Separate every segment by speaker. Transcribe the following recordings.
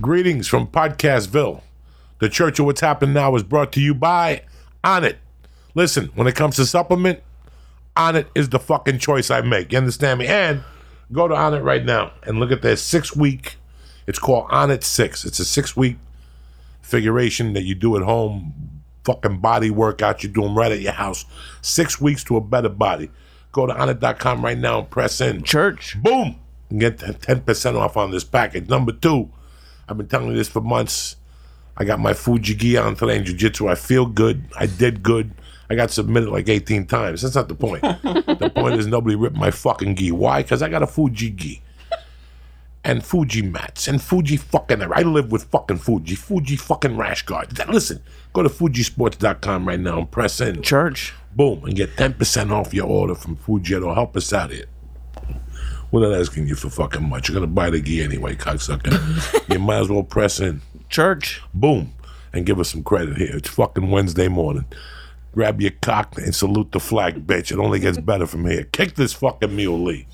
Speaker 1: Greetings from Podcastville. The Church of What's Happened Now is brought to you by On It. Listen, when it comes to supplement, On It is the fucking choice I make. You understand me? And go to On It right now and look at their six week. It's called On It Six. It's a six week figuration that you do at home, fucking body workout you do them right at your house. Six weeks to a better body. Go to onit.com right now and press in.
Speaker 2: Church.
Speaker 1: Boom! And get the 10% off on this package. Number two, I've been telling you this for months. I got my Fuji gi on today in jiu-jitsu. I feel good. I did good. I got submitted like 18 times. That's not the point. the point is nobody ripped my fucking gi. Why? Because I got a Fuji gi. And Fuji mats. And Fuji fucking... I live with fucking Fuji. Fuji fucking rash guard. Th- Listen, go to fujisports.com right now and press in.
Speaker 2: Church.
Speaker 1: Boom. And get 10% off your order from Fuji. It'll help us out here. We're not asking you for fucking much. You're going to buy the gi anyway, cocksucker. you might as well press in
Speaker 2: Church.
Speaker 1: boom, and give us some credit here. It's fucking Wednesday morning. Grab your cock and salute the flag, bitch. It only gets better from here. Kick this fucking mule, Lee.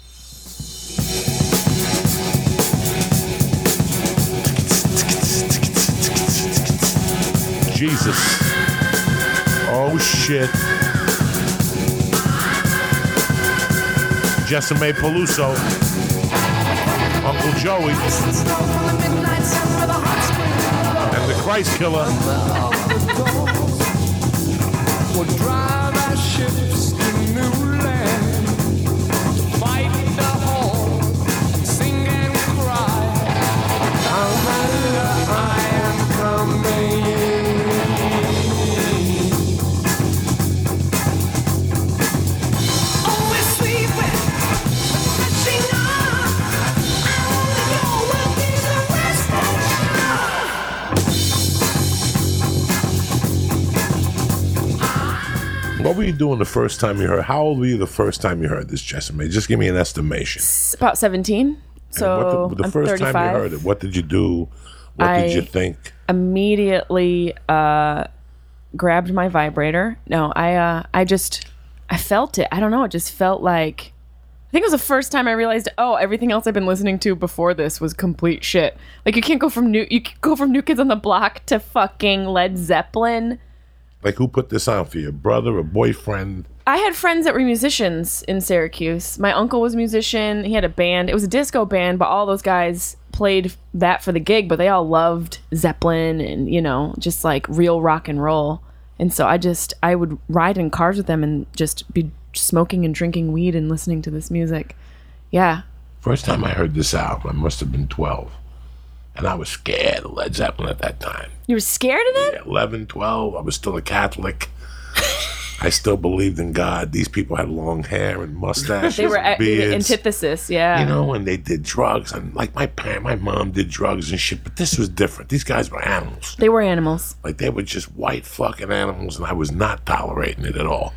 Speaker 1: Jesus. Oh shit. Jessime Peluso. Uncle Joey and the Christ Killer.
Speaker 3: We'll drive our ships to new land, fight the horn, sing and cry. Amanda, I am coming.
Speaker 4: Always sweet when touching on. I only know what is the rest of you.
Speaker 1: What were you doing the first time you heard? How old were you the first time you heard this, Jessamy? Just give me an estimation.
Speaker 5: It's about 17. So
Speaker 1: what the, the
Speaker 5: I'm
Speaker 1: first
Speaker 5: 35.
Speaker 1: time you heard it, what did you do? What did
Speaker 5: I-
Speaker 1: you think?
Speaker 5: Immediately uh, grabbed my vibrator. No, I uh, I just I felt it. I don't know. It just felt like I think it was the first time I realized. Oh, everything else I've been listening to before this was complete shit. Like you can't go from new you can go from New Kids on the Block to fucking Led Zeppelin.
Speaker 1: Like, who put this on for you? A brother, a boyfriend?
Speaker 5: I had friends that were musicians in Syracuse. My uncle was a musician. He had a band. It was a disco band, but all those guys played that for the gig, but they all loved Zeppelin and, you know, just like real rock and roll. And so I just I would ride in cars with them and just be smoking and drinking weed and listening to this music. Yeah.
Speaker 1: First time I heard this album, I must have been 12. And I was scared of Led Zeppelin at that time.
Speaker 5: You were scared of them?
Speaker 1: 11, 12, I was still a Catholic. I still believed in God. These people had long hair and mustaches.
Speaker 5: They were uh,
Speaker 1: and
Speaker 5: at the
Speaker 1: beards.
Speaker 5: antithesis, yeah.
Speaker 1: you know, and they did drugs. And like my parent, my mom did drugs and shit, but this was different. These guys were animals.
Speaker 5: They were animals.
Speaker 1: Like they were just white fucking animals, and I was not tolerating it at all.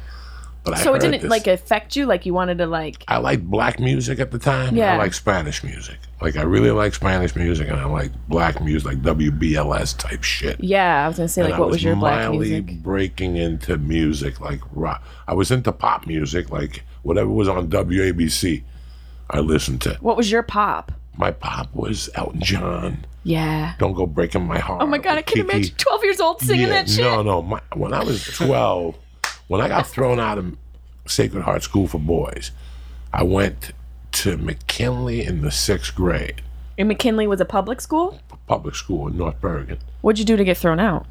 Speaker 1: But I
Speaker 5: So it
Speaker 1: heard
Speaker 5: didn't
Speaker 1: this.
Speaker 5: like affect you like you wanted to like
Speaker 1: I liked black music at the time. Yeah.
Speaker 5: Yeah.
Speaker 1: I like Spanish music. Like I really like Spanish music, and I like black music, like WBLS type shit.
Speaker 5: yeah, I was gonna say like
Speaker 1: And I
Speaker 5: what was, your black
Speaker 1: mildly
Speaker 5: music?
Speaker 1: breaking into music like rock. I was into pop music, like whatever was on WABC. I listened to.
Speaker 5: What was your pop?
Speaker 1: My pop was Elton John.
Speaker 5: Yeah.
Speaker 1: Don't go breaking my heart.
Speaker 5: Oh my god, I can't
Speaker 1: Uh, Kiki.
Speaker 5: imagine 12 years old singing that shit.
Speaker 1: No, no. My, when I was 12, when I got thrown out of Sacred Heart School for Boys, I went to McKinley in the sixth grade,
Speaker 5: And McKinley was a public school?
Speaker 1: public school in North Bergen.
Speaker 5: What'd you do to get thrown out?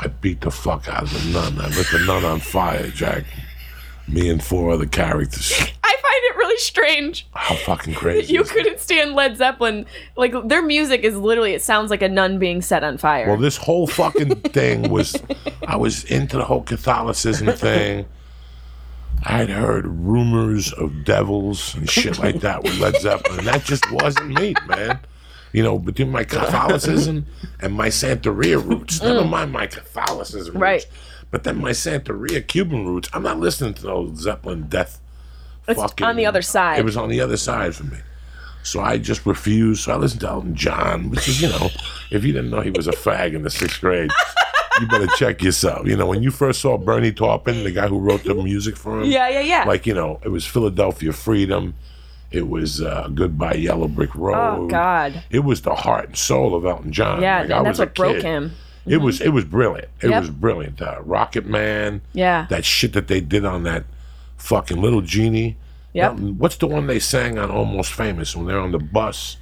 Speaker 1: I beat the fuck out of the nun. I lit the nun on fire, Jack. Me and four other characters.
Speaker 5: I find it really strange.
Speaker 1: How fucking crazy.
Speaker 5: You
Speaker 1: is that?
Speaker 5: couldn't stand Led Zeppelin. Like their music is literally it sounds like a nun being set on fire.
Speaker 1: Well, this whole fucking thing was, I was into the whole Catholicism thing. I had heard rumors of devils and shit like that with Led Zeppelin, and that just wasn't me, man. You know, between my Catholicism and my Santeria roots, never mind my Catholicism roots,
Speaker 5: Mm. Right.
Speaker 1: but then my Santeria Cuban roots, I'm not listening to those Zeppelin death
Speaker 5: It's
Speaker 1: fucking-
Speaker 5: on the other side.
Speaker 1: It was on the other side for me. So I just refused. So I listened to Elton John, which is, you know, if you didn't know he was a fag in the sixth grade, you better check yourself. You know, when you first saw Bernie Taupin, the guy who wrote the music for him,
Speaker 5: yeah, yeah, yeah.
Speaker 1: like, you know, it was Philadelphia Freedom. It was uh, Goodbye Yellow Brick Road.
Speaker 5: Oh, God.
Speaker 1: It was the heart and soul of Elton John.
Speaker 5: Yeah,
Speaker 1: Like, I
Speaker 5: and that's
Speaker 1: was a
Speaker 5: what broke
Speaker 1: kid.
Speaker 5: him.
Speaker 1: It was it was brilliant. It
Speaker 5: Mm-hmm. Yep.
Speaker 1: was brilliant. Uh, Rocket Man.
Speaker 5: Yeah.
Speaker 1: That shit that they did on that fucking Little Genie.
Speaker 5: Yep.
Speaker 1: Now, what's the one they sang on Almost Famous when they're on the bus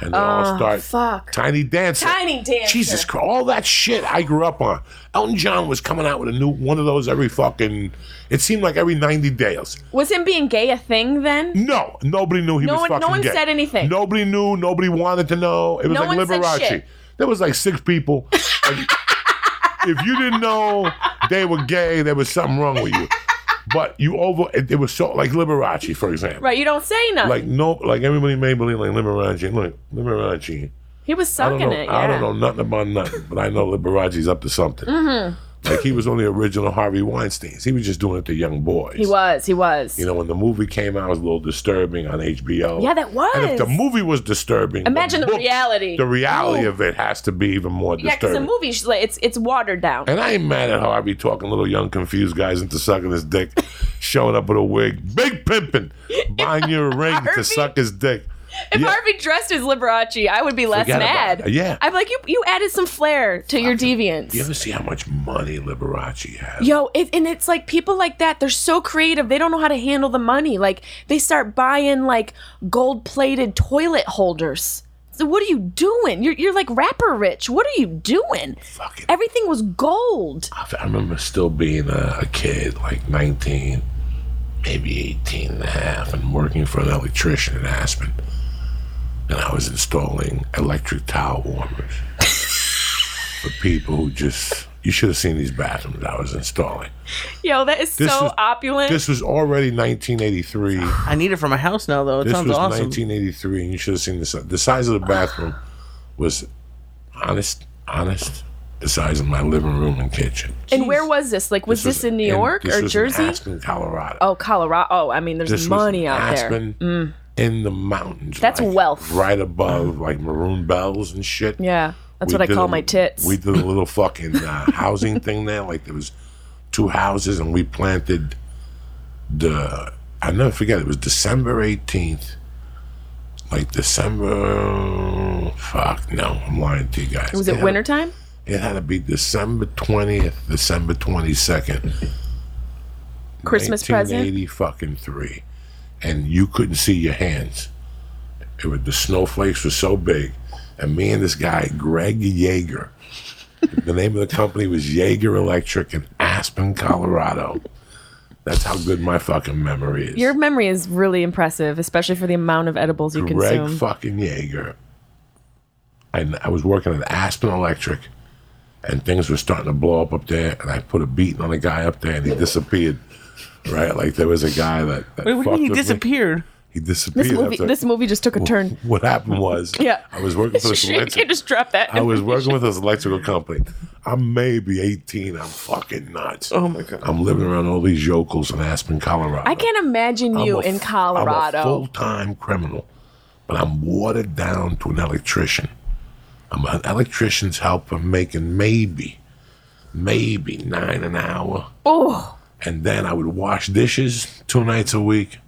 Speaker 1: and they all start
Speaker 5: Uh, fuck.
Speaker 1: Tiny Dancer.
Speaker 5: Tiny Dancer.
Speaker 1: Jesus Christ, all that shit I grew up on. Elton John was coming out with a new one of those every fucking. It seemed like every ninety days.
Speaker 5: Was him being gay a thing then?
Speaker 1: No, nobody knew he
Speaker 5: No
Speaker 1: was
Speaker 5: one- no
Speaker 1: fucking
Speaker 5: one
Speaker 1: gay.
Speaker 5: said anything.
Speaker 1: Nobody knew. Nobody wanted to know. It was
Speaker 5: No
Speaker 1: like
Speaker 5: one said
Speaker 1: Liberace.
Speaker 5: shit.
Speaker 1: There was like six people. And if you didn't know they were gay, there was something wrong with you. But you over. It, it was so like Liberace, for example.
Speaker 5: Right, you don't say nothing.
Speaker 1: Like no, like everybody made believe like Liberace. Look, Liberace.
Speaker 5: he was
Speaker 1: I don't
Speaker 5: sucking
Speaker 1: know.
Speaker 5: it. Yeah.
Speaker 1: I don't know nothing about nothing, but I know Liberace's up to something.
Speaker 5: Mm-hmm.
Speaker 1: Like he was on the original Harvey Weinstein's. He was just doing it to young boys.
Speaker 5: He was. He was.
Speaker 1: You know, when the movie came out, it was a little disturbing on HBO.
Speaker 5: Yeah, that was.
Speaker 1: And if the movie was disturbing,
Speaker 5: Imagine the
Speaker 1: book-
Speaker 5: reality.
Speaker 1: The reality
Speaker 5: Ooh.
Speaker 1: of it has to be even more
Speaker 5: yeah, because the
Speaker 1: disturbing.
Speaker 5: movie, she's like, it's it's watered down.
Speaker 1: and I ain't mad at Harvey talking little young confused guys into sucking his dick, showing up with a wig, big pimping, buying you a ring
Speaker 5: Harvey-
Speaker 1: to suck his dick.
Speaker 5: If
Speaker 1: Yeah.
Speaker 5: Harvey dressed as Liberace, I would be less
Speaker 1: Forget about
Speaker 5: mad.
Speaker 1: it. Yeah.
Speaker 5: I'm like, you you added some flair to your deviance.
Speaker 1: You ever see how much money Liberace has?
Speaker 5: Yo, it, and it's like people like that, they're so creative. They don't know how to handle the money. Like, they start buying like gold plated toilet holders. So, what are you doing? You're, you're like rapper rich. What are you doing?
Speaker 1: Fucking
Speaker 5: Everything was gold.
Speaker 1: I I remember still being a, a kid, like 19, maybe 18 and a half, and working for an electrician in Aspen. And I was installing electric towel warmers for people who just. You should have seen these bathrooms I was installing.
Speaker 5: Yo, that is
Speaker 1: This
Speaker 5: so
Speaker 1: is-
Speaker 5: opulent.
Speaker 1: This was already 1983.
Speaker 2: I need it for my house now, though. It
Speaker 1: This
Speaker 2: sounds
Speaker 1: was
Speaker 2: awesome.
Speaker 1: 1983, and you should have seen this. The size of the bathroom was honest, honest, the size of my living room and kitchen.
Speaker 5: and where was this? Like, was this, in New York
Speaker 1: this
Speaker 5: or
Speaker 1: was in
Speaker 5: Jersey?
Speaker 1: Aspen, Colorado.
Speaker 5: Oh, Colorado. Oh, I mean, there's
Speaker 1: this
Speaker 5: money
Speaker 1: was
Speaker 5: out Mm.
Speaker 1: Aspen in the mountains.
Speaker 5: That's
Speaker 1: like,
Speaker 5: wealth.
Speaker 1: Right above like maroon bells and shit.
Speaker 5: there. Yeah, that's
Speaker 1: We
Speaker 5: what I
Speaker 1: did
Speaker 5: call
Speaker 1: a-
Speaker 5: my tits.
Speaker 1: We did a little fucking uh, housing thing there. Like there was two houses, and we planted the. I never forget. It was December eighteenth. Like December, fuck no, I'm lying to you guys.
Speaker 5: was
Speaker 1: They
Speaker 5: it
Speaker 1: had a-
Speaker 5: wintertime?
Speaker 1: It had to be December twentieth, December twenty second.
Speaker 5: Christmas present?
Speaker 1: 1980 fucking three, and you couldn't see your hands. It was, the snowflakes were so big, and me and this guy Greg Yeager. the name of the company was Yeager Electric in Aspen, Colorado. That's how good my fucking memory is.
Speaker 5: Your memory is really impressive, especially for the amount of edibles you
Speaker 1: Greg
Speaker 5: consume.
Speaker 1: fucking Yeager. And I was working at Aspen Electric, and things were starting to blow up up there. And I put a beating on a guy up there, and he disappeared. Right, like there was a guy that. that
Speaker 2: Wait, what do you
Speaker 1: fucked
Speaker 2: mean he
Speaker 1: with me.
Speaker 2: disappeared?
Speaker 1: He disappeared.
Speaker 5: this movie,
Speaker 1: after-
Speaker 5: this movie just took a turn.
Speaker 1: What happened was,
Speaker 5: Yeah.
Speaker 1: I was working for this.
Speaker 5: She you
Speaker 1: electric-
Speaker 5: can't just drop that.
Speaker 1: I was working with this electrical company. I'm maybe 18. I'm fucking nuts.
Speaker 2: Oh my God.
Speaker 1: I'm living around all these yokels in Aspen, Colorado.
Speaker 5: I can't imagine you in
Speaker 1: I'm a
Speaker 5: Colorado.
Speaker 1: full-time criminal, but I'm watered down to an electrician. I'm an electrician's helper, making maybe, maybe nine an hour
Speaker 5: Oh,
Speaker 1: and then I would wash dishes two nights a week,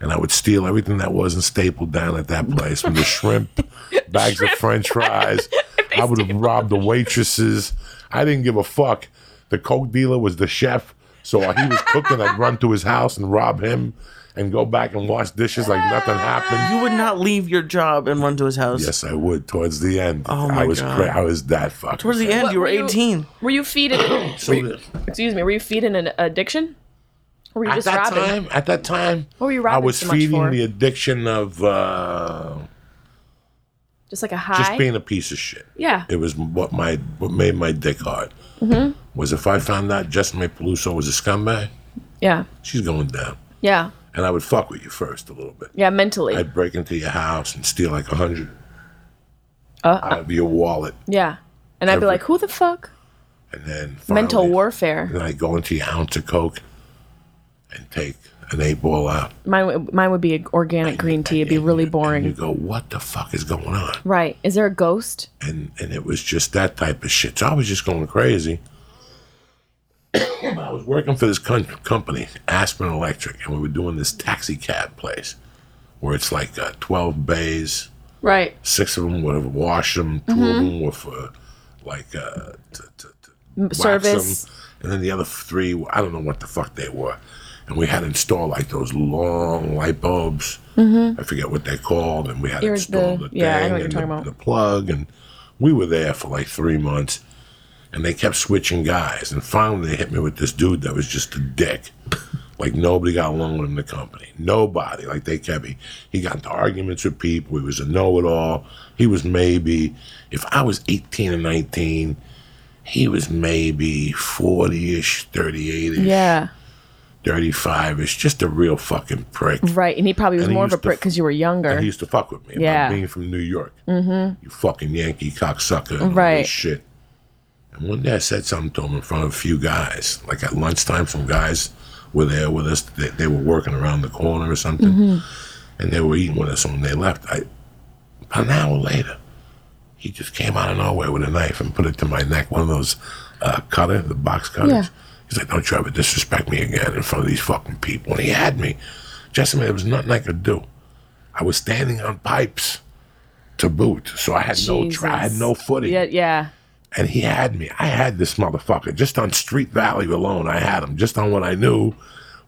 Speaker 1: and I would steal everything that wasn't stapled down at that place from the shrimp, bags of French fries. I would have robbed the waitresses. I didn't give a fuck. The coke dealer was the chef, so while he was cooking, I'd run to his house and rob him, and go back and wash dishes like nothing happened.
Speaker 2: You would not leave your job and run to his house.
Speaker 1: Yes, I would. Towards the end,
Speaker 2: Oh
Speaker 1: I
Speaker 2: my
Speaker 1: was
Speaker 2: God.
Speaker 1: cra- I was that fucking.
Speaker 2: Towards the end, you were 18.
Speaker 5: Were you feeding?
Speaker 1: So-
Speaker 5: excuse me. Were you feeding an addiction? Or were you
Speaker 1: at
Speaker 5: just
Speaker 1: that
Speaker 5: robbing?
Speaker 1: time, at that time,
Speaker 5: What were you
Speaker 1: I
Speaker 5: robbing
Speaker 1: was
Speaker 5: so much
Speaker 1: feeding
Speaker 5: for?
Speaker 1: the addiction of uh,
Speaker 5: Just like a high.
Speaker 1: just being a piece of shit.
Speaker 5: yeah.
Speaker 1: It was what my what made my dick hard.
Speaker 5: Mm-hmm.
Speaker 1: Was if I found out Jessica May Peluso was a scumbag,
Speaker 5: Yeah.
Speaker 1: she's going down,
Speaker 5: Yeah.
Speaker 1: and I would fuck with you first a little bit.
Speaker 5: Yeah. Mentally.
Speaker 1: I'd break into your house and steal like a hundred
Speaker 5: Uh-huh.
Speaker 1: out of your wallet,
Speaker 5: yeah. And I'd be
Speaker 1: Every-
Speaker 5: like, who the fuck?
Speaker 1: and then finally,
Speaker 5: Mental warfare.
Speaker 1: Then I would go into your ounce of coke and take an eight ball out.
Speaker 5: Mine, w- mine would be organic green tea. It'd be really
Speaker 1: And you
Speaker 5: boring.
Speaker 1: go, what the fuck is going on?
Speaker 5: Right. Is there a ghost?
Speaker 1: and and it was just that type of shit. So I was just going crazy. I was working for this con- company, Aspen Electric, and we were doing this taxi cab place where it's like uh, 12 bays,
Speaker 5: Right.
Speaker 1: six of them would wash them, 2
Speaker 5: Mm-hmm.
Speaker 1: of them were for like uh, to, to, to wax 'em,
Speaker 5: service.
Speaker 1: and then the other three, I don't know what the fuck they were. And we had installed like those long light bulbs. I forget what they're called. And we had
Speaker 5: You're
Speaker 1: installed
Speaker 5: Mm-hmm. the-
Speaker 1: the,
Speaker 5: yeah, I know
Speaker 1: thing
Speaker 5: what you're
Speaker 1: and
Speaker 5: talking
Speaker 1: the,
Speaker 5: about.
Speaker 1: the plug. And we were there for like three months. And they kept switching guys. And finally, they hit me with this dude that was just a dick. Like nobody got along with him in the company. Nobody. Like they kept he, he got into arguments with people. He was a know-it-all. He was maybe if I was eighteen or nineteen, he was maybe forty-ish, thirty-eight-ish,
Speaker 5: Yeah.
Speaker 1: thirty-five-ish. Just a real fucking prick.
Speaker 5: Right. And he probably was
Speaker 1: And he
Speaker 5: more of a
Speaker 1: used to
Speaker 5: prick
Speaker 1: f-
Speaker 5: because you were younger.
Speaker 1: And he used to fuck with me. about
Speaker 5: Yeah.
Speaker 1: Being from New York. Mm-hmm. You fucking Yankee cocksucker. And All
Speaker 5: Right.
Speaker 1: this shit. And one day I said something to him in front of a few guys. Like at lunchtime, some guys were there with us. They, they were working around the corner or something.
Speaker 5: Mm-hmm.
Speaker 1: And they were eating with us. And when they left, I, about an hour later, he just came out of nowhere with a knife and put it to my neck. One of those uh, cutter, the box cutters.
Speaker 5: Yeah.
Speaker 1: He's like, don't you ever disrespect me again in front of these fucking people. And he had me. Jesse, man, there was nothing I could do. I was standing on pipes to boot, so I had no tra- I had
Speaker 5: Jesus.
Speaker 1: no footing.
Speaker 5: yeah. Yeah.
Speaker 1: And he had me. I had this motherfucker just on Street Value alone. I had him just on what I knew,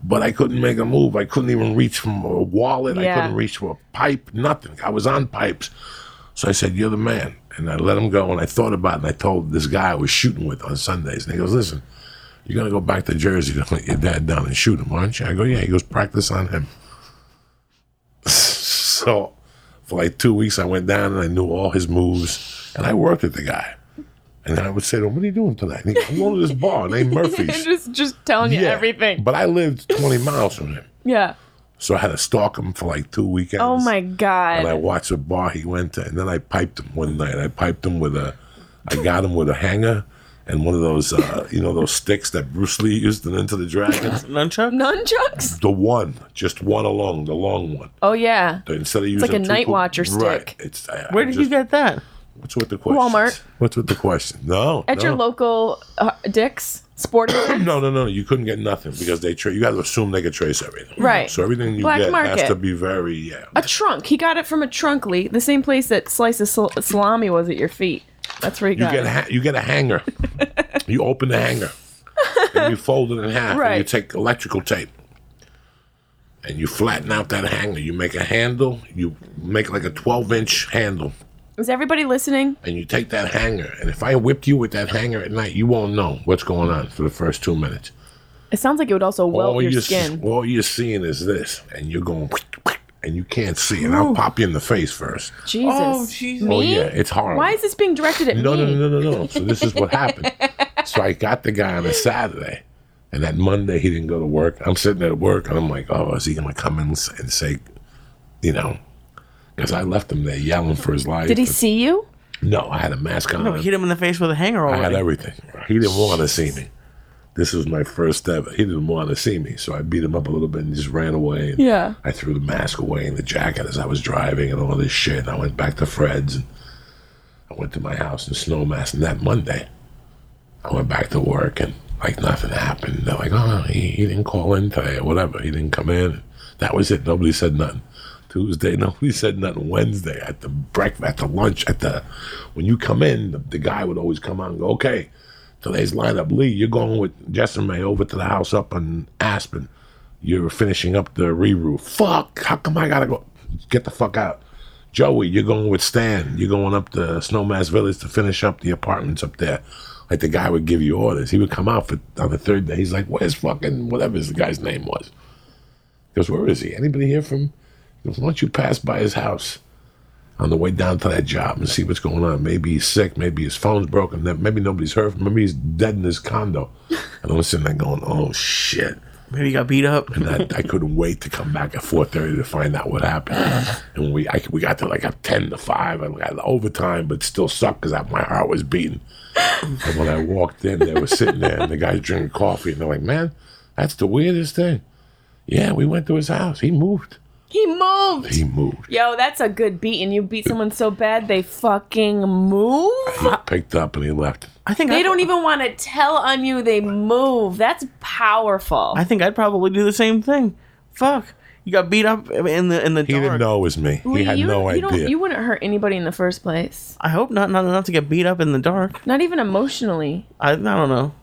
Speaker 1: but I couldn't make a move. I couldn't even reach from a wallet. I
Speaker 5: Yeah.
Speaker 1: couldn't reach for a pipe. Nothing. I was on pipes. So I said, "You're the man." And I let him go. And I thought about it. And I told this guy I was shooting with on Sundays. And he goes, "Listen, you're gonna go back to Jersey to let your dad down and shoot him, aren't you?" I go, "Yeah." He goes, "Practice on him." so for like two weeks, I went down and I knew all his moves, and I worked with the guy. And then I would say to him, "What are you doing tonight?" And he'd come over to this bar named Murphy's.
Speaker 5: just just telling you everything.
Speaker 1: But I lived 20 miles from him,
Speaker 5: yeah.
Speaker 1: so I had to stalk him for like two weekends.
Speaker 5: Oh my
Speaker 1: And I
Speaker 5: god.
Speaker 1: watched a bar he went to, and then I piped him one night. I piped him with a, I got him with a hanger and one of those, uh, you know, those sticks that Bruce Lee used in Into the Dragons.
Speaker 2: Nunchuck?
Speaker 5: Nunchucks?
Speaker 1: the one, just one alone, the long one.
Speaker 5: Oh yeah.
Speaker 1: Instead of using
Speaker 5: like a
Speaker 1: two
Speaker 5: night
Speaker 1: quick-
Speaker 5: watcher
Speaker 1: right.
Speaker 5: stick.
Speaker 1: It's, I,
Speaker 2: Where did you
Speaker 1: get?
Speaker 2: get that?
Speaker 1: What's with the question?
Speaker 5: Walmart.
Speaker 1: What's with the question? No.
Speaker 5: At
Speaker 1: no.
Speaker 5: your local uh, Dick's sporting Goods?
Speaker 1: No, no, no. You couldn't get nothing because they tra- you got to assume they could trace everything.
Speaker 5: Right.
Speaker 1: So everything you
Speaker 5: Black
Speaker 1: get has
Speaker 5: market.
Speaker 1: to be very yeah.
Speaker 5: a trunk. He got it from a trunkly, the same place that slice of sal- salami was at your feet. That's where he
Speaker 1: You
Speaker 5: got
Speaker 1: get a
Speaker 5: it.
Speaker 1: ha- you get a hanger. you open the hanger and you fold it in half. And you
Speaker 5: Right.
Speaker 1: take electrical tape and you flatten out that hanger. You make a handle. You make like a twelve inch handle.
Speaker 5: Is everybody listening?
Speaker 1: and you take that hanger, and if I whipped you with that hanger at night, you won't know what's going on for the first two minutes.
Speaker 5: It sounds like it would also welt
Speaker 1: all
Speaker 5: your
Speaker 1: Oh, you
Speaker 5: skin.
Speaker 1: all you're seeing is this, and you're going, and you can't see, and I'll pop you in the face first.
Speaker 5: Jesus.
Speaker 2: Oh, Jesus.
Speaker 5: Me?
Speaker 1: Oh yeah, it's horrible.
Speaker 5: Why is this being directed at
Speaker 1: no,
Speaker 5: me?
Speaker 1: no, no, no, no, no. So this is what happened. So I got the guy on a Saturday, and that Monday he didn't go to work. I'm sitting at work, and I'm like, oh, is he gonna come in and s- and say, you know? Because I left him there yelling for his life.
Speaker 5: Did he see you?
Speaker 1: No, I had a mask on.
Speaker 2: No, hit him in the face with a hanger
Speaker 1: I had
Speaker 2: already.
Speaker 1: everything. He didn't want to see me. This was my first ever. He didn't want to see me, so I beat him up a little bit and just ran away. And
Speaker 5: Yeah.
Speaker 1: I threw the mask away and the jacket as I was driving and all this shit. And I went back to Fred's and I went to my house in Snowmass. And that Monday, I went back to work and like nothing happened. They're like, oh, he, he didn't call in today or whatever. He didn't come in. That was it. Nobody said nothing. Tuesday, nobody said nothing. Wednesday at the breakfast, at the lunch, at the when you come in, the, the guy would always come out and go, okay, today's lineup, Lee, you're going with Justin May over to the house up in Aspen. You're finishing up the re-roof. Fuck, how come I gotta go? Get the fuck out. Joey, you're going with Stan. You're going up to Snowmass Village to finish up the apartments up there. Like the guy would give you orders. He would come out for on the third day. He's like, "Where's fucking whatever his guy's name was?" He goes, "Where is he? Anybody hear from?" him?" He goes, "Why don't you pass by his house on the way down to that job and see what's going on? Maybe he's sick. Maybe his phone's broken. then Maybe nobody's heard from. him. Maybe he's dead in his condo." And I'm sitting there going, "Oh shit."
Speaker 2: Maybe he got beat up.
Speaker 1: and I, I couldn't wait to come back at four thirty to find out what happened. And we I, we got to like a ten to five. I got overtime, but still sucked because my heart was beating. And when I walked in, they were sitting there, and the guys drinking coffee, and they're like, "Man, that's the weirdest thing." Yeah, we went to his house. He moved.
Speaker 5: He moved.
Speaker 1: He moved.
Speaker 5: Yo, that's a good beat, and you beat someone so bad they fucking move.
Speaker 1: He picked up and he left.
Speaker 2: I think
Speaker 5: They
Speaker 2: I,
Speaker 5: don't even want to tell on you they move. That's powerful.
Speaker 2: I think I'd probably do the same thing. Fuck. You got beat up in the in the
Speaker 1: He didn't
Speaker 2: dark.
Speaker 1: know it was me.
Speaker 5: Lee,
Speaker 1: he had
Speaker 5: you,
Speaker 1: no
Speaker 5: you
Speaker 1: idea.
Speaker 5: Don't, you wouldn't hurt anybody in the first place.
Speaker 2: I hope not not enough to get beat up in the dark.
Speaker 5: Not even emotionally.
Speaker 2: I, I don't know.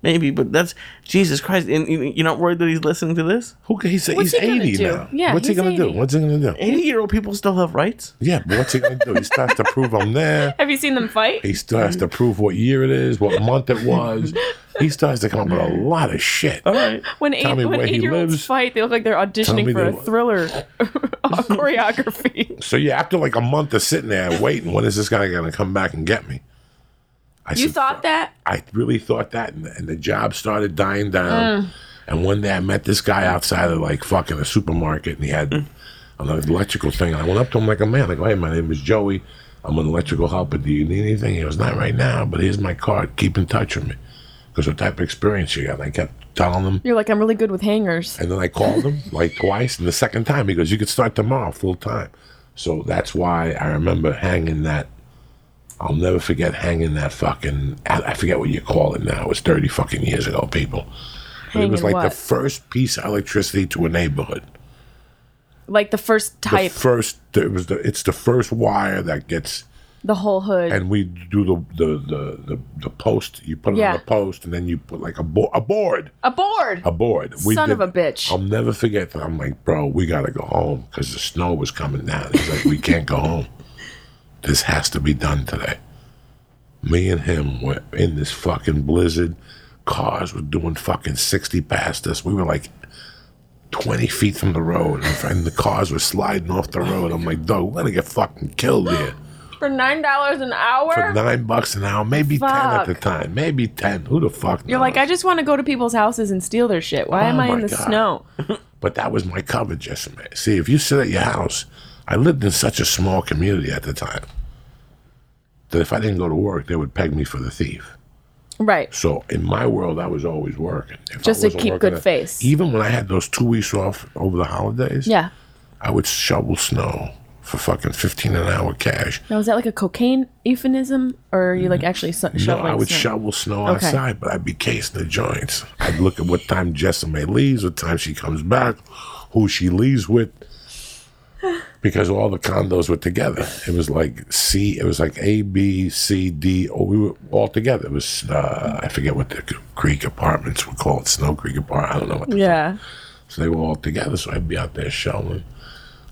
Speaker 2: Maybe, but that's Jesus Christ. And you- you're not worried that he's listening to this?
Speaker 1: Who can he say?
Speaker 5: What's
Speaker 1: he's
Speaker 5: he gonna
Speaker 1: eighty
Speaker 5: do?
Speaker 1: now.
Speaker 5: Yeah,
Speaker 1: what's he
Speaker 5: he's
Speaker 1: gonna do?
Speaker 5: 80.
Speaker 1: What's he gonna do?
Speaker 2: 80 year old people still have rights?
Speaker 1: Yeah, but what's he gonna do? He still has to prove I'm there.
Speaker 5: Have you seen them fight?
Speaker 1: He still has to prove what year it is, what month it was. He still has to come up with a lot of shit.
Speaker 2: All right.
Speaker 5: When eight
Speaker 1: Tell me
Speaker 5: when
Speaker 1: where he
Speaker 5: eight year olds
Speaker 1: lives.
Speaker 5: fight, they look like they're
Speaker 1: me
Speaker 5: auditioning for
Speaker 1: they
Speaker 5: a
Speaker 1: wa-
Speaker 5: thriller choreography.
Speaker 1: So yeah, after like a month of sitting there waiting, when is this guy gonna come back and get me? I
Speaker 5: You
Speaker 1: said,
Speaker 5: thought that?
Speaker 1: I really thought that, and, and the job started dying down. And one day I met this guy outside of like fucking a supermarket, and he had an electrical thing. And I went up to him like a man. I go, "Hey, my name is Joey. I'm an electrical helper. Do you need anything?" He goes, "Not right now, but here's my card. Keep in touch with me." Because what type of experience you got? And I kept telling him,
Speaker 5: You're like, I'm really good with hangers.
Speaker 1: and then I called him like twice, and the second time he goes, "You could start tomorrow, full time." So that's why I remember hanging that. I'll never forget hanging that fucking. I I forget what you call it now. It was thirty fucking years ago, people. But it
Speaker 5: Hanging
Speaker 1: was like the
Speaker 5: what?
Speaker 1: first piece of electricity to a neighborhood.
Speaker 5: like the first
Speaker 1: The
Speaker 5: type, the,
Speaker 1: first, it was the, it's the first wire that gets,
Speaker 5: whole hood.
Speaker 1: and we do the the the the, the post. You put it
Speaker 5: Yeah.
Speaker 1: on a post, and then you put like a bo- a board.
Speaker 5: a board.
Speaker 1: a board.
Speaker 5: Son of a bitch.
Speaker 1: I'll never forget that. I'm like, bro, we gotta go home because the snow was coming down. He's like, we can't go home. This has to be done today. Me and him were in this fucking blizzard. Cars were doing fucking 60 past us. We were like 20 feet from the road, and- and the cars were sliding off the road. I'm like, Doug, we're gonna get fucking killed here
Speaker 5: for nine dollars an hour.
Speaker 1: for nine bucks an hour, maybe 10 at
Speaker 5: Fuck.
Speaker 1: the time, maybe 10. Who the fuck
Speaker 5: You're like, I just want to go to people's houses and steal their shit. Why am
Speaker 1: Oh
Speaker 5: I in
Speaker 1: my
Speaker 5: the
Speaker 1: God.
Speaker 5: snow?
Speaker 1: But that was my coverage estimate. See, if you sit at your house, I lived in such a small community at the time that if I didn't go to work, they would peg me for the thief.
Speaker 5: Right.
Speaker 1: So in my world, I was always working. If I
Speaker 5: Just to
Speaker 1: wasn't
Speaker 5: keep
Speaker 1: working
Speaker 5: good
Speaker 1: at-
Speaker 5: face.
Speaker 1: Even when I had those two weeks off over the holidays,
Speaker 5: Yeah.
Speaker 1: I would shovel snow for fucking 15 an hour cash.
Speaker 5: Now is that like a cocaine euphemism, or are you like actually su-
Speaker 1: Mm-hmm. No,
Speaker 5: shoveling?
Speaker 1: I would
Speaker 5: snow?
Speaker 1: shovel snow
Speaker 5: Okay.
Speaker 1: outside, but I'd be casing the joints. I'd look at what time Jessa May leaves, what time she comes back, who she leaves with, because all the condos were together. It was like C, it was like A, B, C, D, or we were all together. It was, uh, I forget what the Creek apartments were called, Snow Creek apartment. I don't know what the
Speaker 5: Yeah.
Speaker 1: So they were all together, so I'd be out there shoveling.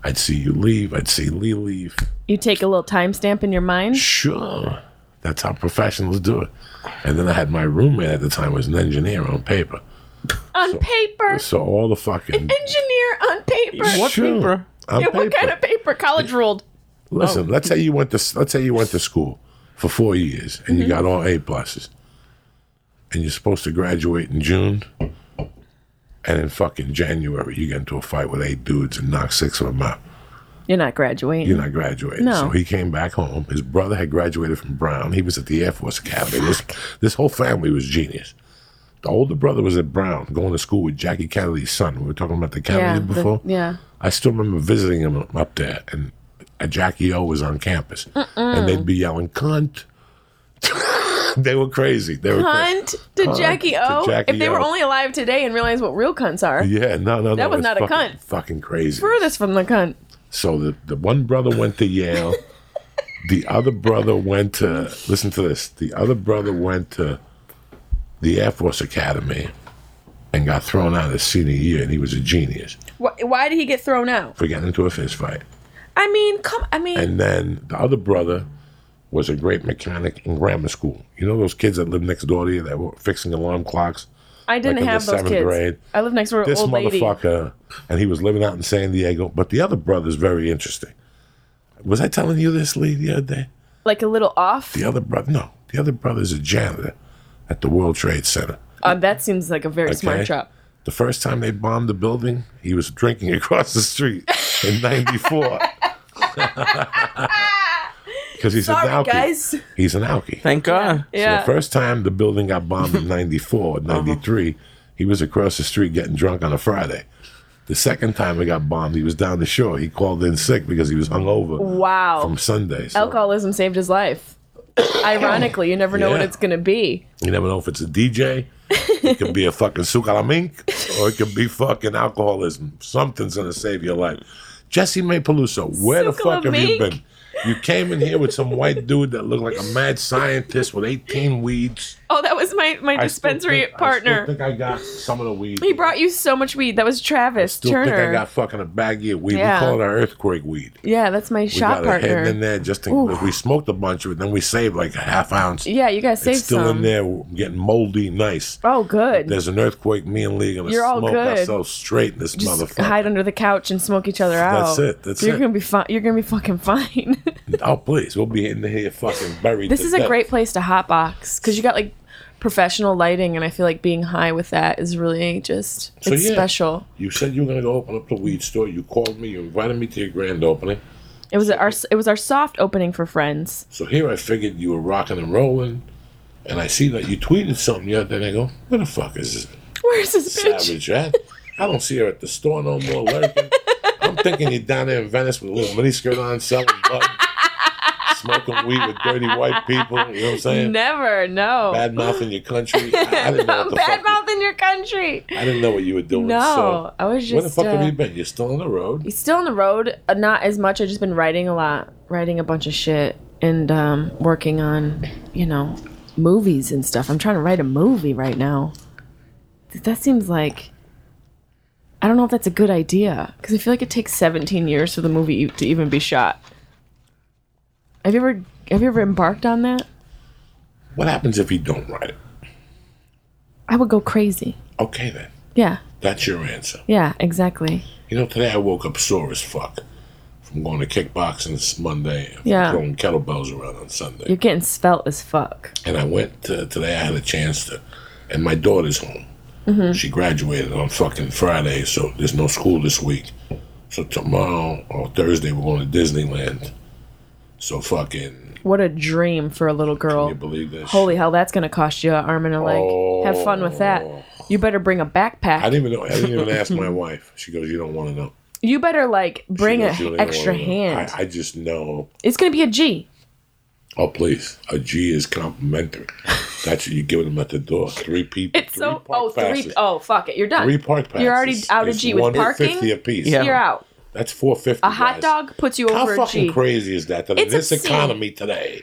Speaker 1: I'd see you leave, I'd see Lee leave.
Speaker 5: You take a little timestamp in your mind.
Speaker 1: Sure. That's how professionals do it. And then I had my roommate at the time was an engineer on paper.
Speaker 5: On paper.
Speaker 1: So all the fucking
Speaker 5: Engineer on paper.
Speaker 2: What
Speaker 1: Sure.
Speaker 2: paper?
Speaker 1: on
Speaker 5: Yeah, what
Speaker 1: paper.
Speaker 5: kind of paper? College ruled.
Speaker 1: Listen, let's say you went to let's say you went to school for four years and
Speaker 5: Mm-hmm.
Speaker 1: you got all A pluses. And you're supposed to graduate in June. And in fucking January you get into a fight with eight dudes and knock six of them out.
Speaker 5: You're not graduating.
Speaker 1: You're not graduating.
Speaker 5: No.
Speaker 1: So he came back home. His brother had graduated from Brown. He was at the Air Force Academy. This, this whole family was genius. The older brother was at Brown, going to school with Jackie Kennedy's son. We were talking about the
Speaker 5: yeah.
Speaker 1: Kennedy
Speaker 5: the-
Speaker 1: before.
Speaker 5: yeah.
Speaker 1: I still remember visiting him up there, and Jackie O was on campus, and they'd be yelling "cunt." they were crazy. They were crazy.
Speaker 5: Cunt to Jackie O.
Speaker 1: Jackie
Speaker 5: if they were
Speaker 1: O.
Speaker 5: only alive today and realized what real cunts are,
Speaker 1: Yeah, no, no, no.
Speaker 5: That was
Speaker 1: it's
Speaker 5: not a
Speaker 1: fucking-
Speaker 5: cunt.
Speaker 1: Fucking crazy.
Speaker 5: furthest from the cunt.
Speaker 1: So the, the one brother went to Yale. the other brother went to, listen to this. The other brother went to the Air Force Academy and got thrown out his senior year, and he was a genius
Speaker 5: Why, why did he get thrown out?
Speaker 1: for getting into a fist fight.
Speaker 5: I mean, come. I mean,
Speaker 1: And then the other brother was a great mechanic in grammar school. You know those kids that lived next door to you that were fixing alarm clocks?
Speaker 5: I didn't
Speaker 1: in the
Speaker 5: have those
Speaker 1: seventh
Speaker 5: kids.
Speaker 1: grade,
Speaker 5: I lived next door to an
Speaker 1: this
Speaker 5: old lady.
Speaker 1: motherfucker, and he was living out in San Diego. But the other brother's very interesting. Was I telling you this, Lee, the other day?
Speaker 5: Like a little off.
Speaker 1: The other brother, no, the other brother's a janitor at the World Trade Center.
Speaker 5: Uh, that seems like a very smart
Speaker 1: Okay.
Speaker 5: chop.
Speaker 1: The first time they bombed the building, he was drinking across the street in '94. Because he's
Speaker 5: Sorry,
Speaker 1: an alkie.
Speaker 5: guys.
Speaker 1: He's an alkie.
Speaker 2: Thank God.
Speaker 5: Yeah.
Speaker 1: So the first time the building got bombed in 94,
Speaker 5: Uh-huh.
Speaker 1: 93, he was across the street getting drunk on a Friday. The second time it got bombed, he was down the shore. He called in sick because he was hungover
Speaker 5: wow.
Speaker 1: from Sunday. So
Speaker 5: Alcoholism saved his life. Ironically, you never know what
Speaker 1: Yeah.
Speaker 5: it's going to be.
Speaker 1: you never know if it's a DJ, It could be a fucking sukalamink, or it could be fucking alcoholism. Something's gonna save your life. Jesse May Peluso, where the fuck have you
Speaker 5: Sukalamink.
Speaker 1: been? You came in here with some white dude that looked like a mad scientist with 18 weeds.
Speaker 5: Oh, that was my my
Speaker 1: I still
Speaker 5: dispensary
Speaker 1: think- I
Speaker 5: partner.
Speaker 1: still think I got some of the weed.
Speaker 5: he brought you so much weed. That was Travis
Speaker 1: still
Speaker 5: Turner.
Speaker 1: think I got fucking a baggie of weed.
Speaker 5: Yeah.
Speaker 1: We call it our earthquake weed.
Speaker 5: yeah, that's my
Speaker 1: We
Speaker 5: shop
Speaker 1: got it hidden in
Speaker 5: partner.
Speaker 1: there just in if we smoked a bunch of it, then we saved like a half ounce.
Speaker 5: Yeah, you guys saved
Speaker 1: it's still
Speaker 5: some.
Speaker 1: in there, we're getting moldy, nice.
Speaker 5: Oh, good.
Speaker 1: There's an earthquake. Me and Lee are gonna
Speaker 5: You're all
Speaker 1: smoke
Speaker 5: good.
Speaker 1: ourselves straight in this
Speaker 5: Just
Speaker 1: motherfucker.
Speaker 5: hide under the couch and smoke each other out.
Speaker 1: That's it, that's
Speaker 5: you're
Speaker 1: it.
Speaker 5: gonna be fine. You're gonna be fucking fine.
Speaker 1: Oh please, we'll be in here fucking buried.
Speaker 5: this
Speaker 1: to
Speaker 5: is a
Speaker 1: death.
Speaker 5: great place to hotbox because you got like professional lighting, and I feel like being high with that is really just
Speaker 1: So,
Speaker 5: it's
Speaker 1: yeah.
Speaker 5: special.
Speaker 1: You said you were gonna go open up the weed store. You called me. You invited me to your grand opening.
Speaker 5: It was our it was our soft opening for friends.
Speaker 1: So here I figured you were rocking and rolling, and I see that you tweeted something the other day. And I go, where the fuck is this?
Speaker 5: Where's this bitch?
Speaker 1: savage at? I don't see her at the store no more lurking. I'm thinking you're down there in Venice with a little miniskirt on, selling bud, smoking weed with dirty white people. You know what I'm saying?
Speaker 5: Never, no.
Speaker 1: Bad mouth in your country. I, I didn't know what the
Speaker 5: Bad
Speaker 1: fuck.
Speaker 5: mouth in your country.
Speaker 1: I didn't know what you were doing.
Speaker 5: No,
Speaker 1: so,
Speaker 5: I was
Speaker 1: Where the
Speaker 5: just,
Speaker 1: fuck
Speaker 5: uh,
Speaker 1: have you been? You're still on the road.
Speaker 5: He's still on the road, uh, not as much. I've just been writing a lot, writing a bunch of shit, and um, working on, you know, movies and stuff. I'm trying to write a movie right now. Th- That seems like. I don't know if that's a good idea because I feel like it takes 17 years for the movie e- to even be shot. Have you ever have you ever embarked on that?
Speaker 1: What happens if you don't write it?
Speaker 5: I would go crazy.
Speaker 1: Okay then,
Speaker 5: Yeah,
Speaker 1: that's your answer.
Speaker 5: yeah, exactly.
Speaker 1: You know, today I woke up sore as fuck from going to kickboxing this Monday and from
Speaker 5: Yeah.
Speaker 1: throwing kettlebells around on Sunday.
Speaker 5: You're getting svelte as fuck.
Speaker 1: and I went to, today. I had a chance to, and my daughter's home.
Speaker 5: Mm-hmm.
Speaker 1: She graduated on fucking Friday, so there's no school this week. So tomorrow or Thursday, we're going to Disneyland. So fucking,
Speaker 5: What a dream for a little girl.
Speaker 1: can you believe this?
Speaker 5: Oh, Holy hell, that's gonna cost you an arm and a leg. Have fun with that. You better bring a backpack.
Speaker 1: Oh. I didn't even know. I didn't even ask my wife. She goes, "You don't want to know."
Speaker 5: you better like
Speaker 1: She
Speaker 5: bring
Speaker 1: goes,
Speaker 5: an
Speaker 1: "You don't even
Speaker 5: extra
Speaker 1: wanna know."
Speaker 5: hand.
Speaker 1: I, I just know.
Speaker 5: it's gonna be a G.
Speaker 1: Oh please, a G is complimentary. That's what you give them at the door. Three people.
Speaker 5: It's so
Speaker 1: park
Speaker 5: oh three
Speaker 1: passes.
Speaker 5: oh fuck it, you're done.
Speaker 1: Three park passes.
Speaker 5: You're already out of
Speaker 1: It's
Speaker 5: G with parking.
Speaker 1: $1.50 apiece.
Speaker 2: Yeah.
Speaker 5: You're out.
Speaker 1: That's four fifty.
Speaker 5: A hot dog puts you
Speaker 1: How
Speaker 5: over a
Speaker 1: fucking
Speaker 5: G.
Speaker 1: crazy is that? That in
Speaker 5: It's
Speaker 1: this
Speaker 5: obscene.
Speaker 1: economy today,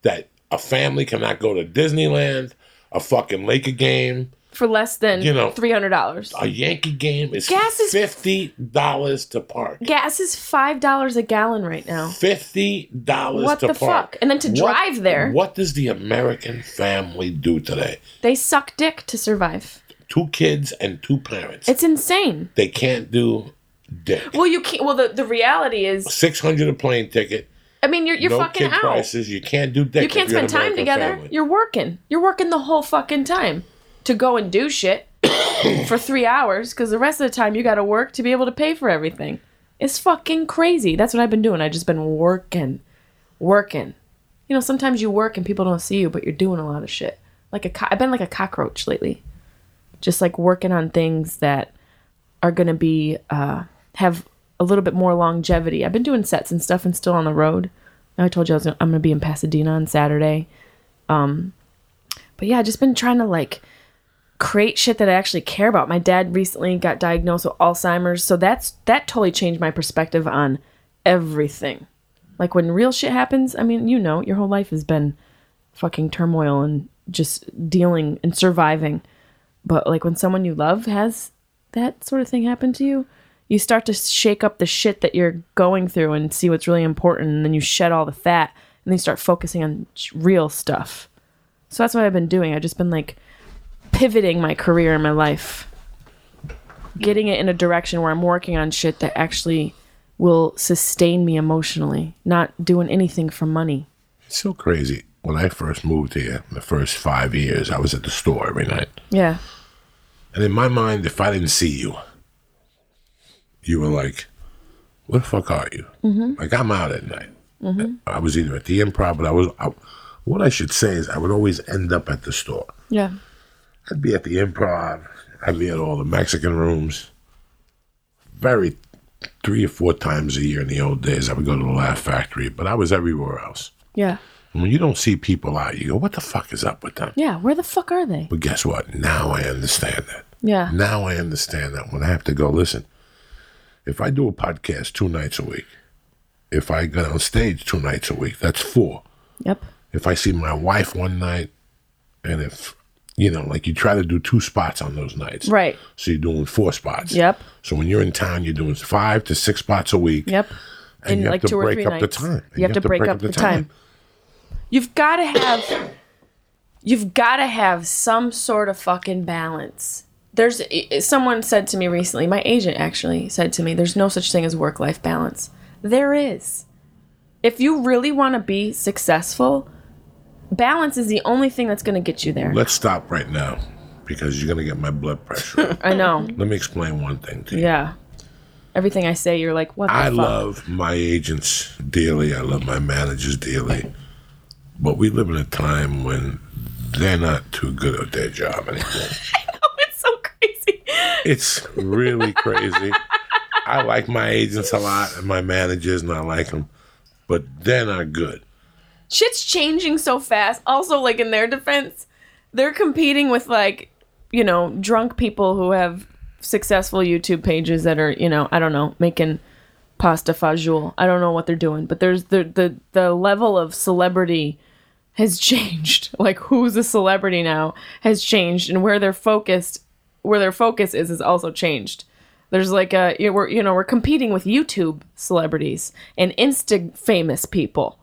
Speaker 1: that a family cannot go to Disneyland, a fucking Laker game,
Speaker 5: for less than
Speaker 1: You know.
Speaker 5: three hundred dollars.
Speaker 1: a Yankee game is
Speaker 5: Gas is-
Speaker 1: fifty dollars to park.
Speaker 5: Gas is five dollars a gallon right now.
Speaker 1: Fifty dollars.
Speaker 5: What
Speaker 1: to
Speaker 5: the
Speaker 1: park.
Speaker 5: fuck? And then to
Speaker 1: What-
Speaker 5: drive there.
Speaker 1: What does the American family do today?
Speaker 5: They suck dick to survive.
Speaker 1: Two kids and two parents.
Speaker 5: It's insane.
Speaker 1: they can't do dick.
Speaker 5: Well you can't well the, the reality is
Speaker 1: Six hundred a plane ticket.
Speaker 5: I mean you're you're
Speaker 1: no
Speaker 5: fucking
Speaker 1: kid
Speaker 5: out.
Speaker 1: prices. You can't do dick.
Speaker 5: You
Speaker 1: if
Speaker 5: can't
Speaker 1: you're an
Speaker 5: spend time
Speaker 1: American
Speaker 5: together.
Speaker 1: family.
Speaker 5: You're working. You're working the whole fucking time to go and do shit for three hours because the rest of the time you got to work to be able to pay for everything. It's fucking crazy. That's what I've been doing. I've just been working, working. You know, sometimes you work and people don't see you, but you're doing a lot of shit. Like a, co- I've been like a cockroach lately, just like working on things that are gonna be uh, have a little bit more longevity. I've been doing sets and stuff and still on the road. I told you I was gonna, I'm gonna be in Pasadena on Saturday. Um, but yeah, I just been trying to like create shit that I actually care about. My dad recently got diagnosed with Alzheimer's, so that's that totally changed my perspective on everything. Like when real shit happens, I mean, you know, your whole life has been fucking turmoil and just dealing and surviving. But like when someone you love has that sort of thing happen to you, you start to shake up the shit that you're going through and see what's really important. And then you shed all the fat and then you start focusing on sh- real stuff. So that's what I've been doing. I've just been like pivoting my career and my life, getting it in a direction where I'm working on shit that actually will sustain me emotionally, not doing anything for money.
Speaker 1: It's so crazy. When I first moved here, the first five years, I was at the store every night.
Speaker 5: Yeah.
Speaker 1: And in my mind, if I didn't see you, you were like, "Where the fuck are you?" Like I'm out at night. I was either at the improv, but I was. I, what I should say is, I would always end up at the store.
Speaker 5: Yeah.
Speaker 1: I'd be at the improv. I'd be at all the Mexican rooms. Very three or four times a year in the old days, I would go to the Laugh Factory, but I was everywhere else.
Speaker 5: Yeah.
Speaker 1: When you don't see people out, you go, what the fuck is up with them?
Speaker 5: Yeah, where the fuck are they?
Speaker 1: But guess what? Now I understand that.
Speaker 5: Yeah.
Speaker 1: Now I understand that when I have to go, listen, if I do a podcast two nights a week, if I go on stage two nights a week, that's four.
Speaker 5: Yep.
Speaker 1: If I see my wife one night, and if, you know, like you try to do two spots on those nights.
Speaker 5: Right.
Speaker 1: So you're doing four spots.
Speaker 5: Yep.
Speaker 1: So when you're in town, you're doing five to six spots a week.
Speaker 5: Yep.
Speaker 1: And you have to break up the time. And
Speaker 5: You have to break, up, the time. You've got to have you've got to have some sort of fucking balance. There's i- i- someone said to me recently, my agent actually said to me, there's no such thing as work-life balance. There is. If you really want to be successful, balance is the only thing that's going to get you there.
Speaker 1: Let's stop right now because you're going to get my blood pressure.
Speaker 5: I know.
Speaker 1: Let me explain one thing to you.
Speaker 5: Yeah. Everything I say, you're like, what the
Speaker 1: I
Speaker 5: fuck?
Speaker 1: love my agents dearly. I love my managers dearly. But we live in a time when they're not too good at their job anymore.
Speaker 5: it's so crazy.
Speaker 1: It's really crazy. I like my agents a lot and my managers, and I like them, but they're not good.
Speaker 5: shit's changing so fast. Also, like in their defense, they're competing with like, you know, drunk people who have successful YouTube pages that are, you know, I don't know, making pasta fajoule. I don't know what they're doing, but there's the the the level of celebrity has changed. Like who's a celebrity now has changed and where they're focused where their focus is is also changed. There's like a you know, we're you know, we're competing with YouTube celebrities and Insta famous people.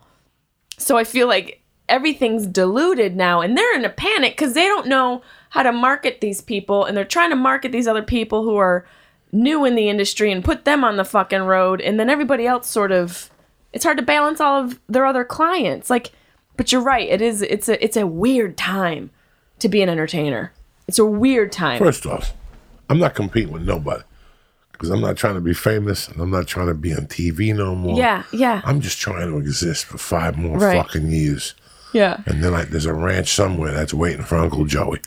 Speaker 5: So I feel like everything's diluted now, and they're in a panic because they don't know how to market these people, and they're trying to market these other people who are new in the industry and put them on the fucking road, and then everybody else sort of. It's hard to balance all of their other clients. Like, but you're right. It is. It's a. It's a weird time to be an entertainer. It's a weird time.
Speaker 1: First off, I'm not competing with nobody because I'm not trying to be famous and I'm not trying to be on TV no more.
Speaker 5: yeah. Yeah.
Speaker 1: I'm just trying to exist for five more
Speaker 5: Right.
Speaker 1: fucking years.
Speaker 5: yeah.
Speaker 1: And then like there's a ranch somewhere that's waiting for Uncle Joey.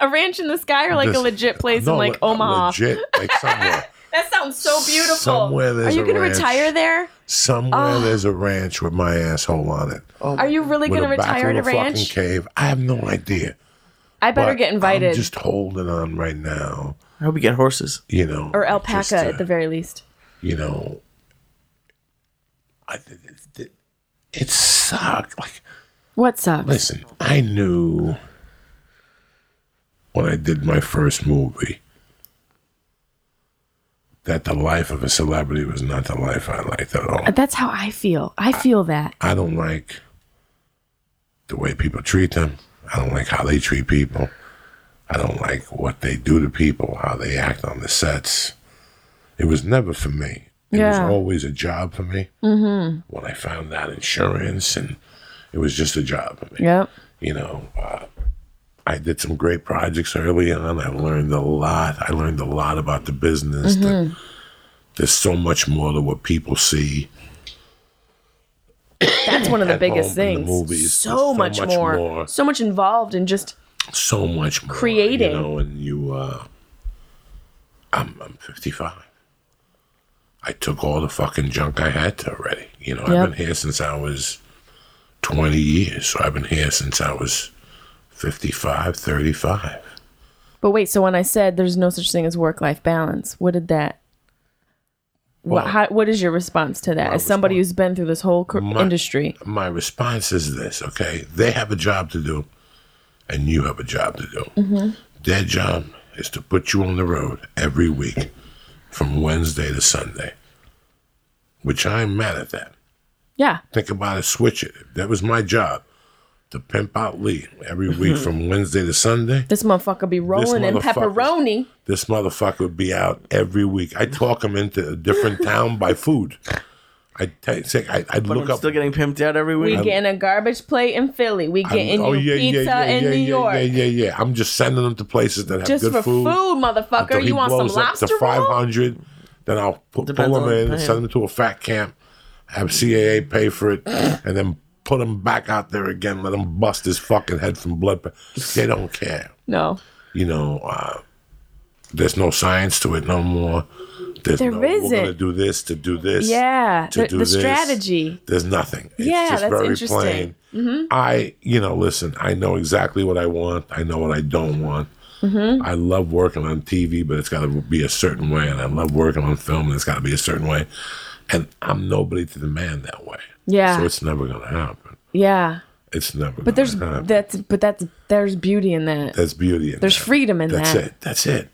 Speaker 5: A ranch in the sky, or like a
Speaker 1: Just-
Speaker 5: legit place
Speaker 1: No,
Speaker 5: in like
Speaker 1: le-
Speaker 5: Omaha.
Speaker 1: Legit, like somewhere.
Speaker 5: That sounds so beautiful.
Speaker 1: Somewhere there's
Speaker 5: Are you
Speaker 1: a
Speaker 5: gonna
Speaker 1: ranch.
Speaker 5: retire there?
Speaker 1: Somewhere
Speaker 5: Ah.
Speaker 1: there's a ranch with my asshole on it. Oh,
Speaker 5: Are you really
Speaker 1: with
Speaker 5: going to
Speaker 1: a back
Speaker 5: retire
Speaker 1: of
Speaker 5: at a
Speaker 1: a fucking
Speaker 5: ranch?
Speaker 1: cave. I have no idea.
Speaker 5: I better
Speaker 1: but
Speaker 5: get invited.
Speaker 1: I'm just holding on right now.
Speaker 2: I hope you get horses.
Speaker 1: You know,
Speaker 5: or alpaca
Speaker 1: just to-
Speaker 5: at the very least.
Speaker 1: you know, I, th- th- th- it sucked. Like,
Speaker 5: What sucks?
Speaker 1: listen, I knew when I did my first movie that the life of a celebrity was not the life I liked at all.
Speaker 5: That's how I feel. I feel that.
Speaker 1: I don't like the way people treat them. I don't like how they treat people. I don't like what they do to people, how they act on the sets. It was never for me. It
Speaker 5: Yeah.
Speaker 1: was always a job for me. Mm-hmm. When I found out insurance, and it was just a job for me.
Speaker 5: Yep.
Speaker 1: You know, uh, I did some great projects early on. I learned a lot. I learned a lot about the business. the- there's so much more to what people see.
Speaker 5: That's one of the
Speaker 1: At
Speaker 5: biggest
Speaker 1: home in the
Speaker 5: things.
Speaker 1: movies,
Speaker 5: so,
Speaker 1: there's so
Speaker 5: much,
Speaker 1: much
Speaker 5: more.
Speaker 1: more.
Speaker 5: So much involved in just
Speaker 1: so much more,
Speaker 5: Creating.
Speaker 1: you know, and you uh I'm I'm 55. I took all the fucking junk I had to already. You know,
Speaker 5: Yep.
Speaker 1: I've been here since I was 20 years. So I've been here since I was 55, 35.
Speaker 5: But wait, so when I said there's no such thing as work-life balance, what did that what,
Speaker 1: Well,
Speaker 5: how, what is your response to that?
Speaker 1: my
Speaker 5: As somebody
Speaker 1: response-
Speaker 5: who's been through this whole cr-
Speaker 1: My-
Speaker 5: industry,
Speaker 1: My response is this, okay? They have a job to do and you have a job to do.
Speaker 2: Mm-hmm.
Speaker 1: Their job is to put you on the road every week from Wednesday to Sunday, which I'm mad at that.
Speaker 5: yeah,
Speaker 1: think about it, switch it. That was my job to pimp out Lee every week
Speaker 2: Mm-hmm.
Speaker 1: from Wednesday to Sunday.
Speaker 5: this motherfucker be rolling in
Speaker 1: motherfucker's-
Speaker 5: pepperoni.
Speaker 1: This motherfucker would be out every week. I talk him into a different town by food. I t- say I, I'd
Speaker 2: But
Speaker 1: look
Speaker 2: I'm
Speaker 1: up.
Speaker 2: still getting pimped out every week.
Speaker 5: We getting a garbage plate in Philly. We
Speaker 1: I-
Speaker 5: getting
Speaker 1: oh
Speaker 5: you
Speaker 1: yeah,
Speaker 5: pizza
Speaker 1: yeah, yeah,
Speaker 5: in
Speaker 1: yeah,
Speaker 5: New
Speaker 1: yeah,
Speaker 5: York.
Speaker 1: yeah, yeah, yeah. I'm just sending them to places that have
Speaker 5: Just
Speaker 1: good
Speaker 5: for food,
Speaker 1: food. until
Speaker 5: motherfucker.
Speaker 1: he
Speaker 5: You want some
Speaker 1: blows up
Speaker 5: lobster
Speaker 1: to
Speaker 5: roll?
Speaker 1: 500, then I'll pu-
Speaker 2: Depends
Speaker 1: pull him
Speaker 2: on the
Speaker 1: in
Speaker 2: plan.
Speaker 1: and send him to a fat camp, have CAA pay for it, and then put him back out there again. Let him bust his fucking head from blood. pa- They don't care.
Speaker 5: No.
Speaker 1: You know, uh, there's no science to it no more. There's
Speaker 5: There
Speaker 1: no,
Speaker 5: isn't.
Speaker 1: We're gonna do this to do this.
Speaker 5: Yeah,
Speaker 1: to
Speaker 5: the-
Speaker 1: do
Speaker 5: the
Speaker 1: this.
Speaker 5: strategy.
Speaker 1: There's nothing. It's
Speaker 5: Yeah,
Speaker 1: just
Speaker 5: that's
Speaker 1: very
Speaker 5: interesting. Mm-hmm.
Speaker 1: plain. I, you know, listen, I know exactly what I want. I know what I don't want.
Speaker 5: Mm-hmm.
Speaker 1: I love working on TV, but it's got to be a certain way. And I love working on film, and it's got to be a certain way. And I'm nobody to the man that way.
Speaker 5: Yeah.
Speaker 1: So it's never going to happen.
Speaker 5: yeah.
Speaker 1: It's never.
Speaker 5: But there's
Speaker 1: happen.
Speaker 5: that's but that's there's beauty in that.
Speaker 1: That's beauty. In
Speaker 5: There's
Speaker 1: that.
Speaker 5: freedom in
Speaker 1: That's
Speaker 5: that.
Speaker 1: it. That's it.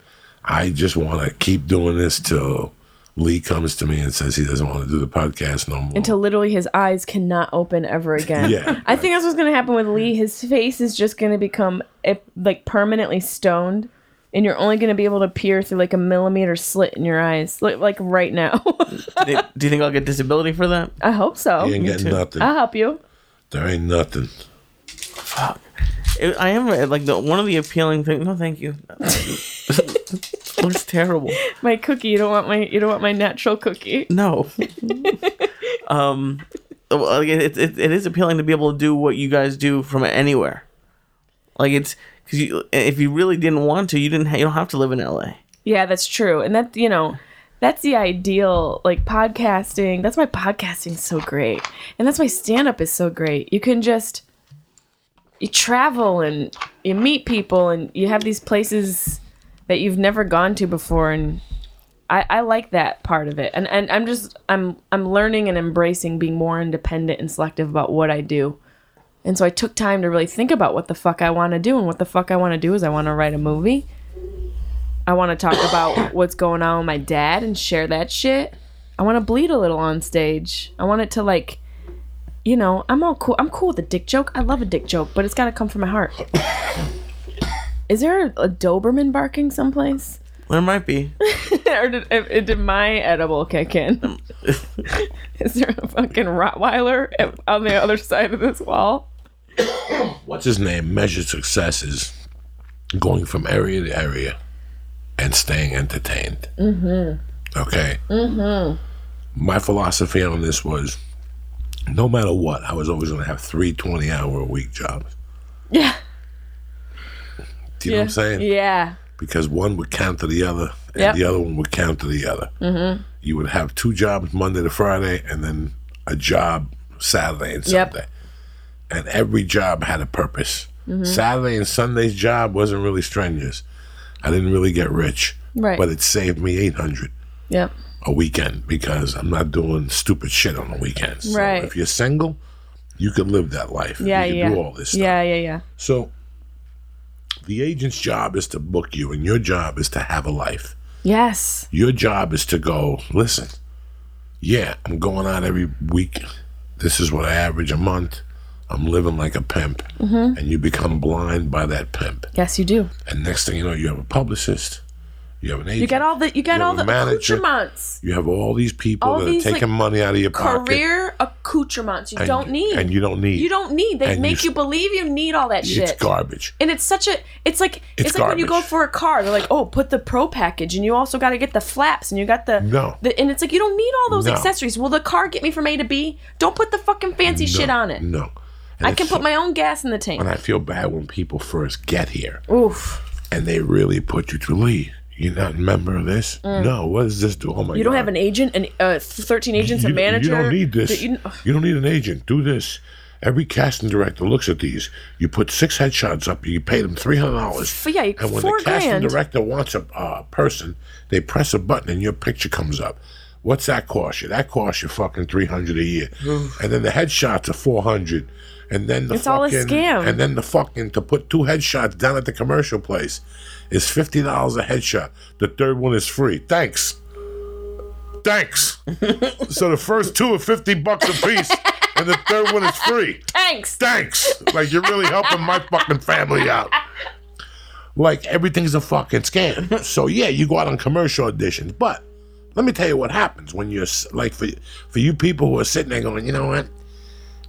Speaker 1: I just want to keep doing this till Lee comes to me and says he doesn't want to do the podcast no more.
Speaker 5: Until literally his eyes cannot open ever again.
Speaker 1: Yeah.
Speaker 5: I think that's what's gonna happen with Lee. His face is just gonna become eh, like permanently stoned, and you're only gonna be able to peer through like a millimeter slit in your eyes, like, like right now.
Speaker 2: Do do you think I'll get disability for that?
Speaker 5: I hope so.
Speaker 1: you ain't
Speaker 2: me
Speaker 1: getting
Speaker 2: too.
Speaker 1: nothing.
Speaker 5: I'll help you.
Speaker 1: There ain't nothing.
Speaker 2: It, I am uh, like the one of the appealing things. No, thank you. looks terrible.
Speaker 5: My cookie. You don't want my. You don't want my natural cookie.
Speaker 2: No. um, well, it, it, it is appealing to be able to do what you guys do from anywhere. Like it's because you, if you really didn't want to, you didn't. Ha- you don't have to live in LA.
Speaker 5: Yeah, that's true. And that, you know, that's the ideal like podcasting. That's why podcasting's so great. And that's why stand up is so great. You can just you travel and you meet people and you have these places that you've never gone to before and I, I like that part of it. And and I'm just I'm I'm learning and embracing being more independent and selective about what I do. And so I took time to really think about what the fuck I want to do and what the fuck I want to do is I want to write a movie. I want to talk about what's going on with my dad and share that shit. I want to bleed a little on stage. I want it to like, you know, I'm all cool. I'm cool with a dick joke. I love a dick joke, but it's got to come from my heart. Is there a, Doberman barking someplace,
Speaker 2: There might be.
Speaker 5: or did, uh, did my edible kick in? Is there a fucking Rottweiler at- on the other side of this wall?
Speaker 1: What's his name? Measure success is going from area to area and staying entertained. Mm-hmm. Okay. Mm-hmm. My philosophy on this was no matter what, I was always going to have three 20 hour a week jobs.
Speaker 5: Yeah,
Speaker 1: Do you know what I'm saying?
Speaker 5: yeah,
Speaker 1: because one would counter the other and
Speaker 5: Yep.
Speaker 1: the other one would counter the other. Mm-hmm. You would have two jobs Monday to Friday and then a job Saturday and
Speaker 5: Yep.
Speaker 1: Sunday. And every job had a purpose.
Speaker 5: Mm-hmm.
Speaker 1: Saturday and Sunday's job wasn't really strenuous. I didn't really get rich,
Speaker 5: Right.
Speaker 1: but it saved me 800
Speaker 5: yep,
Speaker 1: a weekend because I'm not doing stupid shit on the weekends. So
Speaker 5: Right.
Speaker 1: if you're single, you could live that life.
Speaker 5: yeah,
Speaker 1: you could
Speaker 5: yeah,
Speaker 1: do all this stuff.
Speaker 5: yeah, yeah, yeah.
Speaker 1: So the agent's job is to book you, and your job is to have a life.
Speaker 5: Yes,
Speaker 1: Your job is to go, listen, yeah, I'm going out every week. This is what I average a month. I'm living like a pimp.
Speaker 5: Mm-hmm.
Speaker 1: And you become blind by that pimp.
Speaker 5: yes, you do.
Speaker 1: And next thing you know, you have a publicist, you have an agent.
Speaker 5: You got all the you got
Speaker 1: You're
Speaker 5: all
Speaker 1: the
Speaker 5: the
Speaker 1: manager.
Speaker 5: accoutrements.
Speaker 1: You have all these people
Speaker 5: all
Speaker 1: that
Speaker 5: these,
Speaker 1: are
Speaker 5: like,
Speaker 1: taking money out of your pocket.
Speaker 5: Career accoutrements you
Speaker 1: and-
Speaker 5: don't need.
Speaker 1: And you don't need.
Speaker 5: you don't need. They
Speaker 1: and
Speaker 5: make
Speaker 1: you-
Speaker 5: you, believe you need all that
Speaker 1: It's
Speaker 5: shit.
Speaker 1: garbage.
Speaker 5: and it's such a it's like it's,
Speaker 1: It's
Speaker 5: like when you go
Speaker 1: garbage.
Speaker 5: for a car, they're like, "Oh, put the pro package and you also got to get the flaps and you got the
Speaker 1: No.
Speaker 5: the and it's like you don't need all those
Speaker 1: No.
Speaker 5: accessories. Will the car get me from A to B? Don't put the fucking fancy shit
Speaker 1: No,
Speaker 5: on it.
Speaker 1: No. And
Speaker 5: I
Speaker 1: it's
Speaker 5: can
Speaker 1: so-
Speaker 5: put my own gas in the tank.
Speaker 1: And I feel bad when people first get here.
Speaker 5: Oof.
Speaker 1: and they really put you to lead. You're not a member of this? No. What does this do? Oh my
Speaker 5: Mm. You don't
Speaker 1: God.
Speaker 5: have an agent and uh, 13 agents
Speaker 1: You-
Speaker 5: and manager.
Speaker 1: You don't need this.
Speaker 5: that
Speaker 1: You,
Speaker 5: you-
Speaker 1: don't need an agent. Do this. Every casting director looks at these. You put six headshots up. You pay them three hundred dollars.
Speaker 5: yeah, you-
Speaker 1: and when
Speaker 5: four
Speaker 1: the casting
Speaker 5: grand.
Speaker 1: director wants a uh, person, they press a button and your picture comes up. What's that cost you? That costs you fucking three hundred a year. and then the headshots are four hundred. And then the
Speaker 5: It's all a
Speaker 1: fucking
Speaker 5: scam.
Speaker 1: and then the fucking to put two headshots down at the commercial place is fifty dollars a headshot. The third one is free. Thanks. Thanks. So the first two are 50 bucks a piece, and the third one is free.
Speaker 5: Thanks.
Speaker 1: Thanks. Like, you're really helping my fucking family out. Like, everything's a fucking scam. So, yeah, you go out on commercial auditions, but let me tell you what happens when you're, s- like, for, for you people who are sitting there going, you know what?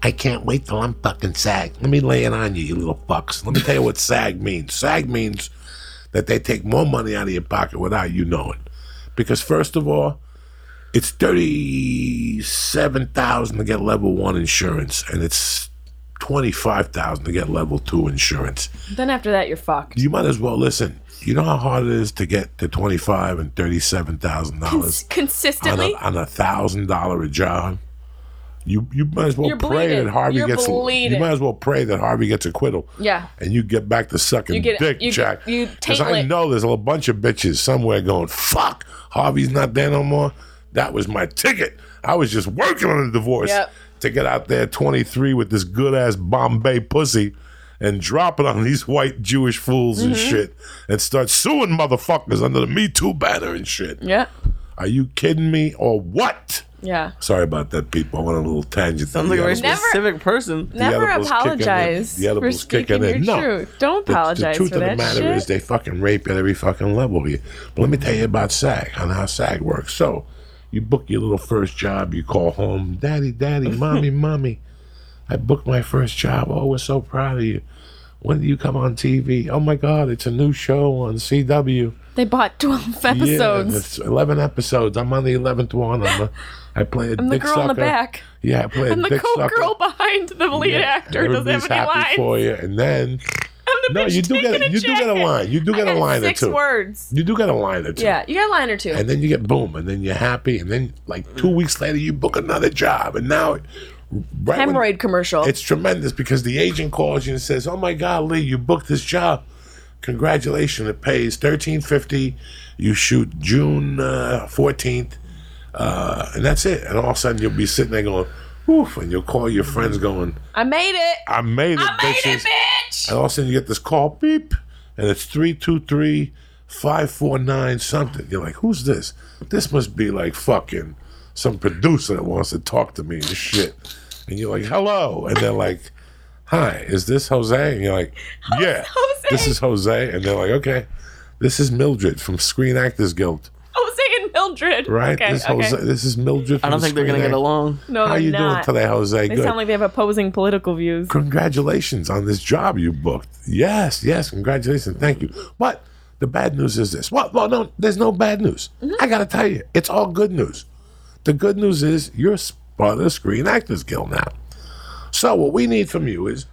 Speaker 1: I can't wait till I'm fucking SAG. Let me lay it on you, you little fucks. Let me tell you what SAG means. SAG means that they take more money out of your pocket without you knowing. Because, first of all, it's thirty-seven thousand to get level one insurance, and it's twenty-five thousand to get level two insurance.
Speaker 5: Then after that, you're fucked.
Speaker 1: You might as well listen. You know how hard it is to get to twenty-five and thirty-seven thousand dollars
Speaker 5: Consistently.
Speaker 1: on a on a thousand dollar a job. You you might as well
Speaker 5: You're
Speaker 1: pray
Speaker 5: bleeding.
Speaker 1: that Harvey
Speaker 5: You're
Speaker 1: gets.
Speaker 5: bleeding.
Speaker 1: You might as well pray that Harvey gets acquittal.
Speaker 5: Yeah.
Speaker 1: And you get back to sucking
Speaker 5: You get-
Speaker 1: dick,
Speaker 5: you get-
Speaker 1: Jack. I
Speaker 5: you taintlet.
Speaker 1: know there's a bunch of bitches somewhere going, "Fuck, Harvey's not there no more." That was my ticket. I was just working on a divorce
Speaker 5: Yep.
Speaker 1: to get out there 23 with this good ass Bombay pussy and drop it on these white Jewish fools and
Speaker 5: Mm-hmm.
Speaker 1: shit and start suing motherfuckers under the Me Too banner and shit.
Speaker 5: Yeah.
Speaker 1: Are you kidding me or what?
Speaker 5: Yeah.
Speaker 1: Sorry about that, people. I went on a little tangent.
Speaker 2: Sounds like a very
Speaker 1: The edibles-
Speaker 5: Never-
Speaker 2: specific person.
Speaker 5: Never
Speaker 1: edibles kicking in.
Speaker 5: apologize
Speaker 1: The
Speaker 5: for
Speaker 1: edibles kicking
Speaker 5: speaking your
Speaker 1: in. No.
Speaker 5: truth. Don't
Speaker 1: the-
Speaker 5: apologize
Speaker 1: The truth
Speaker 5: for
Speaker 1: of
Speaker 5: that
Speaker 1: the matter
Speaker 5: shit.
Speaker 1: is they fucking rape at every fucking level here. But let me tell you about SAG and how SAG works. So you book your little first job. You call home, daddy, daddy, mommy, mommy. I booked my first job. Oh, we're so proud of you. When do you come on TV? Oh my God, it's a new show on CW.
Speaker 5: they bought 12
Speaker 1: Yeah,
Speaker 5: episodes.
Speaker 1: it's 11 episodes. I'm on the 11th one. I'm a, I play a
Speaker 5: I'm the
Speaker 1: dick
Speaker 5: girl in the
Speaker 1: sucker.
Speaker 5: back.
Speaker 1: Yeah, I play a
Speaker 5: I'm the
Speaker 1: dick sucker.
Speaker 5: co-girl behind the lead
Speaker 1: Yeah,
Speaker 5: actor.
Speaker 1: and
Speaker 5: Doesn't
Speaker 1: everybody's
Speaker 5: have any
Speaker 1: happy
Speaker 5: lines.
Speaker 1: for you, and then
Speaker 5: I'm the
Speaker 1: no,
Speaker 5: bitch
Speaker 1: you do
Speaker 5: taking
Speaker 1: get you do get a
Speaker 5: jacket.
Speaker 1: line. You do
Speaker 5: I
Speaker 1: get a
Speaker 5: got
Speaker 1: line or
Speaker 5: six
Speaker 1: two.
Speaker 5: words.
Speaker 1: You do get a line or two.
Speaker 5: Yeah, you got a line or two.
Speaker 1: And then you get boom, and then you're happy, and then like two weeks later you book another job, and now right when-
Speaker 5: Hemorrhoid commercial.
Speaker 1: it's tremendous because the agent calls you and says, "Oh my God, Lee, you booked this job. Congratulations! It pays thirteen fifty. You shoot June fourteenth, uh, and that's it. And all of a sudden, you'll be sitting there going, "Oof!" And you'll call your friends, going,
Speaker 5: I made it.
Speaker 1: "I made it,
Speaker 5: I made
Speaker 1: bitches!"
Speaker 5: it, bitch.
Speaker 1: And all of a sudden, you get this call, beep, and it's three two three five four nine something. You're like, "Who's this? This must be like fucking some producer that wants to talk to me and shit." And you're like, "Hello," and they're like, "Hi, is this Jose?" And you're like, "Yeah,
Speaker 5: Jose."
Speaker 1: this is Jose." And they're like, "Okay." This is Mildred from Screen Actors Guild,
Speaker 5: Jose and Mildred.
Speaker 1: right?
Speaker 5: Okay.
Speaker 1: this,
Speaker 5: okay.
Speaker 1: Jose, this is Mildred. From
Speaker 2: I don't think they're
Speaker 1: Screen
Speaker 2: gonna get
Speaker 1: Act-
Speaker 2: along.
Speaker 5: No,
Speaker 1: How
Speaker 5: they're
Speaker 1: you
Speaker 5: not.
Speaker 1: doing today, Jose?
Speaker 5: They
Speaker 1: Good
Speaker 5: sound like they have opposing political views.
Speaker 1: congratulations on this job you booked. Yes, yes, congratulations. Thank you. But the bad news is this. Well, well no, there's no bad news. I got to tell you, it's all good news. The good news is you're s- part of the Screen Actors Guild now. So what we need from you is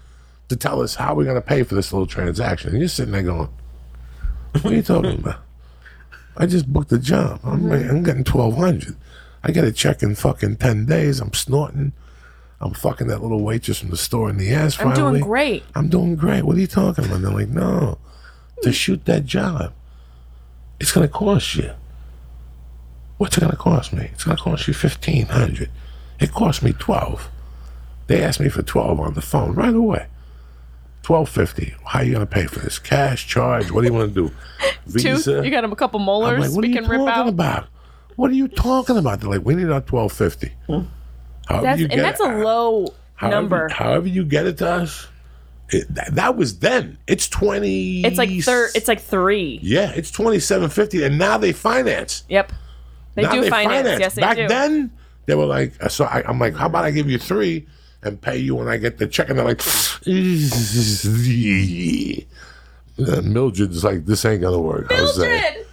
Speaker 1: to tell us how we're going to pay for this little transaction. And you're sitting there going, what are you talking about? I just booked a job. I'm, I'm getting 1200 I get a check in fucking 10 days. I'm snorting. I'm fucking that little waitress from the store in the ass
Speaker 5: I'm
Speaker 1: finally.
Speaker 5: doing great.
Speaker 1: I'm doing great. What are you talking about? They're like, no, to shoot that job, it's gonna cost you. What's it gonna cost me? It's gonna cost you fifteen hundred. It cost me twelve. They asked me for twelve on the phone right away. Twelve fifty. How are you gonna pay for this? Cash, charge? What do you want to do?
Speaker 5: Two.
Speaker 1: Visa.
Speaker 5: You got him a couple
Speaker 1: I'm like,
Speaker 5: molars.
Speaker 1: what are
Speaker 5: we
Speaker 1: you
Speaker 5: can rip out.
Speaker 1: talking about? What are you talking about? They're like, we need our twelve fifty.
Speaker 5: Hmm. That's and that's a low
Speaker 1: However-
Speaker 5: number.
Speaker 1: However you get it to us, it, that, that was then. It's twenty.
Speaker 5: It's like third. It's like three.
Speaker 1: yeah, it's twenty seven fifty, and now they finance.
Speaker 5: Yep. They
Speaker 1: now
Speaker 5: do
Speaker 1: they
Speaker 5: finance. Yes, they
Speaker 1: Back
Speaker 5: do.
Speaker 1: then, they were like, uh, so I, I'm like, how about I give you three and pay you when I get the check? And they're like, And Mildred's Uh, like, this ain't gonna work. Mildred.
Speaker 5: Mildred.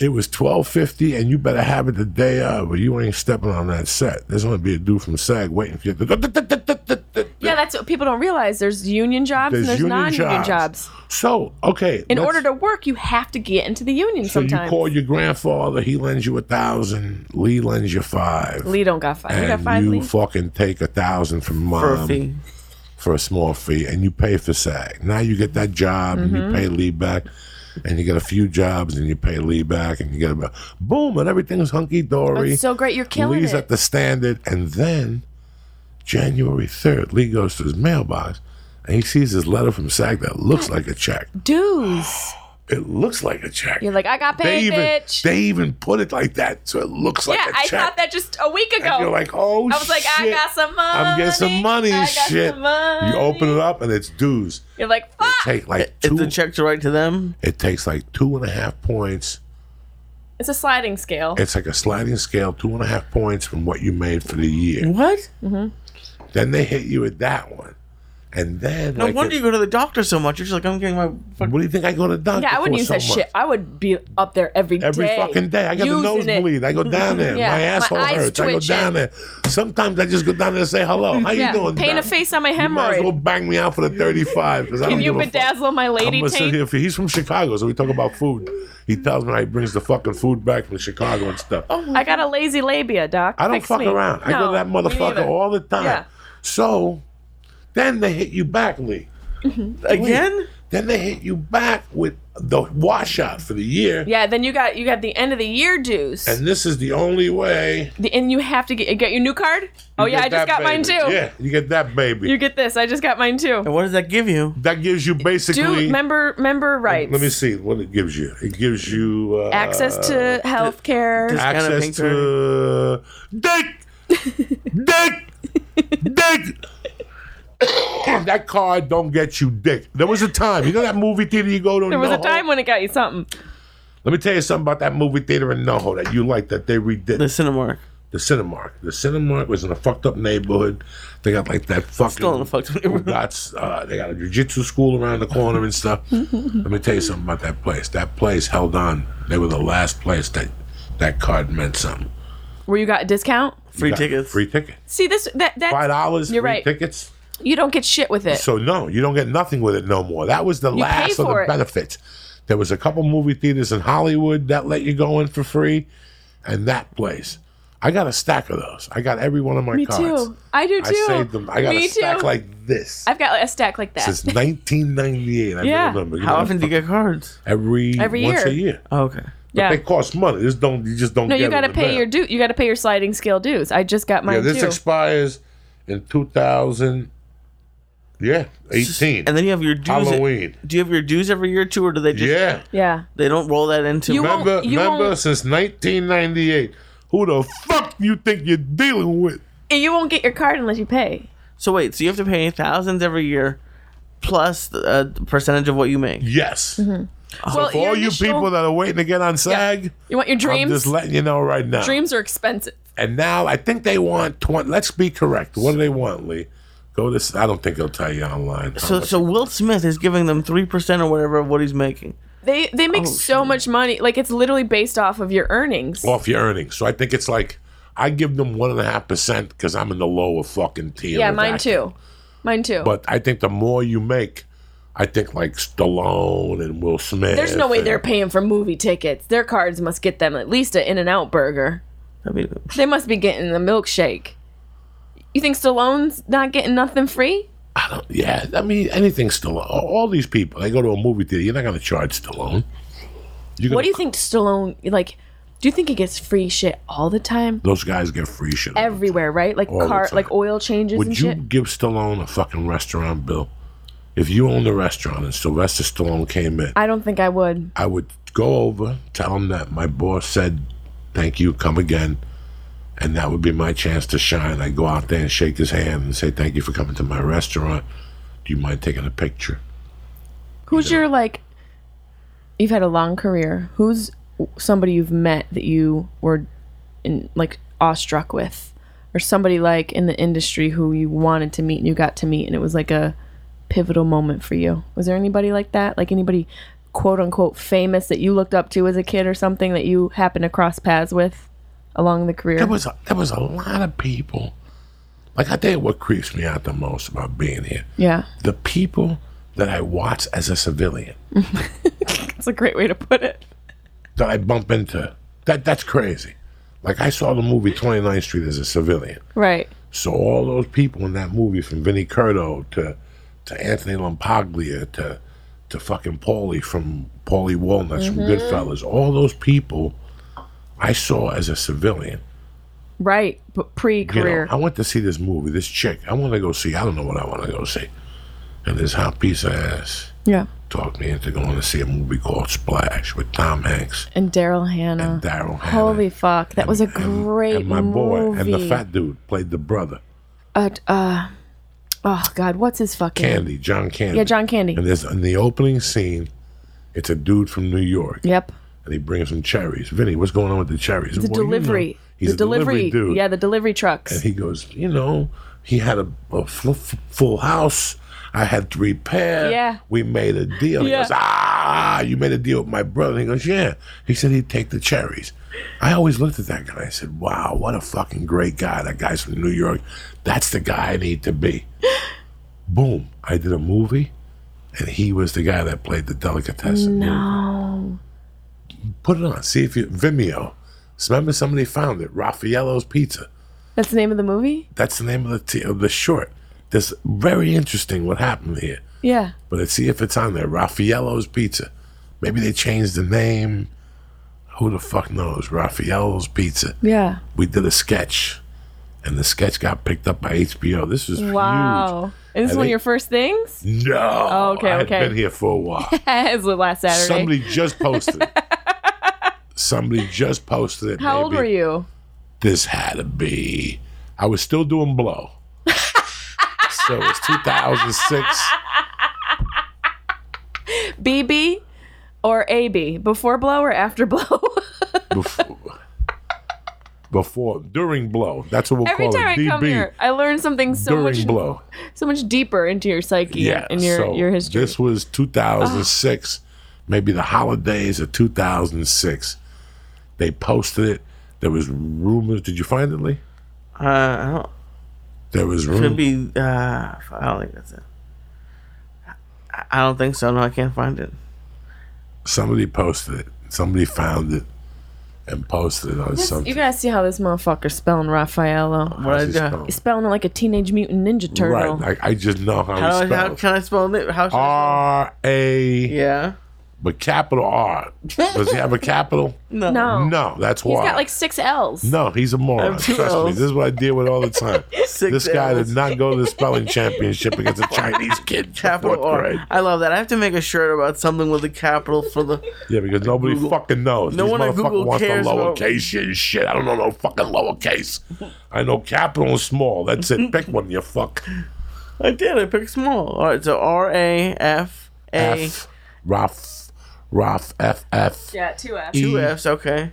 Speaker 1: It was twelve fifty, and you better have it the day of, or you ain't stepping on that set. There's gonna be a dude from SAG waiting for you. to-
Speaker 5: Yeah, that's what people don't realize. There's union jobs
Speaker 1: There's
Speaker 5: and there's
Speaker 1: union
Speaker 5: non-union
Speaker 1: jobs.
Speaker 5: jobs.
Speaker 1: So okay,
Speaker 5: In
Speaker 1: let's-
Speaker 5: order to work, you have to get into the union
Speaker 1: so you
Speaker 5: sometimes.
Speaker 1: call your grandfather, he lends you a thousand, Lee lends you five,
Speaker 5: Lee don't got five. You got
Speaker 1: and
Speaker 5: five.
Speaker 1: you
Speaker 5: Lee?
Speaker 1: fucking take a thousand from mom
Speaker 2: For a fee.
Speaker 1: for a small fee, and you pay for SAG. Now you get that job,
Speaker 5: Mm-hmm.
Speaker 1: and you pay Lee back, and you get a few jobs, and you pay Lee back, and you get about boom, and everything's hunky dory.
Speaker 5: That's so great. You're killing
Speaker 1: Lee's
Speaker 5: it.
Speaker 1: at the standard, and then January third, Lee goes to his mailbox, and he sees this letter from SAG that looks like a check.
Speaker 5: Dues.
Speaker 1: It looks like a check.
Speaker 5: You're like, I got
Speaker 1: they
Speaker 5: paid,
Speaker 1: even
Speaker 5: bitch.
Speaker 1: they even put it like that, so it looks like
Speaker 5: yeah,
Speaker 1: a
Speaker 5: I
Speaker 1: check.
Speaker 5: thought that just a week ago.
Speaker 1: And you're like, oh,
Speaker 5: I was like, I
Speaker 1: shit,
Speaker 5: got some money.
Speaker 1: I'm getting some money
Speaker 5: I
Speaker 1: and
Speaker 5: got
Speaker 1: shit.
Speaker 5: some money.
Speaker 1: You open it up and it's dues.
Speaker 5: You're like, fuck.
Speaker 1: Take like
Speaker 2: If
Speaker 1: two.
Speaker 2: the check's right to them,
Speaker 1: it takes like two and a half points.
Speaker 5: it's a sliding scale.
Speaker 1: It's like a sliding scale, two and a half points from what you made for the year.
Speaker 2: what?
Speaker 1: Then they hit you with that one. And then
Speaker 2: No
Speaker 1: like,
Speaker 2: wonder you go to the doctor so much. You're just like, I'm getting my. Fuck-
Speaker 1: what do you think I go to the doctor?
Speaker 5: Yeah, I wouldn't
Speaker 1: for
Speaker 5: use
Speaker 1: so
Speaker 5: that
Speaker 1: much?
Speaker 5: shit. I would be up there every day.
Speaker 1: Every fucking day. I got the
Speaker 5: using it.
Speaker 1: nosebleed. I go down there.
Speaker 5: Yeah,
Speaker 1: my
Speaker 5: my
Speaker 1: asshole
Speaker 5: eyes
Speaker 1: hurts. I go
Speaker 5: twitching.
Speaker 1: down there. Sometimes I just go down there and say hello. How
Speaker 5: Yeah.
Speaker 1: you doing?
Speaker 5: Paint
Speaker 1: doc?
Speaker 5: a face on my
Speaker 1: You might as well
Speaker 5: hemorrhoid.
Speaker 1: bang me out for the 35. 'cause I
Speaker 5: Can
Speaker 1: don't
Speaker 5: you
Speaker 1: give a fuck.
Speaker 5: bedazzle my
Speaker 1: I'm
Speaker 5: lady
Speaker 1: gonna sit
Speaker 5: taint?
Speaker 1: here for, he's from Chicago, so we talk about food. He tells me how he brings the fucking food back from Chicago and stuff.
Speaker 5: I got a lazy labia, doc.
Speaker 1: I don't
Speaker 5: Oh, Fix
Speaker 1: fuck
Speaker 5: me.
Speaker 1: around. I go to
Speaker 5: No,
Speaker 1: that
Speaker 5: me
Speaker 1: motherfucker
Speaker 5: neither.
Speaker 1: all the time.
Speaker 5: Yeah.
Speaker 1: So then they hit you back, Lee.
Speaker 5: Mm-hmm.
Speaker 2: Again?
Speaker 1: Then they hit you back with the washout for the year.
Speaker 5: Yeah, then you got you got the end of the year dues, and,
Speaker 1: And this is the only way.
Speaker 5: the, and you have to get get your new card. Oh
Speaker 1: you
Speaker 5: yeah,
Speaker 1: get
Speaker 5: I just
Speaker 1: that
Speaker 5: got mine
Speaker 1: baby.
Speaker 5: too.
Speaker 1: Yeah, you get that baby.
Speaker 5: You get this. I just got mine too.
Speaker 2: And what does that give you?
Speaker 1: that gives you basically.
Speaker 5: Do member member rights.
Speaker 1: let me see what it gives you. It gives you uh,
Speaker 5: access to health care.
Speaker 2: Does- Kind of
Speaker 1: access
Speaker 2: pink
Speaker 1: to dick, dick, dick. that card don't get you dick. There was a time, you know that movie theater you go to. in
Speaker 5: There was a
Speaker 1: NoHo?
Speaker 5: time when it got you something.
Speaker 1: Let me tell you something about that movie theater in NoHo that you like that they redid.
Speaker 2: The Cinemark.
Speaker 1: the Cinemark. The Cinemark was in a fucked up neighborhood. They got like that fucking.
Speaker 2: Still in a fucked up neighborhood.
Speaker 1: That's uh, they got a jujitsu school around the corner and stuff. Let me tell you something about that place. That place held on. They were the last place that that card meant something.
Speaker 5: Where you got a discount?
Speaker 2: Free
Speaker 1: Got
Speaker 2: tickets.
Speaker 1: Free ticket.
Speaker 5: See this that that
Speaker 1: Five dollars.
Speaker 5: You're
Speaker 1: free
Speaker 5: right.
Speaker 1: Tickets.
Speaker 5: You don't get shit with it.
Speaker 1: So no, you don't get nothing with it no more. That was the
Speaker 5: pay
Speaker 1: last of
Speaker 5: for
Speaker 1: the
Speaker 5: it.
Speaker 1: benefits. There was a couple movie theaters in Hollywood that let you go in for free, and that place. I got a stack of those. I got every one of my
Speaker 5: Me
Speaker 1: cards.
Speaker 5: too. I do
Speaker 1: I
Speaker 5: too.
Speaker 1: saved them. I got
Speaker 5: Me
Speaker 1: a stack
Speaker 5: too.
Speaker 1: like this
Speaker 5: I've got a stack like that.
Speaker 1: since 1998. I
Speaker 5: Yeah.
Speaker 1: remember. You
Speaker 2: How
Speaker 1: know,
Speaker 2: often do you get cards?
Speaker 1: every
Speaker 5: Every
Speaker 1: once
Speaker 5: year.
Speaker 1: a year?
Speaker 2: Oh, okay.
Speaker 1: But
Speaker 5: yeah.
Speaker 1: they cost money. This don't you just don't.
Speaker 5: No,
Speaker 1: get
Speaker 5: you
Speaker 1: it
Speaker 5: got to
Speaker 1: in the
Speaker 5: pay
Speaker 1: mail.
Speaker 5: your due. You got to pay your sliding scale dues. I just got mine
Speaker 1: Yeah, this
Speaker 5: too.
Speaker 1: expires in 2000. Yeah, 18.
Speaker 2: And then you have your dues. e-
Speaker 1: Halloween.
Speaker 2: Do you have your dues every year too, or do they just?
Speaker 1: yeah.
Speaker 5: yeah.
Speaker 2: They don't roll that into.
Speaker 5: uh, You won't-
Speaker 1: Remember, remember
Speaker 5: won't-
Speaker 1: since 1998. Who the fuck you think you're dealing with?
Speaker 5: And you won't get your card unless you pay.
Speaker 2: so wait. So you have to pay thousands every year, plus the uh, percentage of what you make.
Speaker 1: Yes.
Speaker 5: Mm-hmm. well,
Speaker 1: Oh, For all you people that are waiting to get on SAG,
Speaker 5: you want your
Speaker 1: I'm
Speaker 5: dreams.
Speaker 1: just letting you know right now.
Speaker 5: dreams are expensive.
Speaker 1: And now I think they want 20. Let's be correct. What do they want, Lee? Go to. I don't think they'll tell you online. how
Speaker 2: So
Speaker 1: much.
Speaker 2: so Will Smith is giving them three percent or whatever of what he's making.
Speaker 5: They they
Speaker 1: Oh,
Speaker 5: make so much money. Like it's literally based off of your earnings.
Speaker 1: off your earnings. So I think it's like I give them one and a half percent because I'm in the lower fucking tier.
Speaker 5: yeah,
Speaker 1: of
Speaker 5: mine
Speaker 1: acting.
Speaker 5: too. Mine too.
Speaker 1: But I think the more you make, I think like Stallone and Will Smith.
Speaker 5: There's no way
Speaker 1: and-
Speaker 5: they're paying for movie tickets. Their cards must get them at least an In and Out burger.
Speaker 2: I mean,
Speaker 5: They must be getting the milkshake. You think Stallone's not getting nothing free?
Speaker 1: I don't, yeah, I mean anything Stallone. All, all these people, they go to a movie theater. You're not going to charge Stallone. You're
Speaker 5: What
Speaker 1: gonna-
Speaker 5: do you think Stallone like? Do you think he gets free shit all the time,
Speaker 1: Those guys get free shit.
Speaker 5: everywhere? Right, like
Speaker 1: the
Speaker 5: car,
Speaker 1: time.
Speaker 5: like oil changes
Speaker 1: Would
Speaker 5: and
Speaker 1: you
Speaker 5: shit.
Speaker 1: give Stallone a fucking restaurant bill? If you owned a restaurant and Sylvester Stallone came in,
Speaker 5: I don't think I would.
Speaker 1: I would go over, tell him that my boss said, "Thank you, come again," and that would be my chance to shine. I'd go out there and shake his hand and say, "Thank you for coming to my restaurant. Do you mind taking a picture?"
Speaker 5: Who's your like? You've had a long career. Who's somebody you've met that you were in like awestruck with, or somebody like in the industry who you wanted to meet and you got to meet, and it was like a pivotal moment for you? Was there anybody like that? Like anybody? quote unquote famous that you looked up to as a kid or something that you happened to cross paths with along the career
Speaker 1: There was a, there was a lot of people. Like I tell you, what creeps me out the most about being here,
Speaker 5: yeah
Speaker 1: the people that I watch as a civilian
Speaker 5: That's a great way to put it.
Speaker 1: that I bump into. That that's crazy. Like I saw the movie 29th Street as a civilian.
Speaker 5: Right.
Speaker 1: So all those people in that movie, from Vinnie Curto to to Anthony Lampaglia to to fucking Paulie from Paulie Walnuts from Goodfellas, all those people I saw as a civilian.
Speaker 5: Right. But pre
Speaker 1: You
Speaker 5: career.
Speaker 1: know, I went to see this movie, this chick. I want to go see. I don't know what I want to go see. And this hot piece of ass
Speaker 5: yeah.
Speaker 1: talked me into going to see a movie called Splash with Tom Hanks
Speaker 5: And Daryl Hannah.
Speaker 1: and Daryl Hannah.
Speaker 5: Holy fuck. That was a great
Speaker 1: and my boy
Speaker 5: movie.
Speaker 1: and the fat dude played the brother
Speaker 5: Uh, uh, oh, God. What's his fucking
Speaker 1: Candy, John Candy.
Speaker 5: Yeah, John Candy.
Speaker 1: And there's in the opening scene, it's a dude from New York,
Speaker 5: Yep.
Speaker 1: and he brings some cherries. Vinny, what's going on with the cherries?
Speaker 5: The delivery.
Speaker 1: He's
Speaker 5: the
Speaker 1: a delivery, dude.
Speaker 5: Yeah, the delivery trucks.
Speaker 1: And he goes, you know, he had a, a fl- f- full house. I had to repair.
Speaker 5: Yeah.
Speaker 1: We made a deal.
Speaker 5: Yeah.
Speaker 1: He goes, ah, you made a deal with my brother. And he goes, yeah. He said he'd take the cherries. I always looked at that guy. I said, wow, what a fucking great guy. That guy's from New York. That's the guy I need to be. Boom. I did a movie, and he was the guy that played the delicatessen.
Speaker 5: No.
Speaker 1: Put it on. See if you, Vimeo. Remember, somebody found it. Raffaello's Pizza.
Speaker 5: That's the name of the movie?
Speaker 1: That's the name of the t- of the short. This very interesting what happened here.
Speaker 5: Yeah.
Speaker 1: But let's see if it's on there. Raffaello's Pizza. Maybe they changed the name. Who the fuck knows? Raffaello's Pizza.
Speaker 5: Yeah.
Speaker 1: We did a sketch, and the sketch got picked up by HBO. This is
Speaker 5: Wow. And this is
Speaker 1: I
Speaker 5: one of
Speaker 1: think-
Speaker 5: your first things?
Speaker 1: huge. No,
Speaker 5: Oh, okay,
Speaker 1: I had
Speaker 5: okay.
Speaker 1: been here for a while.
Speaker 5: As with last Saturday.
Speaker 1: Somebody just posted. it. Somebody just posted it.
Speaker 5: How old
Speaker 1: maybe.
Speaker 5: were you?
Speaker 1: this had to be. I was still doing blow. so it was 2006.
Speaker 5: BB or AB? Before blow or after blow?
Speaker 1: Before, before during blow. That's what we'll
Speaker 5: Every
Speaker 1: call
Speaker 5: time I
Speaker 1: it. DB
Speaker 5: come here, I learn something so
Speaker 1: during
Speaker 5: much
Speaker 1: blow.
Speaker 5: so much deeper into your psyche
Speaker 1: Yeah.
Speaker 5: and your,
Speaker 1: so
Speaker 5: your history.
Speaker 1: This was 2006, maybe the holidays of 2006. They posted it. There was rumors. Did you find it, Lee?
Speaker 2: Uh, I don't.
Speaker 1: There was
Speaker 2: Could
Speaker 1: rumors.
Speaker 2: be. Uh, I don't think that's it. I- I don't think so. No, I can't find it.
Speaker 1: Somebody posted it. Somebody found it and posted it on something.
Speaker 5: you gotta see how this motherfucker's spelling Raffaello.
Speaker 2: What I,
Speaker 1: How's it
Speaker 2: do-
Speaker 1: spelled?
Speaker 5: He's spelling it like a teenage mutant ninja turtle.
Speaker 1: Right. I, I just know how,
Speaker 2: how,
Speaker 1: it's
Speaker 2: do I- how
Speaker 1: spelled.
Speaker 2: can I spell it? How should
Speaker 1: Ah.
Speaker 2: I
Speaker 1: R A,
Speaker 2: spell it? Yeah.
Speaker 1: but capital R. Does he have a capital?
Speaker 2: No.
Speaker 5: no.
Speaker 1: No, that's
Speaker 5: He's
Speaker 1: why.
Speaker 5: got like six L's.
Speaker 1: no, he's a moron.
Speaker 2: have two
Speaker 1: Trust me,
Speaker 2: Ls.
Speaker 1: this is what I deal with all the time.
Speaker 2: Six
Speaker 1: this guy
Speaker 2: L's.
Speaker 1: did not go to the spelling championship against a Chinese kid. in
Speaker 2: Capital
Speaker 1: fourth
Speaker 2: R.
Speaker 1: grade.
Speaker 2: I love that. I have to make a shirt about something with a capital for the.
Speaker 1: Yeah, because nobody fucking knows.
Speaker 2: No
Speaker 1: These
Speaker 2: one at Google
Speaker 1: motherfucker wants
Speaker 2: cares
Speaker 1: the
Speaker 2: about-
Speaker 1: lowercase shit and shit. I don't know no fucking lowercase. I know capital and small. That's it. Pick one, you fuck.
Speaker 2: I did. I picked small. All right. So R A F A
Speaker 1: F. Rough. Rough. F. F.
Speaker 5: Yeah, two F's.
Speaker 2: two
Speaker 1: E.
Speaker 2: F's. Okay.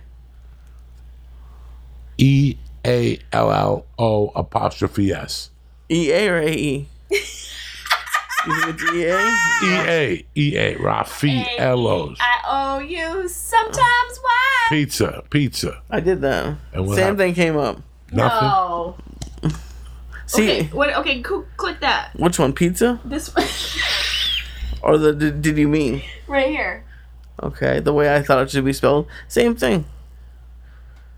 Speaker 1: E A L L O apostrophe S.
Speaker 2: E A or A E. You think it's E A?
Speaker 1: E A E A Raffaello's
Speaker 2: E,
Speaker 5: I owe you sometimes why?
Speaker 1: pizza pizza.
Speaker 2: I did that.
Speaker 1: And what
Speaker 2: Same
Speaker 1: happened?
Speaker 2: thing came up.
Speaker 1: Nothing.
Speaker 5: No.
Speaker 2: See
Speaker 5: What? Oh. Okay, cl- click that.
Speaker 2: which one? Pizza
Speaker 5: This
Speaker 2: or the? Did, did you mean?
Speaker 5: right here.
Speaker 2: Okay, the way I thought it should be spelled. Same thing.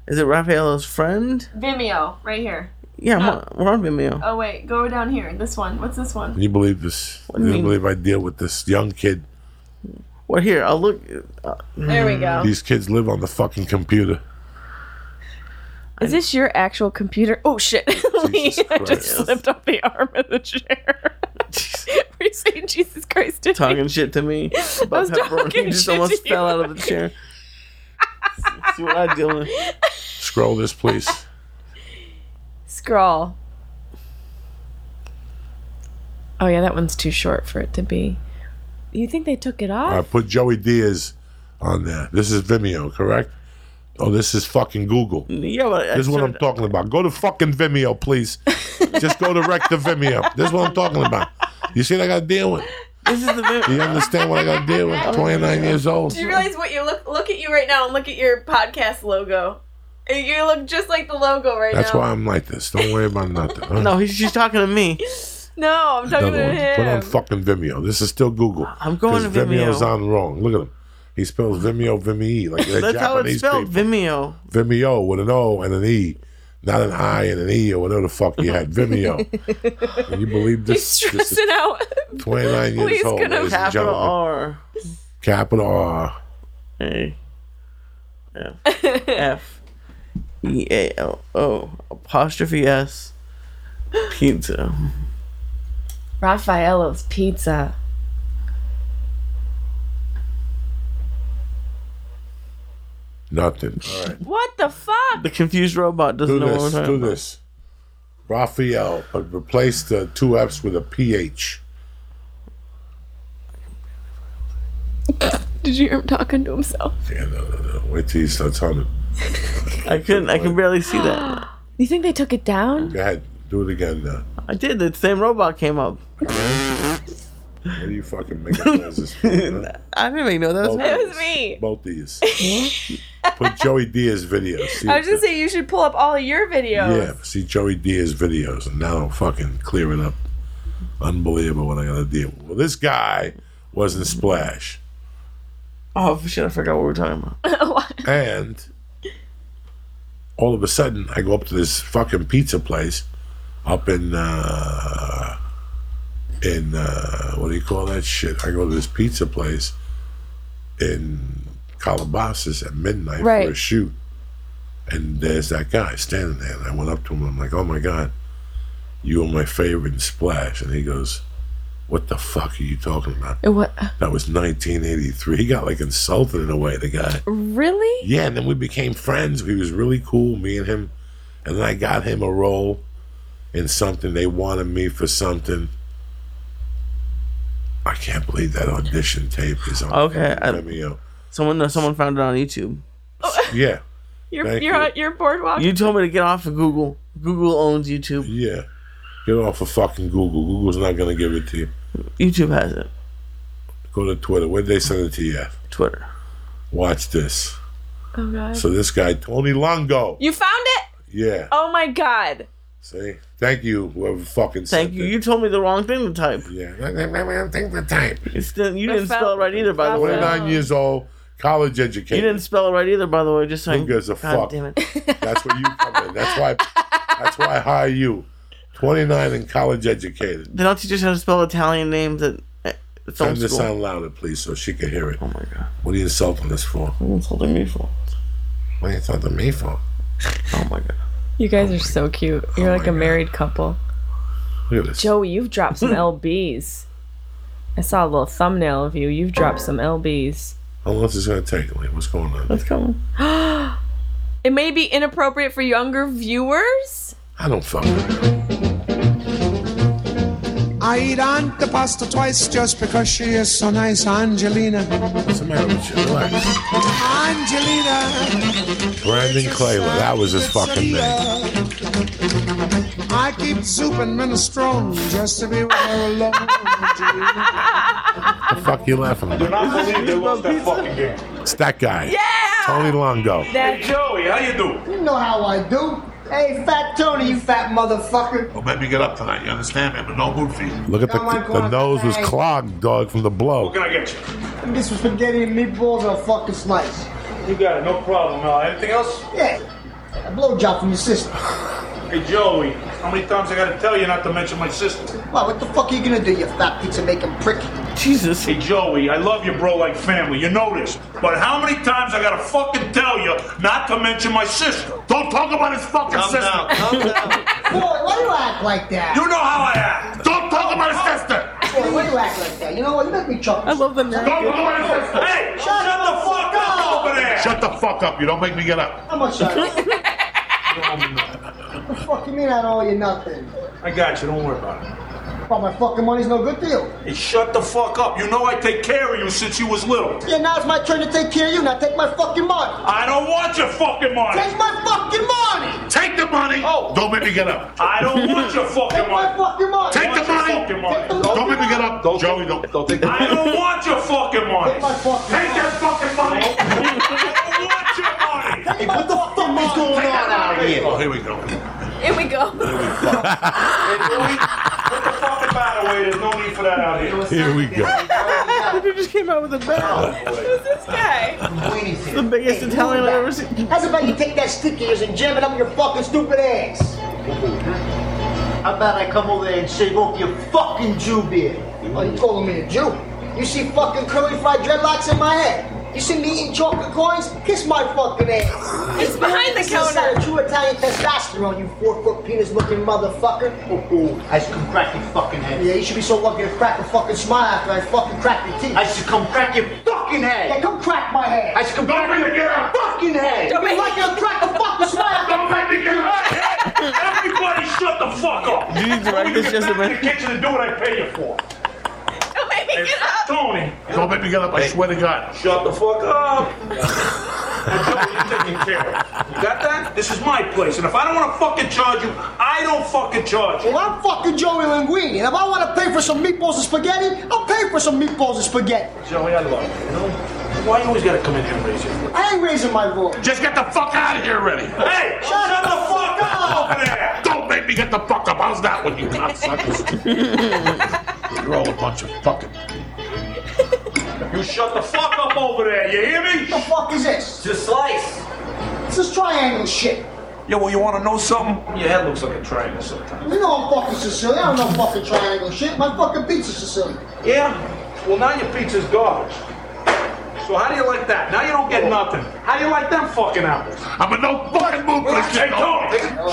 Speaker 2: Is it Raphael's friend?
Speaker 5: Vimeo, right here.
Speaker 2: Yeah, I'm on- we're on Vimeo.
Speaker 5: Oh wait, go down here. This one. What's this one?
Speaker 1: Can you believe this?
Speaker 2: do
Speaker 1: Can
Speaker 2: you
Speaker 1: you
Speaker 2: mean?
Speaker 1: believe I deal with this young kid?
Speaker 2: Well, here, I'll look. Uh,
Speaker 5: There we go.
Speaker 1: These kids live on the fucking computer.
Speaker 5: Is this your actual computer? Oh shit! Lee, I just
Speaker 1: Christ.
Speaker 5: slipped off the arm of the chair. Were you saying Jesus Christ? Did
Speaker 2: talking shit to me about
Speaker 5: was
Speaker 2: pepperoni.
Speaker 5: talking
Speaker 2: just
Speaker 5: shit to
Speaker 2: almost
Speaker 5: you.
Speaker 2: fell out of the chair. See what I deal with.
Speaker 1: Scroll this, please.
Speaker 5: Scroll. Oh yeah, that one's too short for it to be. You think they took it
Speaker 1: I
Speaker 5: off?
Speaker 1: put Joey Diaz on there. This is Vimeo, correct? Oh, this is fucking Google.
Speaker 2: Yeah, but I
Speaker 1: This is what I'm
Speaker 2: should've-
Speaker 1: talking about. Go to fucking Vimeo, please. Just go direct to Vimeo. This is what I'm talking about. You see what I got to deal with?
Speaker 2: This is the
Speaker 1: Do you
Speaker 2: Vimeo.
Speaker 1: understand what I got to deal with? 29 years old.
Speaker 5: Do you realize what you look? Look at you right now and look at your podcast logo. You look just like the logo right
Speaker 1: That's
Speaker 5: now.
Speaker 1: why I'm like this. Don't worry about nothing. huh?
Speaker 2: No, he's, she's talking to me.
Speaker 5: No, I'm talking
Speaker 1: Another
Speaker 5: to
Speaker 1: one. Put on
Speaker 5: him.
Speaker 1: fucking Vimeo. This is still Google.
Speaker 2: I'm going
Speaker 1: 'Cause
Speaker 2: to Vimeo.
Speaker 1: Vimeo's on wrong. Look at him. He spells Vimeo, Vimeo, like the
Speaker 2: That's how
Speaker 1: Japanese
Speaker 2: it's spelled.
Speaker 1: people.
Speaker 2: Vimeo.
Speaker 1: Vimeo with an O and an E, not an I and an E or whatever the fuck you had. Vimeo. Can you believe
Speaker 5: He's
Speaker 1: this? This is
Speaker 5: stressing out.
Speaker 1: 29 years
Speaker 5: Lee's
Speaker 1: old,
Speaker 5: gonna
Speaker 1: ladies and
Speaker 2: Capital
Speaker 1: gentlemen.
Speaker 2: R.
Speaker 1: Capital R.
Speaker 2: A F F E A L O apostrophe S pizza.
Speaker 5: Raffaello's Pizza.
Speaker 1: Nothing. All right.
Speaker 5: What the fuck?
Speaker 2: The confused robot doesn't
Speaker 1: Do
Speaker 2: know
Speaker 1: this.
Speaker 2: what I'm
Speaker 1: Do
Speaker 2: talking
Speaker 1: this. Raphael, but replace the two F's with a PH.
Speaker 5: Did you hear him talking to himself?
Speaker 1: Yeah, no, no, no. Wait till he starts humming.
Speaker 2: about. I couldn't. I can barely see that.
Speaker 5: You think they took it down?
Speaker 1: uh, Go ahead. Do it again now.
Speaker 2: I did. The same robot came up.
Speaker 1: What are you fucking making noises for? huh?
Speaker 2: I didn't even know that was
Speaker 1: Both
Speaker 5: That
Speaker 1: of
Speaker 5: was
Speaker 1: these.
Speaker 5: me.
Speaker 1: Both these. Put Joey Diaz videos. See
Speaker 5: I was
Speaker 1: what
Speaker 5: just saying you should pull up all your
Speaker 1: the-
Speaker 5: videos.
Speaker 1: yeah, see Joey Diaz videos, and now I'm fucking clearing up. Unbelievable what I gotta deal with. Well, this guy was in Splash,
Speaker 2: Oh shit, I forgot what we were talking about.
Speaker 1: and all of a sudden I go up to this fucking pizza place up in uh, in uh, what do you call that shit? I go to this pizza place in Calabasas at midnight for a
Speaker 5: Right.
Speaker 1: shoot, and there's that guy standing there. And I went up to him. I'm like, "Oh my god, you were my favorite in Splash," and he goes. What the fuck are you talking about?
Speaker 5: It wa-
Speaker 1: That was 1983. He got like insulted in a way, the guy.
Speaker 5: really?
Speaker 1: Yeah, and then we became friends. He was really cool, me and him. And then I got him a role in something. They wanted me for something. I can't believe that audition tape is on
Speaker 2: Okay, I-
Speaker 1: Vimeo.
Speaker 2: Someone, someone found it on YouTube.
Speaker 1: Yeah,
Speaker 5: You're
Speaker 1: Thank
Speaker 5: you're
Speaker 1: you.
Speaker 5: on your boardwalk.
Speaker 2: You told me to get off of Google. Google owns YouTube.
Speaker 1: yeah. Get off of fucking Google. Google's not going to give it to you.
Speaker 2: YouTube has it.
Speaker 1: Go to Twitter. Where did they send it to you? at?
Speaker 2: Twitter.
Speaker 1: Watch this.
Speaker 5: oh god.
Speaker 1: So this guy, Tony Longo.
Speaker 5: You found it?
Speaker 1: Yeah.
Speaker 5: Oh my god.
Speaker 1: See? Thank you, whoever fucking
Speaker 2: Thank
Speaker 1: sent
Speaker 2: you.
Speaker 1: it.
Speaker 2: You told me the wrong thing to type.
Speaker 1: Yeah. I don't think the type.
Speaker 2: It's still, you didn't
Speaker 5: felt-
Speaker 2: spell it right either, by the way.
Speaker 5: felt-
Speaker 1: 29 years old, college educated.
Speaker 2: You didn't spell it right either, by the way. Just saying.
Speaker 1: gives a fuck?
Speaker 2: God damn it.
Speaker 1: That's where you come in. That's why. That's why I hire you. Twenty nine and college educated.
Speaker 2: They don't teach us how to spell Italian names at, at film
Speaker 1: Turn this
Speaker 2: school.
Speaker 1: sound louder, please, so she can hear it.
Speaker 2: Oh my god.
Speaker 1: What are you insulting us for?
Speaker 2: What are you insulting me for?
Speaker 1: What are you insulting me for?
Speaker 2: Oh my god.
Speaker 5: You guys are so cute. You're
Speaker 1: Oh
Speaker 5: like
Speaker 1: my
Speaker 5: a
Speaker 1: God.
Speaker 5: married couple.
Speaker 1: Look at this.
Speaker 5: Joey, you've dropped
Speaker 1: Hmm.
Speaker 5: some LBs. I saw a little thumbnail of you. You've dropped some LBs.
Speaker 1: How long is this gonna take? Lee? What's going on?
Speaker 2: That's coming.
Speaker 5: It may be inappropriate for younger viewers.
Speaker 1: I don't fucking. know.
Speaker 3: I eat on the pasta twice just because she is so nice, Angelina.
Speaker 1: What's the matter with you? Relax.
Speaker 3: Angelina.
Speaker 1: Brandon Clayler. That was his fucking name.
Speaker 3: I keep soup and minestrone just to be with her alone. Angelina.
Speaker 1: The fuck you laughing about?
Speaker 6: I believe they lost that fucking game.
Speaker 1: It's that guy.
Speaker 5: Yeah!
Speaker 1: Tony Longo.
Speaker 5: That
Speaker 6: Joey, how you do?
Speaker 7: You know how I do. Hey, Fat Tony, you fat motherfucker.
Speaker 6: Well, maybe get up tonight. You understand, man? But no mood for you. What
Speaker 1: Look at the the nose was clogged, dog, from the blow.
Speaker 6: can I get you?
Speaker 7: Give me some spaghetti and meatballs or a fucking slice.
Speaker 6: You got it. No problem. Uh, anything else?
Speaker 7: Yeah, a blowjob from your sister.
Speaker 6: Hey, Joey. How many times I gotta tell you not to mention my sister?
Speaker 7: Wow, what the fuck are you gonna do, you fat pizza making prick?
Speaker 2: Jesus.
Speaker 6: Hey, Joey. I love you, bro, like family. You know this. But how many times I gotta fucking tell you not to mention my sister? Don't talk about his fucking sister.
Speaker 7: Boy, why do you act like that?
Speaker 6: You know how I act. Don't talk about his sister.
Speaker 7: Boy, why do you act like that? You know what? You make me chuckle.
Speaker 2: I love the name.
Speaker 6: Don't talk about his sister. Hey, shut, the fuck up over there.
Speaker 1: Shut the fuck up! You don't make me get up.
Speaker 7: How much I What the fuck you mean I don't owe you nothing?
Speaker 6: I got you. Don't worry about it.
Speaker 7: Well, my fucking money's no good to you.
Speaker 6: Hey, shut the fuck up. You know I take care of you since you was little.
Speaker 7: Yeah, now it's my turn to take care of you. Now take my fucking money.
Speaker 6: I don't want your fucking money.
Speaker 7: Take my fucking money!
Speaker 1: Take the money.
Speaker 7: Oh.
Speaker 1: Don't make me get up.
Speaker 6: I don't want your fucking
Speaker 7: Take my
Speaker 6: money.
Speaker 7: fucking money!
Speaker 1: Take the
Speaker 6: Don't you
Speaker 1: money.
Speaker 6: fucking money.
Speaker 7: Don't
Speaker 1: Don't make me get up. Joey, don't. Don't take
Speaker 6: I don't want your fucking money.
Speaker 7: Take my fucking
Speaker 6: Take that fucking money. I don't want your money.
Speaker 7: What the fuck is going on out here?
Speaker 6: Oh, here we go. Get
Speaker 5: Here we go.
Speaker 6: the fucking bat away. There's no need for that out here.
Speaker 1: Here we go.
Speaker 2: They just came out with a bell.
Speaker 5: Who's this guy?
Speaker 2: the biggest Italian I've ever seen.
Speaker 7: How's about you take that stick of yours and jam it up your fucking stupid ass? How about I come over there and shave off your fucking Jew beard? Oh, you calling me a Jew? You see fucking curly fried dreadlocks in my head? You see me eating chocolate coins? Kiss my fucking ass.
Speaker 5: It's behind the
Speaker 7: This is how
Speaker 5: counter.
Speaker 7: true Italian testosterone, you four foot penis looking motherfucker. Ooh, ooh, I should come crack your fucking head. Yeah, you should be so lucky to crack a fucking smile after I fucking crack your teeth. I should come crack your fucking head. Yeah, come crack my head. I should come
Speaker 6: Don't make me get up.
Speaker 7: fucking head.
Speaker 5: Don't
Speaker 7: Don't
Speaker 5: make-
Speaker 7: be like I'll crack the fucking smile. after-
Speaker 6: Don't make me get up. Hey, Everybody shut the fuck up.
Speaker 2: You need to write
Speaker 6: When we
Speaker 2: this
Speaker 6: get
Speaker 2: just a
Speaker 6: back in the
Speaker 2: minute.
Speaker 6: kitchen and do what I pay you for.
Speaker 5: Don't make me get up.
Speaker 6: Tony,
Speaker 1: Don't make me get up. I swear to God.
Speaker 6: shut the fuck up. That's what you're taking care of. You got that? This is my place, and if I don't want to fucking charge you, I don't fucking charge you.
Speaker 7: Well, I'm fucking Joey Linguini, and if I want to pay for some meatballs and spaghetti, I'll pay for some meatballs and spaghetti.
Speaker 6: Joey, I love you. You know why you always gotta come in here and raise your voice?
Speaker 7: I ain't raising my voice.
Speaker 6: Just get the fuck out of here already. Hey, shut, the fuck up over there! Don't make me get the fuck up. How's that one, you cocksuckers? You're all a bunch of fucking. You shut the fuck up over there. You hear me?
Speaker 7: What the fuck is this?
Speaker 8: Just slice.
Speaker 7: It's this triangle shit.
Speaker 6: Yeah, well, you want to know something? Your head looks like a triangle sometimes.
Speaker 7: You know I'm fucking Sicilian. I don't know fucking triangle shit. My fucking pizza's Sicilian.
Speaker 6: Yeah. Well, now your pizza's garbage. So how do you like that? Now you don't get nothing. How do you like them fucking apples? I'm in no fucking mood for this shit.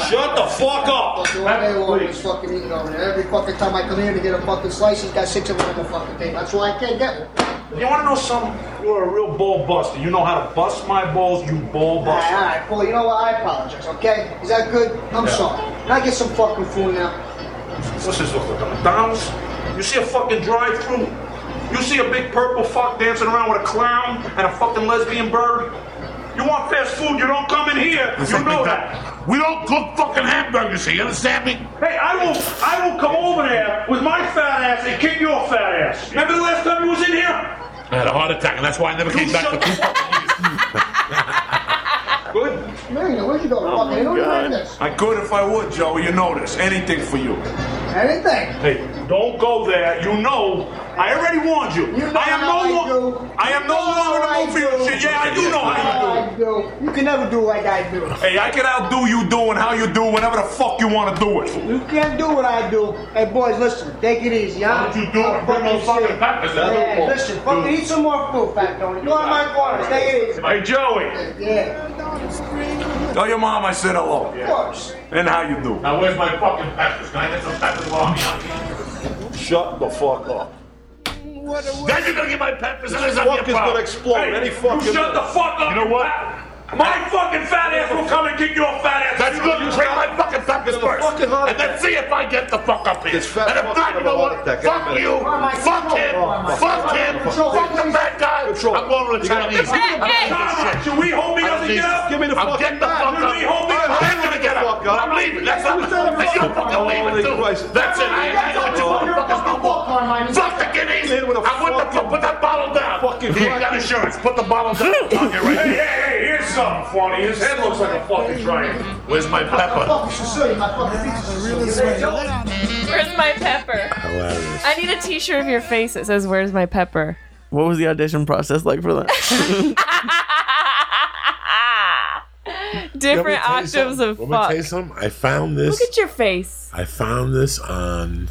Speaker 6: Shut the fuck up.
Speaker 7: Fucking all day long, he's fucking eating over there. Every fucking time I come here to get a fucking slice, he's got six of them on the fucking table. That's why I can't get one.
Speaker 6: You want to know something? You're a real ball buster. You know how to bust my balls, you ball
Speaker 7: All right, all
Speaker 6: buster.
Speaker 7: right, boy. You know what? I apologize. Okay? Is that good? I'm sorry. Can I get some fucking food now?
Speaker 6: What's this look like? McDonald's? You see a fucking drive-through? You see a big purple fuck dancing around with a clown and a fucking lesbian bird? You want fast food, you don't come in here. You know that.
Speaker 1: We don't cook fucking hamburgers here, you understand me?
Speaker 6: Hey, I will I will come over there with my fat ass and kick your fat ass. Remember the last time you was in here?
Speaker 1: I had a heart attack, and that's why I never
Speaker 6: You
Speaker 1: came back
Speaker 6: shut
Speaker 1: to
Speaker 6: the
Speaker 1: food.
Speaker 6: Good.
Speaker 7: Marina, where'd you go? fucking, you don't
Speaker 2: God.
Speaker 7: even like this.
Speaker 6: I could if I would, Joey. You know this. Anything for you.
Speaker 7: Anything.
Speaker 6: Hey, don't go there. You know. I already warned you.
Speaker 7: You know
Speaker 6: I am
Speaker 7: how I
Speaker 6: no
Speaker 7: do.
Speaker 6: longer. I am no
Speaker 7: You know
Speaker 6: longer
Speaker 7: how I
Speaker 6: the movie
Speaker 7: do.
Speaker 6: of shit. Yeah, I do know how you do.
Speaker 7: I do. You can never do like I do.
Speaker 6: Hey, I can outdo you doing how you do whenever the fuck you want to do it.
Speaker 7: You can't do what I do. Hey, boys, listen. Take it easy, huh?
Speaker 6: Why don't you do it?
Speaker 7: I'm
Speaker 6: Bring those fucking
Speaker 7: sick.
Speaker 6: peppers in.
Speaker 7: Yeah,
Speaker 6: Dude.
Speaker 7: listen. Fucking eat some more food, Fat Tony. Go on my corners. Take it easy.
Speaker 6: Hey, Joey.
Speaker 7: Yeah,
Speaker 6: Tell your mom I said hello.
Speaker 7: of course.
Speaker 6: And how you do.
Speaker 1: Now, where's my fucking peppers? Can I get some peppers while I'm young?
Speaker 6: Shut the fuck up.
Speaker 1: Then you're gonna get my peppers, and it's
Speaker 6: fuck is gonna explode
Speaker 1: Hey,
Speaker 6: any fucking
Speaker 1: you shut the
Speaker 6: minute.
Speaker 1: fuck up.
Speaker 6: You know what?
Speaker 1: My fucking fat ass will come and kick your fat ass. That's good. You bring my fucking peppers first,
Speaker 8: fucking heart
Speaker 1: and then see if I get the fuck up here.
Speaker 8: This fat
Speaker 1: and if
Speaker 8: fuck's
Speaker 1: not,
Speaker 8: gonna
Speaker 1: you
Speaker 8: have
Speaker 1: know
Speaker 8: a
Speaker 1: what?
Speaker 8: heart attack.
Speaker 1: Fuck
Speaker 8: Wait a
Speaker 1: you.
Speaker 7: minute.
Speaker 1: Fuck him.
Speaker 7: Oh, my
Speaker 1: Fuck
Speaker 7: God.
Speaker 1: him.
Speaker 7: Control.
Speaker 1: Fuck the fat guy.
Speaker 8: Control.
Speaker 1: I'm going to the
Speaker 8: You gotta-
Speaker 1: Chinese.
Speaker 5: Hey, hey.
Speaker 1: Shit.
Speaker 6: Should we hold me
Speaker 1: I
Speaker 6: up
Speaker 1: don't
Speaker 6: and
Speaker 1: need-
Speaker 6: get up?
Speaker 8: Give me the
Speaker 1: I'll
Speaker 8: fucking
Speaker 1: get the
Speaker 8: back.
Speaker 1: fuck
Speaker 6: You
Speaker 1: up.
Speaker 6: need to hold me
Speaker 1: I'm
Speaker 6: back.
Speaker 1: not gonna get up.
Speaker 8: Fuck up.
Speaker 1: I'm leaving. That's all. That's your fucking leaving too.
Speaker 8: Christ.
Speaker 1: That's it. I ain't got you motherfuckers no more.
Speaker 7: Carmine.
Speaker 1: Fuck the guineas!
Speaker 8: Man with a
Speaker 1: I want the
Speaker 8: fucking-
Speaker 1: put that bottle down.
Speaker 8: Fucking
Speaker 1: Here, you got
Speaker 8: fucking-
Speaker 1: insurance. Put the bottle down. I'll get right.
Speaker 6: Hey, hey,
Speaker 1: here.
Speaker 6: hey, here's something funny. His head looks like a fucking triangle.
Speaker 1: Where's my pepper?
Speaker 7: Fucking Sicilian, my fucking pizza.
Speaker 5: Where's my pepper?
Speaker 1: Hilarious.
Speaker 5: I need a T-shirt of your face that says "Where's my pepper."
Speaker 2: What was the audition process like for that?
Speaker 5: Different octaves of fuck.
Speaker 1: something. I found this.
Speaker 5: Look at your face.
Speaker 1: I found this on.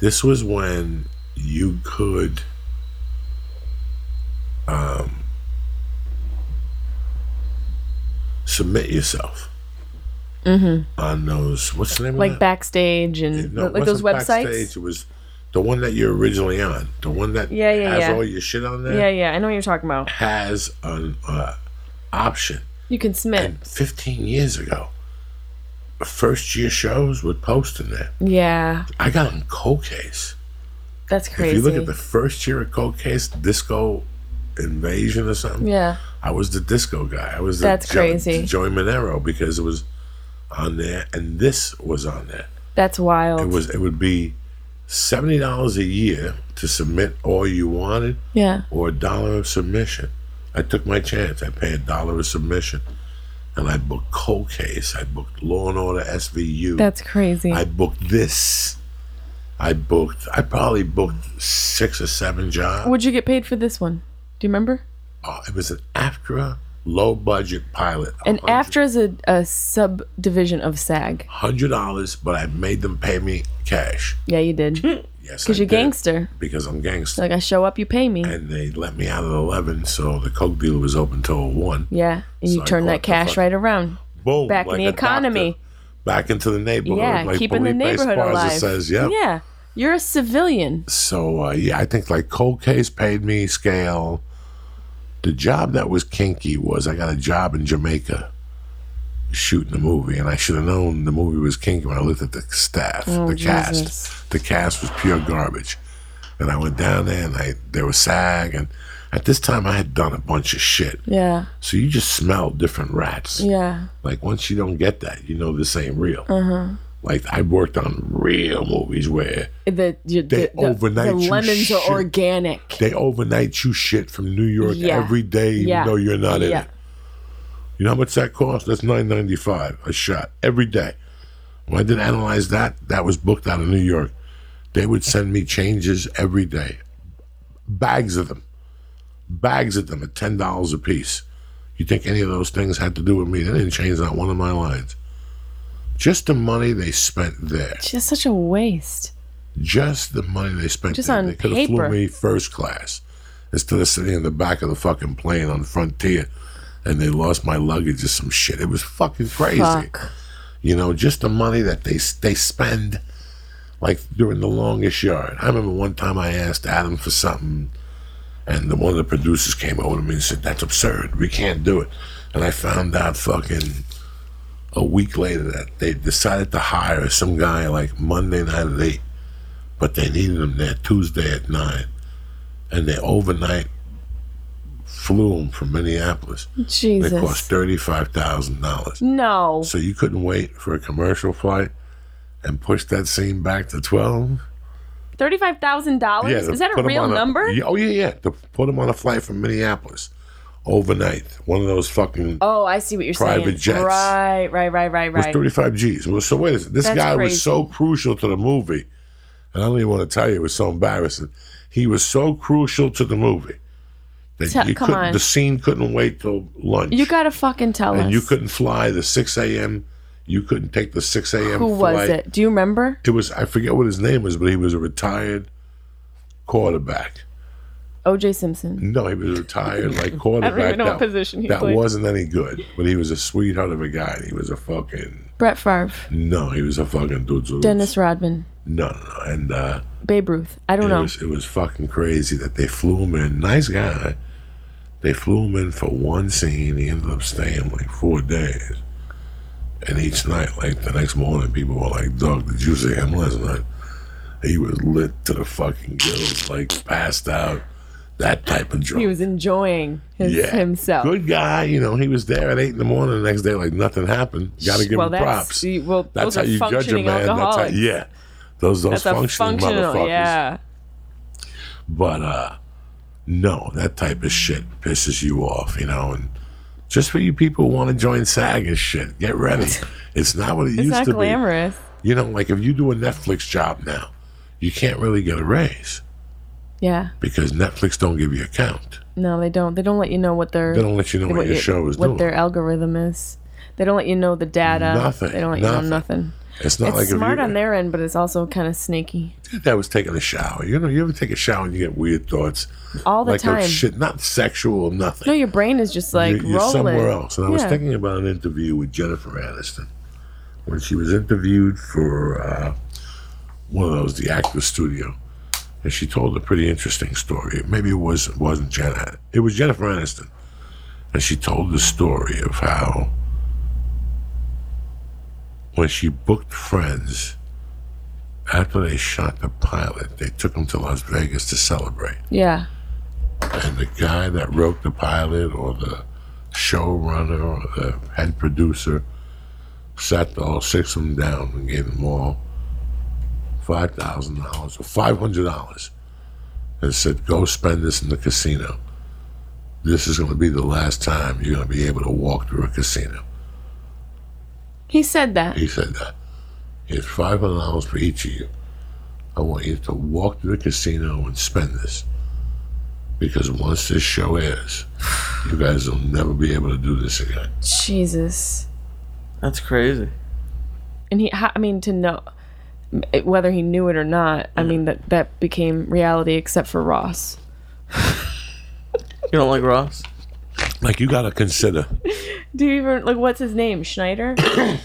Speaker 1: This was when you could. Um, submit yourself. Mm-hmm. On those, what's the name
Speaker 5: Like
Speaker 1: of that?
Speaker 5: backstage and
Speaker 1: No, it
Speaker 5: like those
Speaker 1: wasn't
Speaker 5: websites.
Speaker 1: Backstage, it was the one that you're originally on. The one that
Speaker 5: Yeah, yeah,
Speaker 1: has
Speaker 5: yeah.
Speaker 1: all your shit on there
Speaker 5: Yeah, yeah, I know what you're talking about.
Speaker 1: has an uh, option.
Speaker 5: You can smith.
Speaker 1: And 15 years ago, first year shows would post in there.
Speaker 5: Yeah,
Speaker 1: I got on Cold Case.
Speaker 5: that's
Speaker 1: If
Speaker 5: crazy.
Speaker 1: you look at the first year of Cold Case, Disco Invasion or something,
Speaker 5: yeah,
Speaker 1: I was the disco guy. I was
Speaker 5: That's
Speaker 1: the
Speaker 5: crazy.
Speaker 1: Joey Monero because it was on there and this was on there.
Speaker 5: that's
Speaker 1: It
Speaker 5: wild.
Speaker 1: was it would be seventy dollars a year to submit all you wanted
Speaker 5: yeah,
Speaker 1: or a dollar of submission. I took my chance. I paid a dollar of submission. And I booked Cold Case. I booked Law and Order SVU.
Speaker 5: that's crazy.
Speaker 1: I booked this. I booked I probably booked six or seven jobs.
Speaker 5: Would you get paid for this one? Do you remember?
Speaker 1: Oh, it was an AFTRA low budget pilot.
Speaker 5: And
Speaker 1: $100.
Speaker 5: AFTRA is a, a subdivision of SAG.
Speaker 1: hundred dollars, but I made them pay me cash.
Speaker 5: Yeah, you did. Because
Speaker 1: Yes, I
Speaker 5: you're
Speaker 1: did.
Speaker 5: gangster.
Speaker 1: Because I'm gangster.
Speaker 5: Like I show up, you pay me.
Speaker 1: and they let me out at 11 so the coke dealer was open till 1
Speaker 5: yeah, and you
Speaker 1: So I
Speaker 5: turn
Speaker 1: caught
Speaker 5: that
Speaker 1: the
Speaker 5: cash
Speaker 1: fuck-
Speaker 5: right around.
Speaker 1: boom
Speaker 5: Back in
Speaker 1: like
Speaker 5: the
Speaker 1: a doctor,
Speaker 5: economy.
Speaker 1: back into the neighborhood
Speaker 5: Yeah,
Speaker 1: like
Speaker 5: keeping the
Speaker 1: Felipe
Speaker 5: neighborhood
Speaker 1: Esparza
Speaker 5: alive.
Speaker 1: says yeah
Speaker 5: Yeah, you're a civilian.
Speaker 1: so uh, yeah i think like cold case paid me scale the job that was kinky was i got a job in jamaica shooting a movie and i should have known the movie was kinky when i looked at the staff the cast
Speaker 5: Oh, Jesus.
Speaker 1: the cast was pure garbage And I went down there and I there was SAG and at this time I had done a bunch of shit.
Speaker 5: Yeah.
Speaker 1: So you just smell different rats.
Speaker 5: Yeah.
Speaker 1: Like once you don't get that, you know this ain't real.
Speaker 5: Uh-huh.
Speaker 1: Like I worked on real movies where
Speaker 5: The, you-
Speaker 1: They
Speaker 5: the, the,
Speaker 1: overnight
Speaker 5: the
Speaker 1: you
Speaker 5: lemons
Speaker 1: shit.
Speaker 5: are organic.
Speaker 1: they overnight you shit from New York
Speaker 5: Yeah.
Speaker 1: every day, even
Speaker 5: Yeah.
Speaker 1: though you're not in
Speaker 5: Yeah.
Speaker 1: it. You know how much that cost? That's nine ninety five a shot every day. When I did analyze that, that was booked out of New York. They would send me changes every day, bags of them, bags of them at ten dollars a piece. You think any of those things had to do with me? They didn't change not one of my lines. Just the money they spent there.
Speaker 5: Just such a waste.
Speaker 1: Just the money they spent.
Speaker 5: Just
Speaker 1: there.
Speaker 5: on
Speaker 1: they could have flew
Speaker 5: paper.
Speaker 1: me first class instead of sitting in the back of the fucking plane on Frontier, and they lost my luggage or some shit. It was fucking crazy.
Speaker 5: Fuck.
Speaker 1: You know, just the money that they they spend, like during the longest yard. I remember one time I asked Adam for something, and the, one of the producers came over to me and said, "That's absurd. We can't do it." And I found out fucking a week later that they decided to hire some guy like Monday night at eight, but they needed him there Tuesday at nine, and they overnight flew him from Minneapolis. They cost
Speaker 5: Jesus.
Speaker 1: thirty five thousand dollars.
Speaker 5: No.
Speaker 1: So you couldn't wait for a commercial flight and push that scene back to 12?
Speaker 5: $35,000?
Speaker 1: to
Speaker 5: Is that a
Speaker 1: put 'em
Speaker 5: real
Speaker 1: on
Speaker 5: number?
Speaker 1: Yeah, oh, yeah, yeah. To put them on a flight from Minneapolis overnight. One of those fucking.
Speaker 5: Oh, I see what you're saying.
Speaker 1: Private jets.
Speaker 5: Right, right, right, right,
Speaker 1: It was
Speaker 5: right.
Speaker 1: 35 G's. Well, so wait a second. This
Speaker 5: That's
Speaker 1: guy
Speaker 5: crazy.
Speaker 1: was so crucial to the movie. And I don't even want to tell you, it was so embarrassing. He was so crucial to the movie that
Speaker 5: Tell-
Speaker 1: you
Speaker 5: come
Speaker 1: couldn't,
Speaker 5: on.
Speaker 1: the scene couldn't wait till lunch.
Speaker 5: You gotta fucking tell us.
Speaker 1: and you couldn't fly the 6 a.m. You couldn't take the 6 a.m.
Speaker 5: Who
Speaker 1: flight.
Speaker 5: was it? Do you remember?
Speaker 1: it was I forget what his name was, but he was a retired quarterback.
Speaker 5: OJ Simpson.
Speaker 1: No, he was a retired like quarterback.
Speaker 5: know what
Speaker 1: that,
Speaker 5: position he
Speaker 1: that
Speaker 5: played.
Speaker 1: wasn't any good, but he was a sweetheart of a guy. and He was a fucking
Speaker 5: Brett Favre.
Speaker 1: no, he was a fucking dude.
Speaker 5: Dennis Rodman.
Speaker 1: No, no, no, and uh,
Speaker 5: Babe Ruth. I don't
Speaker 1: it
Speaker 5: know.
Speaker 1: was it was fucking crazy that they flew him in. Nice guy. They flew him in for one scene. He ended up staying like four days. And each night, like the next morning, people were like, Doug, did you see him last night? He was lit to the fucking gills, like passed out, that type of drunk.
Speaker 5: He was enjoying his, himself.
Speaker 1: Good guy, you know, he was there at eight in the morning the next day, like nothing happened. Gotta give
Speaker 5: well,
Speaker 1: him
Speaker 5: that's,
Speaker 1: props.
Speaker 5: you- Well,
Speaker 1: That's
Speaker 5: those
Speaker 1: how
Speaker 5: are
Speaker 1: you judge a
Speaker 5: functioning
Speaker 1: man. That's
Speaker 5: alcoholics.
Speaker 1: how, yeah. Those those
Speaker 5: That's a
Speaker 1: functioning
Speaker 5: functional,
Speaker 1: motherfuckers.
Speaker 5: yeah.
Speaker 1: But uh no, that type of shit pisses you off, you know, and just for you people who want to join SAG and shit, get ready. It's not what it
Speaker 5: It's
Speaker 1: used
Speaker 5: not
Speaker 1: to
Speaker 5: glamorous.
Speaker 1: be. You know, like if you do a Netflix job now, you can't really get a raise
Speaker 5: Yeah.
Speaker 1: because Netflix don't give you a count.
Speaker 5: No, they don't. They don't let you know what their
Speaker 1: They don't let you know what, your
Speaker 5: you-
Speaker 1: show is
Speaker 5: what
Speaker 1: doing.
Speaker 5: their algorithm is. They don't let you know the data.
Speaker 1: Nothing,
Speaker 5: They don't let you
Speaker 1: nothing.
Speaker 5: know nothing.
Speaker 1: It's not
Speaker 5: It's
Speaker 1: like
Speaker 5: smart
Speaker 1: if you,
Speaker 5: on their end, but it's also kind of sneaky
Speaker 1: That was taking a shower. You know, you ever take a shower and you get weird thoughts,
Speaker 5: all the
Speaker 1: like
Speaker 5: time.
Speaker 1: of shit, not sexual, nothing.
Speaker 5: No, your brain is just like
Speaker 1: you're, you're
Speaker 5: rolling.
Speaker 1: somewhere else. And I was
Speaker 5: Yeah.
Speaker 1: thinking about an interview with Jennifer Aniston when she was interviewed for uh, one of those, the Actors Studio, and she told a pretty interesting story. Maybe it was wasn't Jenna. It was Jennifer Aniston, and she told the story of how when she booked Friends. After they shot the pilot, they took him to Las Vegas to celebrate
Speaker 5: Yeah,
Speaker 1: and the guy that wrote the pilot or the showrunner or the head producer sat all six of them down and gave them all five thousand dollars or five hundred dollars and said, "Go spend this in the casino. This is going to be the last time you're going to be able to walk through a casino."
Speaker 5: he said that.
Speaker 1: He said that. Here's five hundred dollars for each of you. I want you to walk to the casino and spend this. Because once this show airs, you guys will never be able to do this again.
Speaker 5: Jesus,
Speaker 2: That's crazy.
Speaker 5: and he. I mean, to know whether he knew it or not. I mean, that that became reality, except for Ross.
Speaker 2: You don't like Ross?
Speaker 1: Like you gotta consider.
Speaker 5: Do you even like what's his name? Schneider.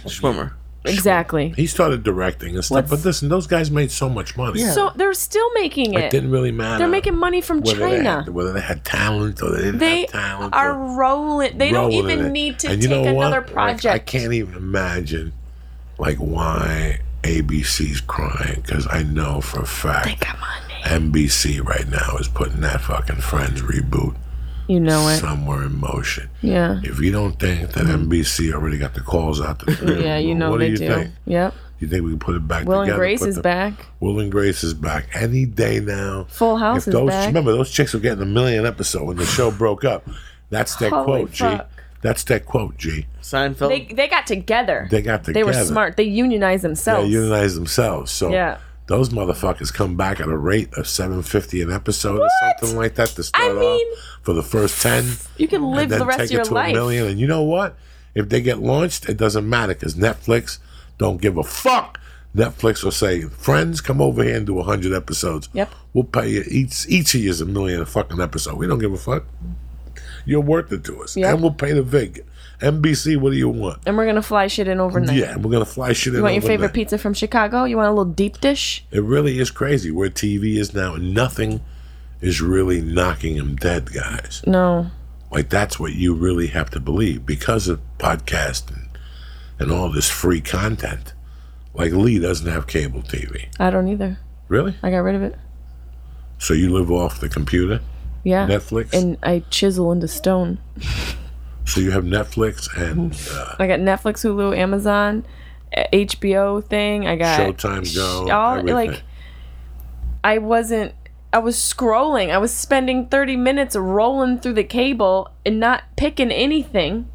Speaker 2: Swimmer.
Speaker 5: exactly.
Speaker 1: He started directing and stuff, but
Speaker 5: What's-
Speaker 1: listen, those guys made so much money.
Speaker 2: Yeah.
Speaker 5: So they're still making
Speaker 1: It
Speaker 5: it.
Speaker 1: didn't really matter.
Speaker 5: they're making money from
Speaker 1: whether They
Speaker 5: China.
Speaker 1: had, whether they had talent or they didn't
Speaker 5: They
Speaker 1: have talent.
Speaker 5: are
Speaker 1: or
Speaker 5: rolling. They don't
Speaker 1: rolling in
Speaker 5: even
Speaker 1: it.
Speaker 5: need to
Speaker 1: And you
Speaker 5: take
Speaker 1: know what?
Speaker 5: another
Speaker 1: Like,
Speaker 5: project.
Speaker 1: I can't even imagine like why ABC's crying because I know for a fact
Speaker 5: Come on, Nate.
Speaker 1: NBC right now is putting that fucking Friends reboot
Speaker 5: You know it.
Speaker 1: somewhere in motion.
Speaker 5: Yeah.
Speaker 1: If you don't think that NBC already got the calls out, to
Speaker 5: Mm. Yeah, you know
Speaker 1: what
Speaker 5: they
Speaker 1: do you
Speaker 5: do.
Speaker 1: think?
Speaker 5: Yep.
Speaker 1: You think we can put it back?
Speaker 5: Will and
Speaker 1: together,
Speaker 5: Grace
Speaker 1: put
Speaker 5: is
Speaker 1: the-
Speaker 5: back.
Speaker 1: Will and Grace is back any day now.
Speaker 5: Full House
Speaker 1: if
Speaker 5: is
Speaker 1: those,
Speaker 5: back.
Speaker 1: Remember, those chicks were getting a million episode when the show broke up. That's that
Speaker 5: Holy
Speaker 1: quote,
Speaker 5: fuck.
Speaker 1: G. That's that quote, G.
Speaker 2: Seinfeld.
Speaker 5: They they got together.
Speaker 1: They got
Speaker 5: They were
Speaker 1: together.
Speaker 5: smart. They unionized
Speaker 1: They
Speaker 5: themselves.
Speaker 1: unionize themselves. So
Speaker 5: Yeah.
Speaker 1: those motherfuckers come back at a rate of seven fifty an episode or
Speaker 5: What?
Speaker 1: something like that to start
Speaker 5: mean-
Speaker 1: off for the first ten.
Speaker 5: you can live
Speaker 1: and then
Speaker 5: the rest
Speaker 1: take
Speaker 5: of your
Speaker 1: it to
Speaker 5: life.
Speaker 1: a million. And you know what? If they get launched, it doesn't matter because Netflix don't give a fuck. Netflix will say, "Friends, come over here and do hundred episodes.
Speaker 5: Yep.
Speaker 1: we'll pay you each each of you is a million a fucking episode. We don't give a fuck. You're worth it to us,
Speaker 5: Yep.
Speaker 1: and we'll pay the vig. NBC, what do you want?
Speaker 5: And we're gonna fly shit in overnight.
Speaker 1: Yeah, and we're gonna fly shit in.
Speaker 5: You want your favorite
Speaker 1: overnight.
Speaker 5: pizza from Chicago? You want a little deep dish?
Speaker 1: It really is crazy where TV is now, and nothing is really knocking them dead, guys.
Speaker 5: No.
Speaker 1: Like that's what you really have to believe because of podcasting and all this free content. Like Lee doesn't have cable TV,
Speaker 5: I don't either.
Speaker 1: really.
Speaker 5: I got rid of it.
Speaker 1: So you live off the computer,
Speaker 5: Yeah.
Speaker 1: Netflix.
Speaker 5: And I chisel into stone.
Speaker 1: so you have Netflix and uh,
Speaker 5: I got Netflix, Hulu, Amazon, a- HBO thing. I got
Speaker 1: Showtime Go.
Speaker 5: all
Speaker 1: everything.
Speaker 5: like I wasn't I was scrolling. I was spending 30 minutes rolling through the cable and not picking anything.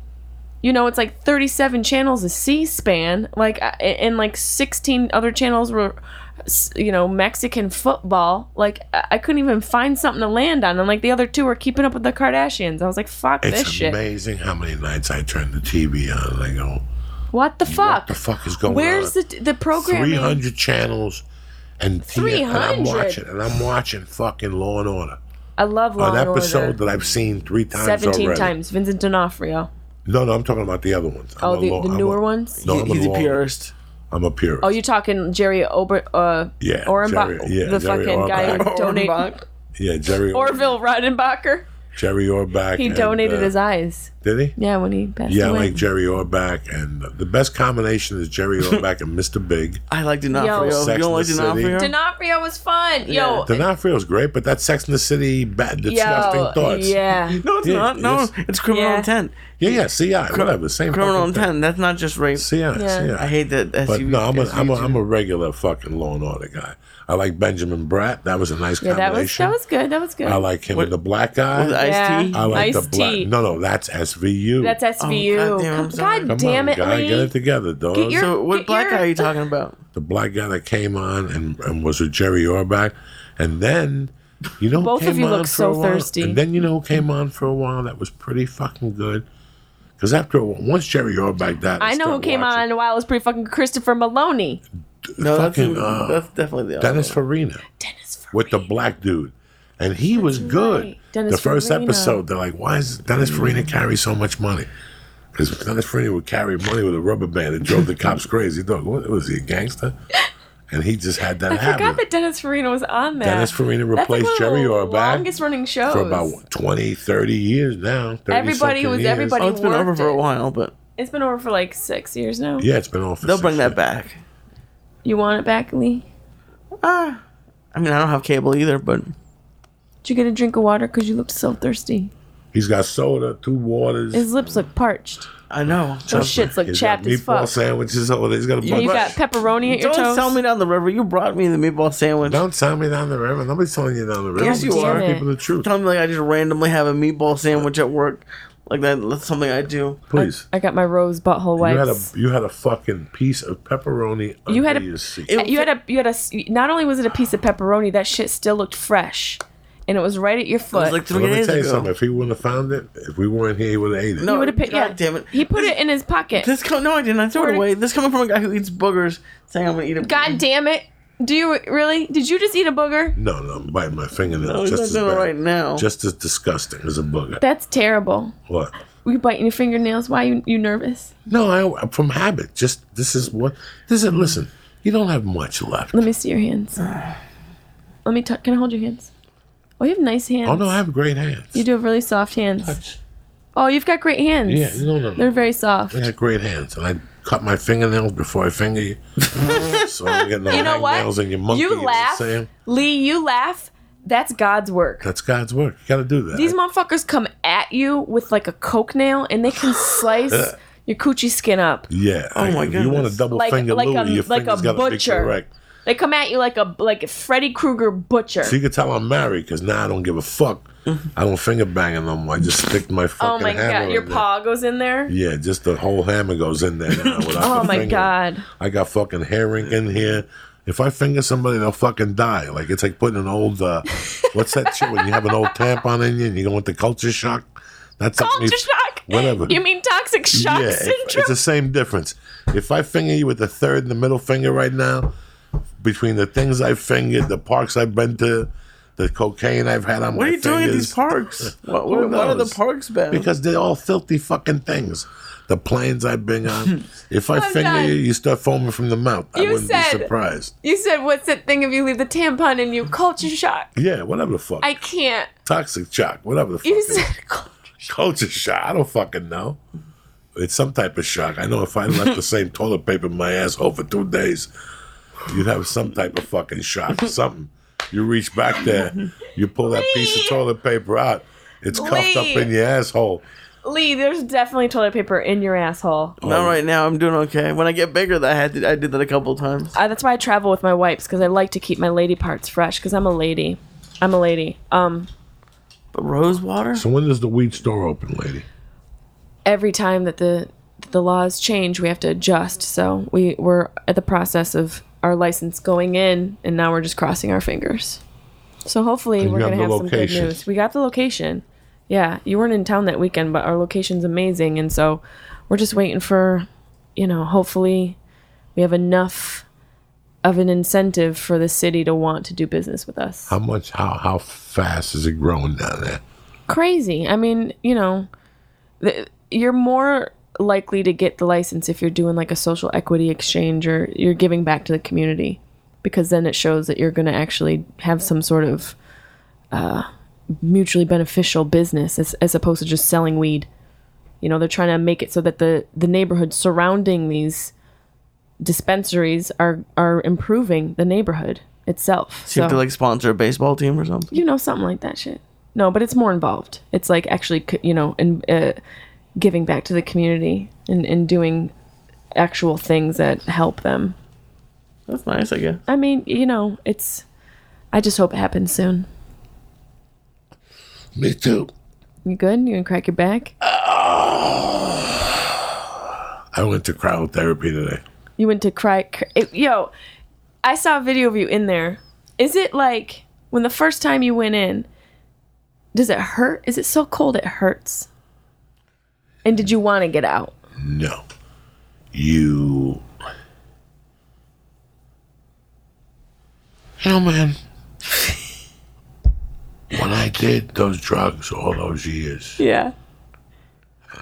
Speaker 5: You know, it's like 37 channels of C-SPAN, like I- and like 16 other channels were s- you know, Mexican football. Like I I couldn't even find something to land on. And like the other two were keeping up with the Kardashians. I was like, fuck this
Speaker 1: it's
Speaker 5: shit.
Speaker 1: amazing how many nights I turn the TV on and I go,
Speaker 5: What the fuck?
Speaker 1: "What the fuck is going on?"
Speaker 5: Where's the the
Speaker 1: three
Speaker 5: programming?
Speaker 1: hundred channels, and, and I'm
Speaker 5: 300?
Speaker 1: watching and I'm watching fucking Law and Order,
Speaker 5: I love Law
Speaker 1: an
Speaker 5: and
Speaker 1: episode
Speaker 5: Order.
Speaker 1: that I've seen three times
Speaker 5: 17
Speaker 1: already.
Speaker 5: times. Vincent D'Onofrio.
Speaker 1: No, no, I'm talking about the other ones. I'm
Speaker 5: Oh,
Speaker 1: a
Speaker 5: the-
Speaker 1: law-
Speaker 5: the
Speaker 1: I'm
Speaker 5: newer
Speaker 1: a-
Speaker 5: ones?
Speaker 1: No,
Speaker 2: He-
Speaker 1: I'm
Speaker 2: he's a
Speaker 1: law-
Speaker 2: purist.
Speaker 1: I'm a purist.
Speaker 5: Oh, you're talking Jerry Ober, uh,
Speaker 1: Yeah,
Speaker 5: Orenbach,
Speaker 1: Jerry- yeah,
Speaker 5: the
Speaker 1: Jerry
Speaker 5: fucking guy
Speaker 1: Orenbach.
Speaker 5: who donated
Speaker 2: Orenbach.
Speaker 1: yeah, Jerry or-
Speaker 5: Orville Redenbacher.
Speaker 1: Jerry Orbach.
Speaker 5: He
Speaker 1: and,
Speaker 5: donated
Speaker 1: uh,
Speaker 5: his eyes.
Speaker 1: Did he?
Speaker 5: Yeah, when he passed
Speaker 1: Yeah, I
Speaker 5: away.
Speaker 1: like Jerry Orbach, and the best combination is Jerry Orbach and Mr. Big.
Speaker 2: I like D'Onofrio.
Speaker 5: Yo.
Speaker 2: You
Speaker 1: Sex
Speaker 2: don't like
Speaker 1: and the City.
Speaker 2: D'Onofrio?
Speaker 5: D'Onofrio was fun. Yo,
Speaker 1: D'Onofrio's great, but that Sex in the City, bad, disgusting
Speaker 5: yo,
Speaker 1: thoughts.
Speaker 5: yeah.
Speaker 2: no, it's
Speaker 1: Yeah,
Speaker 2: not. No,
Speaker 1: yes.
Speaker 2: it's criminal
Speaker 5: Yeah.
Speaker 2: intent.
Speaker 1: yeah, yeah. CI, whatever, same
Speaker 2: Criminal
Speaker 1: fucking thing.
Speaker 2: intent. That's not just rape.
Speaker 1: CI,
Speaker 5: Yeah.
Speaker 1: CI.
Speaker 2: I hate that. SUV,
Speaker 1: But no, I'm a, I'm, a, I'm a regular fucking Law and Order guy. I like Benjamin Bratt. That was a nice
Speaker 5: Yeah, that was
Speaker 1: combination.
Speaker 5: that was good. That was good.
Speaker 1: I like him and the black guy.
Speaker 2: With Ice-T?
Speaker 5: Yeah.
Speaker 1: I like the
Speaker 5: Ice-T.
Speaker 1: black. No, no, that's SVU.
Speaker 5: That's
Speaker 2: Oh,
Speaker 5: SVU.
Speaker 2: goddamn, I'm
Speaker 5: God
Speaker 2: sorry.
Speaker 5: damn,
Speaker 1: Come on,
Speaker 5: it,
Speaker 1: guy,
Speaker 5: Lee.
Speaker 1: get it together, dog.
Speaker 5: Get your-
Speaker 2: So what
Speaker 5: Get
Speaker 2: black
Speaker 5: your-
Speaker 2: guy are you talking about?
Speaker 1: the black guy that came on and, and was with Jerry Orbach, and then you know who
Speaker 5: Both of
Speaker 1: came
Speaker 5: you
Speaker 1: on
Speaker 5: look
Speaker 1: for
Speaker 5: so
Speaker 1: a while?
Speaker 5: thirsty.
Speaker 1: And then you know who came on for a while that was pretty fucking good. Because after a while, once Jerry Orbach died,
Speaker 5: I know who
Speaker 1: stopped
Speaker 5: came
Speaker 1: watching.
Speaker 5: on while it was pretty fucking Christopher Maloney.
Speaker 2: No, that's,
Speaker 1: fucking, uh,
Speaker 2: that's definitely the other
Speaker 1: Dennis
Speaker 2: one.
Speaker 1: Farina. with the black dude. And he was good.
Speaker 5: Dennis
Speaker 1: the first
Speaker 5: Farina.
Speaker 1: episode, they're like, why is Dennis Farina carry so much money? Because Dennis Farina would carry money with a rubber band and drove the cops crazy. Dog, what was he, a gangster? And he just had that
Speaker 5: I forgot
Speaker 1: habit
Speaker 5: that Dennis Farina was on that.
Speaker 1: Dennis Farina
Speaker 5: That's like
Speaker 1: replaced
Speaker 5: one of
Speaker 1: Jerry
Speaker 5: the
Speaker 1: Orbach
Speaker 5: Longest running shows.
Speaker 1: for about what, 20, 30 years now. 30
Speaker 5: Everybody
Speaker 1: something
Speaker 5: was-
Speaker 1: years.
Speaker 5: everybody-
Speaker 2: Oh, it's been
Speaker 5: worked
Speaker 2: over for a
Speaker 5: it.
Speaker 2: while, but
Speaker 5: It's been over for like six years now.
Speaker 1: Yeah, it's been on for
Speaker 2: they'll
Speaker 1: six
Speaker 2: bring
Speaker 1: years.
Speaker 2: that back.
Speaker 5: You want it back, Lee?
Speaker 2: Ah, I mean, I don't have cable either, but
Speaker 5: Did you get a drink of water? Because you looked so thirsty.
Speaker 1: He's got soda, two waters.
Speaker 5: His lips look parched.
Speaker 2: I know.
Speaker 5: Those shits look
Speaker 1: He's got
Speaker 5: chapped as
Speaker 1: meatball
Speaker 5: fuck.
Speaker 1: sandwiches over there. He's got a
Speaker 5: You
Speaker 1: bunch-
Speaker 5: got pepperoni at your
Speaker 2: Don't
Speaker 5: toes.
Speaker 2: tell me down the river. You brought me the meatball sandwich.
Speaker 1: Don't tell me down the river. Nobody's telling you down the river.
Speaker 2: Yes,
Speaker 1: I'm
Speaker 2: you
Speaker 1: telling
Speaker 2: are.
Speaker 1: people the truth.
Speaker 2: Tell me like I just randomly have a meatball sandwich at work. Like that, that's something I do.
Speaker 1: Please.
Speaker 5: I got my rose butthole
Speaker 1: You had a
Speaker 5: wipes.
Speaker 1: you had a fucking piece of pepperoni under
Speaker 5: You had a-
Speaker 1: your seat.
Speaker 2: It-
Speaker 5: You had a you had a s- Not only was it a piece of pepperoni, that shit still looked fresh, and it was right at your
Speaker 2: It was
Speaker 5: foot.
Speaker 2: like
Speaker 1: But
Speaker 2: three
Speaker 1: let me
Speaker 2: days
Speaker 1: tell you
Speaker 2: ago.
Speaker 1: something. If he wouldn't have found it, if we weren't here, he would have ate it.
Speaker 2: No.
Speaker 5: he would have picked. Yeah,
Speaker 2: God damn it.
Speaker 5: He put it in his pocket.
Speaker 2: This co- no, I didn't. I threw it
Speaker 5: Swear to-
Speaker 2: away. This coming from a guy who eats boogers, saying I'm gonna eat a.
Speaker 5: God damn it! Do you really? Did you just eat a booger?
Speaker 1: No, no, I'm biting my fingernail.
Speaker 2: No, Oh, he's
Speaker 1: just
Speaker 2: not
Speaker 1: as
Speaker 2: doing it
Speaker 1: bad.
Speaker 2: right now.
Speaker 1: Just as disgusting as a booger.
Speaker 5: That's terrible.
Speaker 1: what?
Speaker 5: Were you biting your fingernails? Why you you nervous?
Speaker 1: No, I from habit. Just this is what this is. Listen, you don't have much left.
Speaker 5: Let me see your hands. Let me. T- can I hold your hands? Oh, you have nice hands.
Speaker 1: Oh no, I have great hands.
Speaker 5: You do have really soft hands. Oh, you've got great hands.
Speaker 1: Yeah, no, no, no.
Speaker 5: They're very soft.
Speaker 1: I got great hands, and I cut my fingernails before I finger you. so I'm getting
Speaker 5: You know what?
Speaker 1: nails in your monkey.
Speaker 5: you
Speaker 1: know
Speaker 5: laugh,
Speaker 1: what I'm saying?
Speaker 5: Lee. You laugh. That's God's work.
Speaker 1: That's God's work. You gotta do that.
Speaker 5: These motherfuckers come at you with like a coke nail, and they can slice your coochie skin up.
Speaker 1: yeah. Oh
Speaker 2: my
Speaker 1: If you want a
Speaker 2: goodness.
Speaker 1: double
Speaker 5: Like-
Speaker 1: finger
Speaker 5: like a-
Speaker 1: Louis, your
Speaker 5: like a
Speaker 1: finger's gotta be
Speaker 5: butcher.
Speaker 1: correct.
Speaker 5: They come at you like a like a Freddy Krueger butcher.
Speaker 1: So you can tell I'm married because now I don't give a fuck. I don't finger banging them. I just stick my
Speaker 5: oh
Speaker 1: fucking
Speaker 5: my
Speaker 1: hammer
Speaker 5: god,
Speaker 1: in
Speaker 5: your
Speaker 1: there.
Speaker 5: paw goes in there.
Speaker 1: Yeah, just the whole hammer goes in there now without
Speaker 5: Oh
Speaker 1: the
Speaker 5: my
Speaker 1: finger.
Speaker 5: god.
Speaker 1: I got fucking herring in here. If I finger somebody, they'll fucking die. Like it's like putting an old uh, what's that shit when you have an old tampon in you and you go into culture shock. That's like me-
Speaker 5: Culture shock.
Speaker 1: Whatever.
Speaker 5: You mean toxic shock
Speaker 1: yeah, if-
Speaker 5: syndrome?
Speaker 1: it's the same difference. If I finger you with the third and the middle finger right now, between the things I've fingered, the parks I've been to, the cocaine I've had on
Speaker 2: What
Speaker 1: my
Speaker 2: are you doing at
Speaker 1: fingers,
Speaker 2: these parks? What, what,
Speaker 1: Who
Speaker 2: what are the
Speaker 1: knows?
Speaker 2: parks been?
Speaker 1: because they're all filthy fucking things. The planes I've been on. If I
Speaker 5: I'm
Speaker 1: finger
Speaker 5: done.
Speaker 1: you, you start foaming from the mouth. I
Speaker 5: You
Speaker 1: wouldn't
Speaker 5: said-
Speaker 1: be surprised.
Speaker 5: you said what's that thing if you leave the tampon in you? Culture shock.
Speaker 1: Yeah, whatever the fuck.
Speaker 5: I can't.
Speaker 1: Toxic shock, whatever the fuck.
Speaker 5: You
Speaker 1: it is.
Speaker 5: said culture
Speaker 1: Culture shock. I don't fucking know. It's some type of shock. I know if I left the same toilet paper in my asshole for two days, you'd have some type of fucking shock. Something. You reach back there, you pull that piece of
Speaker 5: Lee.
Speaker 1: toilet paper out. It's cuffed up
Speaker 5: Lee.
Speaker 1: in your asshole.
Speaker 5: Lee, there's definitely toilet paper in your asshole.
Speaker 1: Oh.
Speaker 2: Not right now. I'm doing okay. When I get bigger, that I had to, I did that a couple of times.
Speaker 5: Uh, that's why I travel with my wipes because I like to keep my lady parts fresh because I'm a lady. I'm a lady. Um,
Speaker 2: But rose water.
Speaker 1: So when does the weed store open, lady?
Speaker 5: every time that the the laws change, we have to adjust. So we we're at the process of our license going in, and now we're just crossing our fingers. So hopefully
Speaker 1: And you
Speaker 5: we're
Speaker 1: got
Speaker 5: gonna
Speaker 1: the
Speaker 5: have some
Speaker 1: location.
Speaker 5: good news. We got the location. Yeah, you weren't in town that weekend, but our location's amazing, and so we're just waiting for, you know, hopefully we have enough of an incentive for the city to want to do business with us.
Speaker 1: How much? How how fast is it growing down there?
Speaker 5: crazy. I mean, you know, th- you're more likely to get the license if you're doing like a social equity exchange or you're giving back to the community because then it shows that you're going to actually have some sort of uh, mutually beneficial business as, as opposed to just selling weed. You know, they're trying to make it so that the, the neighborhood surrounding these dispensaries are, are improving the neighborhood itself.
Speaker 2: So you have
Speaker 5: So-
Speaker 2: to like sponsor a baseball team or something.
Speaker 5: you know, something like that shit. No, but it's more involved. It's like actually, c- you know, and uh, giving back to the community and, and doing actual things that help them.
Speaker 2: That's nice, I guess.
Speaker 5: I mean, you know, it's. I just hope it happens soon.
Speaker 1: Me too.
Speaker 5: You good? You gonna crack your back?
Speaker 1: I went to cryotherapy today.
Speaker 5: You went to cry. Cr- it- yo, I saw a video of you in there. Is it like when the first time you went in? Does it hurt? Is it so cold it hurts? And did you want to get out?
Speaker 1: No, you. You know, man. when I did those drugs all those years,
Speaker 5: Yeah.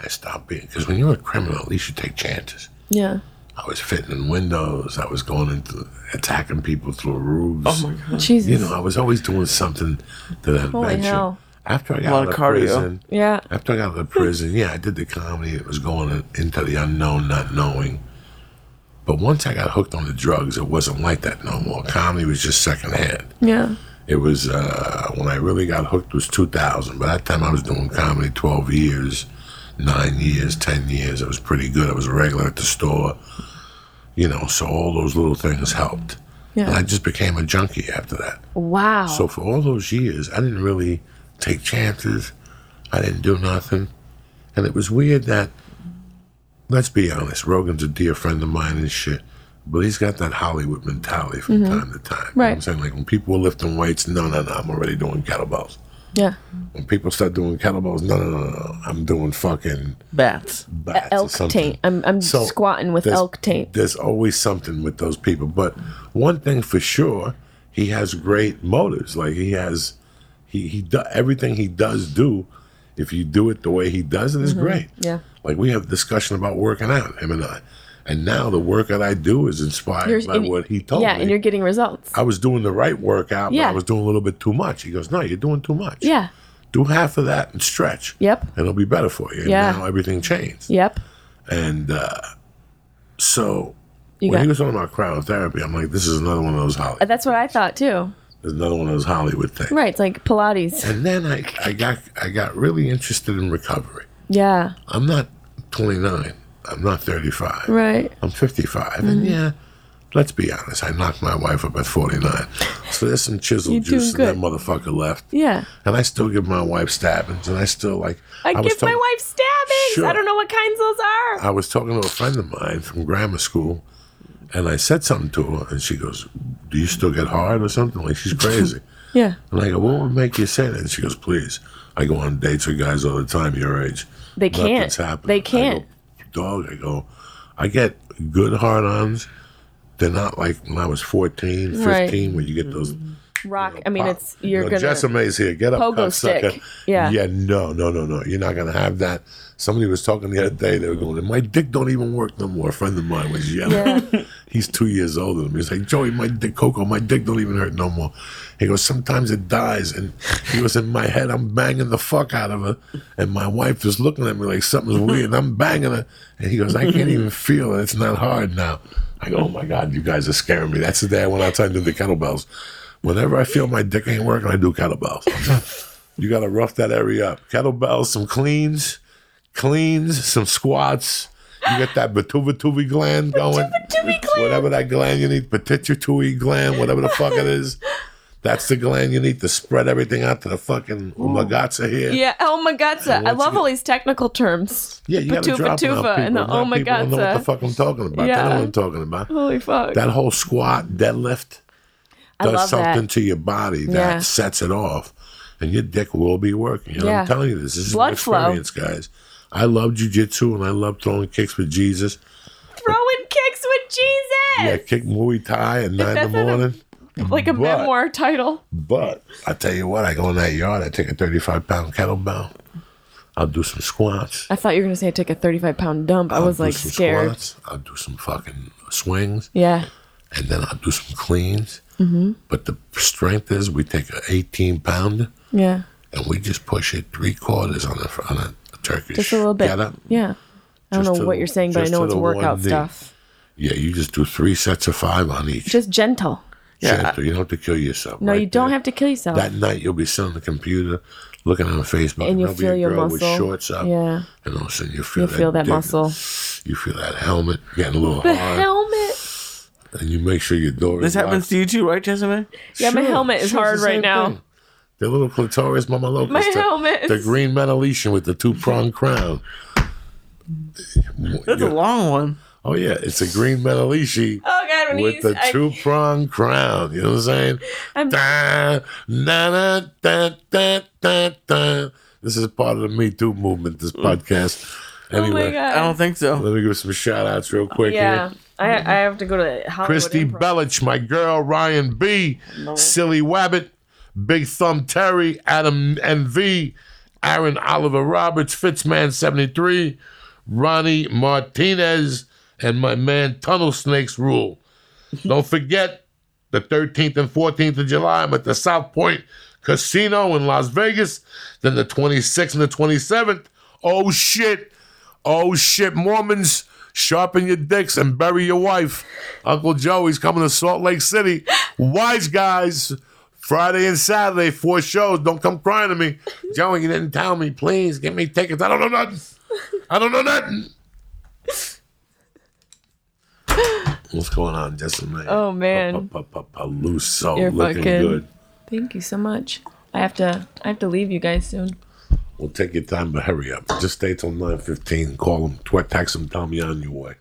Speaker 1: I stopped being because when you're a criminal, at least you take chances.
Speaker 5: Yeah.
Speaker 1: I was fitting in windows. I was going into attacking people through roofs.
Speaker 2: Oh
Speaker 5: Jesus.
Speaker 1: You know, I was always doing something to that
Speaker 5: Holy
Speaker 1: adventure.
Speaker 5: hell.
Speaker 1: After I got out
Speaker 2: lot of
Speaker 1: of
Speaker 2: cardio.
Speaker 1: prison,
Speaker 5: Yeah.
Speaker 1: After I got out of prison, yeah, I did the comedy. It was going in- into the unknown, not knowing. But once I got hooked on the drugs, it wasn't like that no more. Comedy was just secondhand.
Speaker 5: Yeah.
Speaker 1: It was uh, when I really got hooked was 2000. By that time, I was doing comedy 12 years, nine years, 10 years. I was pretty good. I was a regular at the store, you know. So all those little things helped. And I
Speaker 5: Yeah.
Speaker 1: just became a junkie after that.
Speaker 5: Wow.
Speaker 1: So for all those years, I didn't really take chances. I didn't do nothing. And it was weird that, let's be honest, Rogan's a dear friend of mine and shit. But he's got that Hollywood mentality from time to time. You know what I'm
Speaker 5: Mm-hmm. Right.
Speaker 1: saying? Like when people were lifting weights, no, no, no, I'm already doing kettlebells.
Speaker 5: yeah.
Speaker 1: When people start doing kettlebells, no, no, no, no, I'm doing fucking
Speaker 2: Bats.
Speaker 1: bats or
Speaker 5: Elk
Speaker 1: something.
Speaker 5: taint. I'm I'm
Speaker 1: So,
Speaker 5: squatting with
Speaker 1: there's-
Speaker 5: elk taint.
Speaker 1: There's always something with those people. But one thing for sure, he has great motives. Like he has, he he do, everything he does do. If you do it the way he does it, is great.
Speaker 5: Mm-hmm. Yeah.
Speaker 1: Like we have discussion about working out, him and I, and now the work that I do is inspired
Speaker 5: You're-
Speaker 1: by
Speaker 5: and-
Speaker 1: what he told
Speaker 5: yeah,
Speaker 1: me.
Speaker 5: and you're getting results.
Speaker 1: I was doing the right workout, but
Speaker 5: Yeah.
Speaker 1: I was doing a little bit too much. He goes, "No, you're doing too much.
Speaker 5: yeah.
Speaker 1: do half of that and stretch.
Speaker 5: Yep.
Speaker 1: and it'll be better for you." And
Speaker 5: Yeah.
Speaker 1: now everything changed
Speaker 5: Yep.
Speaker 1: and uh, So when
Speaker 5: You got- Uh,
Speaker 1: he was talking about cryotherapy, I'm like, this is another one of those Hollywood.
Speaker 5: That's what I thought too.
Speaker 1: There's another one of those Hollywood things.
Speaker 5: Right, it's like Pilates.
Speaker 1: And then I, I got I got really interested in recovery.
Speaker 5: Yeah.
Speaker 1: I'm not 29. I'm not 35.
Speaker 5: Right. Mm-hmm.
Speaker 1: I'm 55. And yeah, let's be honest. I knocked my wife up at 49. So there's some chisel
Speaker 5: You're
Speaker 1: juice in
Speaker 5: doing
Speaker 1: that motherfucker left.
Speaker 5: Yeah.
Speaker 1: And I still give my wife stabbings. And I still like.
Speaker 5: I,
Speaker 1: was
Speaker 5: give my
Speaker 1: talking-
Speaker 5: wife stabbings.
Speaker 1: Sure.
Speaker 5: I don't know what kinds those are.
Speaker 1: I was talking to a friend of mine from grammar school, and I said something to her, and she goes, "Do you still get hard or something?" Like she's crazy.
Speaker 5: Yeah.
Speaker 1: and I go, "What would make you say that?" And she goes, "Please." I go on dates with guys all the time your age.
Speaker 5: They can't.
Speaker 1: Nothing's happened.
Speaker 5: They
Speaker 1: I go,
Speaker 5: can't.
Speaker 1: Dog, I go. I get good hard-ons. They're not like when I was 14, 15,
Speaker 5: Right.
Speaker 1: when you get those.
Speaker 5: Rock. I mean,
Speaker 1: pop-
Speaker 5: it's you're
Speaker 1: you know,
Speaker 5: gonna.
Speaker 1: Jessama's here. Get up,
Speaker 5: Pogo
Speaker 1: cocksucker.
Speaker 5: stick. Yeah.
Speaker 1: Yeah. No. No. No. No. You're not gonna have that. Somebody was talking the other day. They were going, "My dick don't even work no more." A friend of mine was yelling. He's two years older than me. He's like, "Joey, my dick, Coco, my dick don't even hurt no more." He goes, "Sometimes it dies." And he goes, "In my head, I'm banging the fuck out of her, and my wife is looking at me like something's weird. And I'm banging her, and he goes, "I can't even feel it. It's not hard now." I go, "Oh my god, you guys are scaring me." That's the day I went outside and did the kettlebells. Whenever I feel my dick ain't working, I do kettlebells. you got to rough that area up. Kettlebells, some cleans, cleans, some squats. You get that batuva gland going. Whatever that gland you need, pituitary gland, whatever the fuck it is. That's the gland you need to spread everything out to the fucking umagata here.
Speaker 5: Yeah. Oh my god. so- I
Speaker 1: once
Speaker 5: love
Speaker 1: you
Speaker 5: all these technical terms.
Speaker 1: Yeah, you gotta
Speaker 5: Pituva
Speaker 1: drop it on
Speaker 5: tuva
Speaker 1: people.
Speaker 5: and the oh
Speaker 1: Now people don't know what the
Speaker 5: omagata.
Speaker 1: fuck I'm talking about. They
Speaker 5: Yeah.
Speaker 1: know what I'm talking about.
Speaker 5: Holy fuck.
Speaker 1: That whole squat, deadlift.
Speaker 5: I
Speaker 1: does
Speaker 5: love
Speaker 1: something
Speaker 5: that.
Speaker 1: to your body that
Speaker 5: Yeah.
Speaker 1: sets it off, and your dick will be working. You know,
Speaker 5: Yeah.
Speaker 1: I'm telling you this. This is
Speaker 5: Blood
Speaker 1: an experience, guys. I love jujitsu and I love throwing kicks with Jesus.
Speaker 5: Throwing kicks with
Speaker 1: Yeah,
Speaker 5: Jesus.
Speaker 1: kick Muay Thai at nine in the
Speaker 5: That's not a-
Speaker 1: morning.
Speaker 5: like a
Speaker 1: but-
Speaker 5: memoir title.
Speaker 1: But I tell you what, I go in that yard. I take a thirty-five pound kettlebell. I'll do some squats.
Speaker 5: I thought you were gonna say I take a 35 pound dump. I
Speaker 1: I'll
Speaker 5: was
Speaker 1: do
Speaker 5: like
Speaker 1: some
Speaker 5: scared.
Speaker 1: Squats. I'll do some fucking swings.
Speaker 5: Yeah.
Speaker 1: and then I'll do some cleans.
Speaker 5: Mm-hmm.
Speaker 1: But the strength is we take an 18 pounder
Speaker 5: Yeah.
Speaker 1: and we just push it three quarters on a, on a Turkish.
Speaker 5: Just a little bit.
Speaker 1: getup.
Speaker 5: Yeah. I don't
Speaker 1: Just
Speaker 5: know
Speaker 1: to
Speaker 5: what
Speaker 1: the-
Speaker 5: you're saying, but I
Speaker 1: just
Speaker 5: know
Speaker 1: to
Speaker 5: it's
Speaker 1: the one
Speaker 5: workout
Speaker 1: knee.
Speaker 5: stuff.
Speaker 1: Yeah, you just do three sets of five on each.
Speaker 5: Just gentle.
Speaker 1: Yeah. You don't have to kill yourself.
Speaker 5: No,
Speaker 1: right
Speaker 5: you don't
Speaker 1: there.
Speaker 5: have to kill yourself.
Speaker 1: That night you'll be sitting on the computer, looking on Facebook,
Speaker 5: And
Speaker 1: there'll
Speaker 5: you'll feel
Speaker 1: be a
Speaker 5: your
Speaker 1: girl
Speaker 5: muscle.
Speaker 1: with shorts up.
Speaker 5: Yeah.
Speaker 1: And all of a sudden you feel
Speaker 5: you
Speaker 1: that
Speaker 5: feel that
Speaker 1: dick.
Speaker 5: muscle.
Speaker 1: You feel that helmet getting a little
Speaker 5: The
Speaker 1: hard,
Speaker 5: helmet.
Speaker 1: and you make sure your door.
Speaker 2: This
Speaker 1: is locked.
Speaker 2: happens to you too, right, Jessamy?
Speaker 5: Yeah, my
Speaker 1: Sure,
Speaker 5: helmet is
Speaker 1: sure, it's
Speaker 5: hard
Speaker 1: the
Speaker 5: right
Speaker 1: same
Speaker 5: now.
Speaker 1: thing. The little clitoris, Mama Locust.
Speaker 5: My
Speaker 1: the,
Speaker 5: helmet
Speaker 1: The
Speaker 5: is-
Speaker 1: green Metalician with the two pronged crown.
Speaker 2: That's a long one.
Speaker 1: Oh, yeah. It's a green Metalician
Speaker 5: Oh god, when
Speaker 1: with
Speaker 5: he's
Speaker 1: the
Speaker 5: I,
Speaker 1: two pronged crown. You know what I'm saying? Da, na, na, da, da, da, da. This is part of the Me Too movement, this podcast.
Speaker 5: Mm. oh
Speaker 1: Anyway,
Speaker 5: my god.
Speaker 2: I don't think so.
Speaker 1: let me give some shout outs real quick here.
Speaker 5: yeah. I, I have to go to Hollywood
Speaker 1: Christy
Speaker 5: Improv.
Speaker 1: Bellich, my girl Ryan B, Silly Wabbit, Big Thumb Terry, Adam NV, Aaron Oliver Roberts, Fitzman73, Ronnie Martinez, and my man Tunnel Snakes Rule. Don't forget the 13th and 14th of July, I'm at the South Point Casino in Las Vegas. Then the 26th and the 27th. Oh shit. Oh shit, Mormons, sharpen your dicks and bury your wife. Uncle Joey's coming to Salt Lake City. Wise guys, Friday and Saturday, four shows. Don't come crying to me. Joey, you didn't tell me. Please give me tickets. I don't know nothing. I don't know nothing. What's going on, Just a minute.
Speaker 5: Oh, man.
Speaker 1: Paluso
Speaker 5: You're
Speaker 1: looking
Speaker 5: fucking-
Speaker 1: good.
Speaker 5: Thank you so much. I have to I have to leave you guys soon.
Speaker 1: We'll take your time, but hurry up. Just stay till nine fifteen. Call them, tw- text them, tell them you're on your way.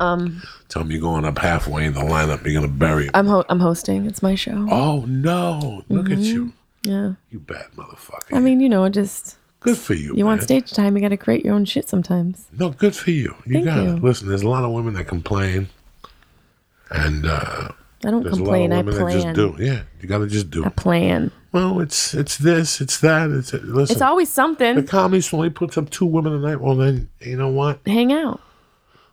Speaker 5: Um
Speaker 1: Tell them you're going up halfway in the lineup. You're gonna bury them.
Speaker 5: I'm ho- I'm hosting. It's my show.
Speaker 1: oh no! Look at you,
Speaker 5: Yeah.
Speaker 1: you bad motherfucker.
Speaker 5: mm-hmm. I mean, you know, just
Speaker 1: good for you.
Speaker 5: you
Speaker 1: man.
Speaker 5: want stage time, you got to create your own shit sometimes.
Speaker 1: No, good for you. You
Speaker 5: Thank
Speaker 1: got
Speaker 5: you.
Speaker 1: it. Listen, there's a lot of women that complain, and uh,
Speaker 5: I don't
Speaker 1: there's
Speaker 5: complain.
Speaker 1: a lot
Speaker 5: I
Speaker 1: of women that just
Speaker 5: plan.
Speaker 1: do. Yeah, you gotta just do.
Speaker 5: I plan.
Speaker 1: Well, it's it's this, it's that. It's uh, listen.
Speaker 5: It's always
Speaker 1: the
Speaker 5: something.
Speaker 1: comedy store only puts up two women a night. Well, then you know what?
Speaker 5: Hang out.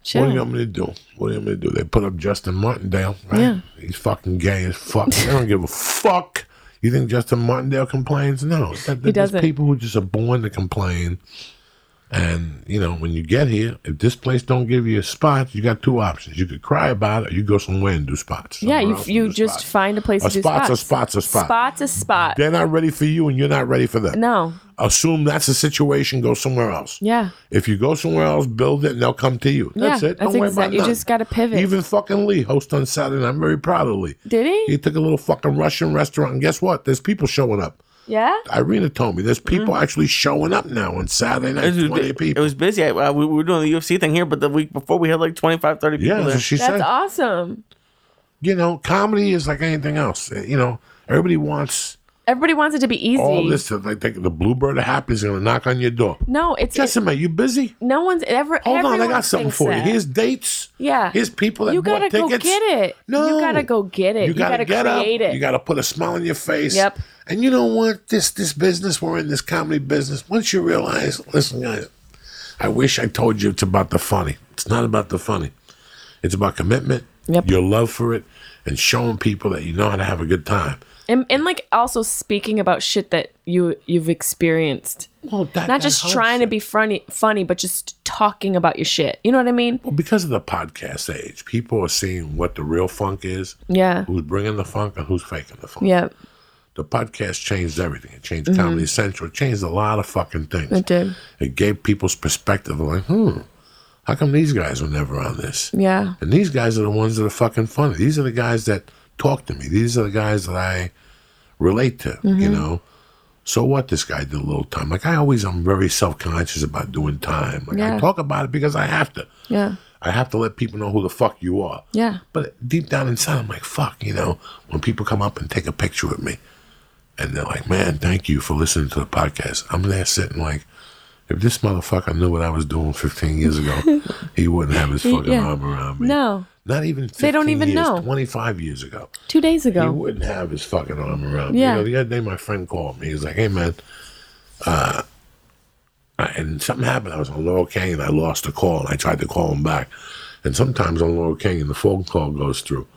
Speaker 1: What do you
Speaker 5: Chill.
Speaker 1: want me to do? What do you want me to do? They put up Justin Martindale, right?
Speaker 5: Yeah.
Speaker 1: He's fucking gay as fuck. they don't give a fuck. You think Justin Martindale complains? No. That, that, there's
Speaker 5: doesn't.
Speaker 1: people who just are born to complain. And you know, when you get here, if this place don't give you a spot, you got two options. You could cry about it, or you go somewhere and do spots.
Speaker 5: Yeah,
Speaker 1: Somewhere
Speaker 5: you,
Speaker 1: else and
Speaker 5: you
Speaker 1: do
Speaker 5: just
Speaker 1: spots.
Speaker 5: find a place
Speaker 1: a
Speaker 5: to do
Speaker 1: spot's
Speaker 5: spots.
Speaker 1: a spot's a spot.
Speaker 5: Spot's a spot.
Speaker 1: They're not ready for you, and you're not ready for them.
Speaker 5: No.
Speaker 1: Assume that's the situation. Go somewhere else.
Speaker 5: Yeah.
Speaker 1: If you go somewhere else, build it, and they'll come to you. That's
Speaker 5: Yeah,
Speaker 1: it. Don't
Speaker 5: that's
Speaker 1: worry about
Speaker 5: exact- you
Speaker 1: nothing.
Speaker 5: just gotta pivot.
Speaker 1: Even fucking Lee, host on Saturday, I'm very proud of Lee.
Speaker 5: Did he?
Speaker 1: He took a little fucking Russian restaurant, and guess what? There's people showing up.
Speaker 5: Yeah.
Speaker 1: Irina told me there's
Speaker 5: Mm-hmm.
Speaker 1: people actually showing up now on Saturday night.
Speaker 2: It was,
Speaker 1: Twenty
Speaker 2: it
Speaker 1: people.
Speaker 2: was busy. I, uh, we we were doing the UFC thing here, but the week before we had like 25, 30 people
Speaker 1: yeah, that's
Speaker 2: there.
Speaker 1: what she
Speaker 5: That's
Speaker 1: said.
Speaker 5: awesome.
Speaker 1: You know, comedy is like anything else. Uh, You know, everybody wants
Speaker 5: Everybody wants it to be easy.
Speaker 1: all this. To, like they, the bluebird of happy is going to knock on your door.
Speaker 5: no, it's
Speaker 1: Just a minute, you busy?
Speaker 5: no one's ever.
Speaker 1: Hold on, I
Speaker 5: everyone
Speaker 1: got something
Speaker 5: thinks
Speaker 1: for
Speaker 5: that.
Speaker 1: you. Here's dates.
Speaker 5: Yeah.
Speaker 1: Here's people that
Speaker 5: You
Speaker 1: bought
Speaker 5: gotta go
Speaker 1: tickets.
Speaker 5: get it.
Speaker 1: No,
Speaker 5: You gotta go get it. You gotta
Speaker 1: get up.
Speaker 5: create it.
Speaker 1: You gotta put a smile on your face.
Speaker 5: Yep.
Speaker 1: And you know what? This this business we're in, this comedy business. Once you realize, listen, guys, I wish I told you it's about the funny. It's not about the funny. It's about commitment,
Speaker 5: Yep.
Speaker 1: your love for it, and showing people that you know how to have a good time.
Speaker 5: and, and like also speaking about shit that you you've experienced.
Speaker 1: Well, that,
Speaker 5: Not just trying to be funny, funny, but just talking about your shit. You know what I mean?
Speaker 1: Well, because of the podcast age, people are seeing what the real funk is,
Speaker 5: Yeah.
Speaker 1: who's bringing the funk, and who's faking the funk.
Speaker 5: Yeah. Mm-hmm.
Speaker 1: the podcast changed everything. It changed Comedy Central. It changed a lot of fucking things.
Speaker 5: It did.
Speaker 1: It gave people's perspective. Like, hmm, how come these guys were never on this?
Speaker 5: Yeah.
Speaker 1: And these guys are the ones that are fucking funny. These are the guys that talk to me. These are the guys that I relate to.
Speaker 5: Mm-hmm.
Speaker 1: You know. So what? This guy did a little time. Like I always, I'm very self conscious about doing time. Like I
Speaker 5: Yeah.
Speaker 1: talk about it because I have to.
Speaker 5: Yeah.
Speaker 1: I have to let people know who the fuck you are.
Speaker 5: Yeah.
Speaker 1: But deep down inside, I'm like, fuck, you know, when people come up and take a picture with me and they're like, man, thank you for listening to the podcast. I'm there sitting like, if this motherfucker knew what I was doing 15 years ago, he wouldn't have his fucking
Speaker 5: yeah.
Speaker 1: arm around me.
Speaker 5: No.
Speaker 1: Not even 15
Speaker 5: They don't even
Speaker 1: years,
Speaker 5: know.
Speaker 1: 25 years ago.
Speaker 5: Two days
Speaker 1: He
Speaker 5: ago.
Speaker 1: wouldn't have his fucking arm around me.
Speaker 5: Yeah.
Speaker 1: You know, the other day, my friend called me. He's like, hey, man, uh, I- and something happened. I was on Laurel King and I lost the call. And I tried to call him back. And sometimes on Laurel King, the phone call goes through.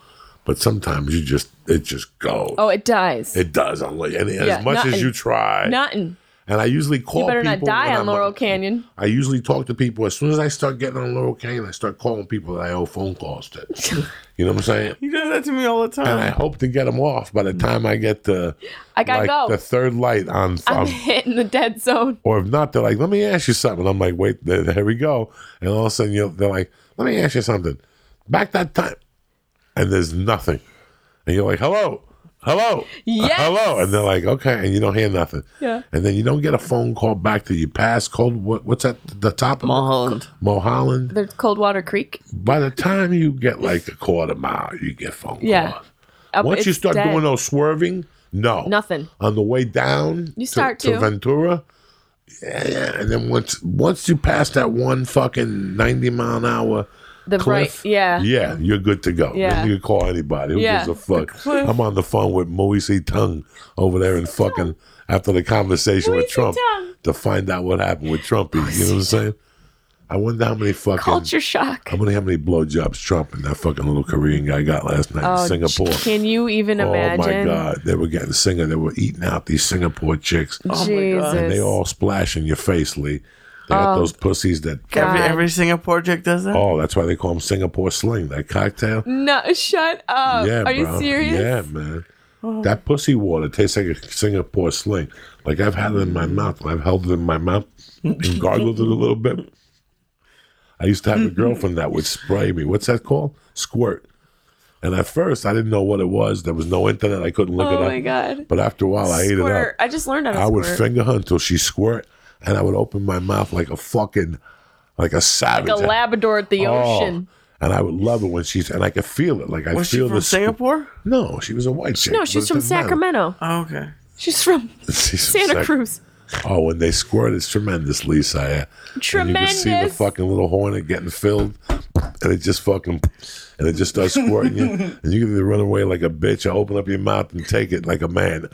Speaker 1: But sometimes you just, it just goes.
Speaker 5: Oh, it dies.
Speaker 1: It does. On, Laurel- and
Speaker 5: Yeah,
Speaker 1: as much
Speaker 5: nothing.
Speaker 1: as you try.
Speaker 5: Nothing.
Speaker 1: and I usually call
Speaker 5: You better not
Speaker 1: people
Speaker 5: die
Speaker 1: when
Speaker 5: on
Speaker 1: I'm
Speaker 5: Laurel Canyon.
Speaker 1: I usually talk to people as soon as I start getting on Laurel Canyon. I start calling people that I owe phone calls to. you know what I'm saying?
Speaker 2: He does that to me all the
Speaker 1: and I
Speaker 2: time.
Speaker 1: hope to get them off by the time I get the
Speaker 5: I gotta
Speaker 1: like
Speaker 5: go.
Speaker 1: the um, third light on,
Speaker 5: I'm
Speaker 1: on
Speaker 5: hitting the dead zone.
Speaker 1: or if not, they're like, "Let me ask you something." I'm like, "Wait, there, there we go," and all of a sudden you they're like, "Let me ask you something." Back that time, and there's nothing, and you're like, "Hello." Hello.
Speaker 5: Yes.
Speaker 1: Hello. And they're like, okay. And you don't hear nothing.
Speaker 5: Yeah.
Speaker 1: And then you don't get a phone call back to your past cold. What, what's at the top of it?
Speaker 2: Mulholland.
Speaker 1: Mulholland
Speaker 5: There's Coldwater Creek.
Speaker 1: by the time you get like a quarter mile, you get phone
Speaker 5: Yeah.
Speaker 1: calls.
Speaker 5: Up-
Speaker 1: Once you
Speaker 5: it's
Speaker 1: start
Speaker 5: dead.
Speaker 1: doing those swerving, no,
Speaker 5: Nothing.
Speaker 1: On the way down,
Speaker 5: You start
Speaker 1: to,
Speaker 5: to.
Speaker 1: Ventura, yeah, yeah, and then once once you pass that one fucking ninety mile an hour.
Speaker 5: The
Speaker 1: cliff,
Speaker 5: bright- yeah.
Speaker 1: yeah, you're good to go.
Speaker 5: Yeah.
Speaker 1: Then you can call anybody. Who
Speaker 5: Yeah.
Speaker 1: gives a fuck? I'm on the phone with Moise Tung over there and fucking after the conversation with
Speaker 5: Moise
Speaker 1: Trump
Speaker 5: Tung.
Speaker 1: to find out what happened with Trump. You know what I'm saying? I wonder how many fucking
Speaker 5: Culture shock.
Speaker 1: I wonder how many blowjobs Trump and that fucking little Korean guy got last night
Speaker 5: Oh,
Speaker 1: in Singapore.
Speaker 5: Can you even
Speaker 1: oh my
Speaker 5: imagine?
Speaker 1: God, they were getting singer. They were eating out these Singapore chicks,
Speaker 5: Oh, Jesus.
Speaker 1: and they all splash in your face, Lee. They got those pussies that.
Speaker 2: Every,
Speaker 5: Oh, God.
Speaker 2: every Singapore chick does that.
Speaker 1: Oh, that's why they call them Singapore Sling. That cocktail.
Speaker 5: no, shut up.
Speaker 1: yeah,
Speaker 5: Are you
Speaker 1: bro.
Speaker 5: serious? Oh.
Speaker 1: Yeah, man. That pussy water tastes like a Singapore Sling. Like I've had it in
Speaker 5: Mm.
Speaker 1: my mouth. and I've held it in my mouth and gargled it a little bit. I used to have a girlfriend that would spray me. What's that called? Squirt. And at first, I didn't know what it was. There was no internet. I couldn't look it
Speaker 5: Oh
Speaker 1: up.
Speaker 5: my God.
Speaker 1: But after a while, I ate it up.
Speaker 5: Squirt. I just learned how to
Speaker 1: I would
Speaker 5: squirt.
Speaker 1: finger her until she squirt, and I would open my mouth like a fucking, like a savage.
Speaker 5: like a Labrador at the
Speaker 1: Oh.
Speaker 5: ocean.
Speaker 1: And I would love it when she's, and I could feel it. Like I
Speaker 2: Was Oh, she
Speaker 1: feel
Speaker 2: from
Speaker 1: the squ-
Speaker 2: Singapore?
Speaker 1: no, she was a white chick.
Speaker 5: No,
Speaker 1: but
Speaker 5: she's
Speaker 1: it
Speaker 5: from
Speaker 1: doesn't matter.
Speaker 5: Sacramento.
Speaker 2: Oh, okay.
Speaker 5: She's from
Speaker 1: She's from
Speaker 5: Santa
Speaker 1: Sac-
Speaker 5: Cruz.
Speaker 1: Oh, when they squirt, it's tremendous, Lisa. Yeah. And you can see the
Speaker 5: Tremendous.
Speaker 1: fucking little hornet getting filled, and it just fucking, and it just starts squirting you, and you can either run away like a bitch or open up your mouth and take it like a man.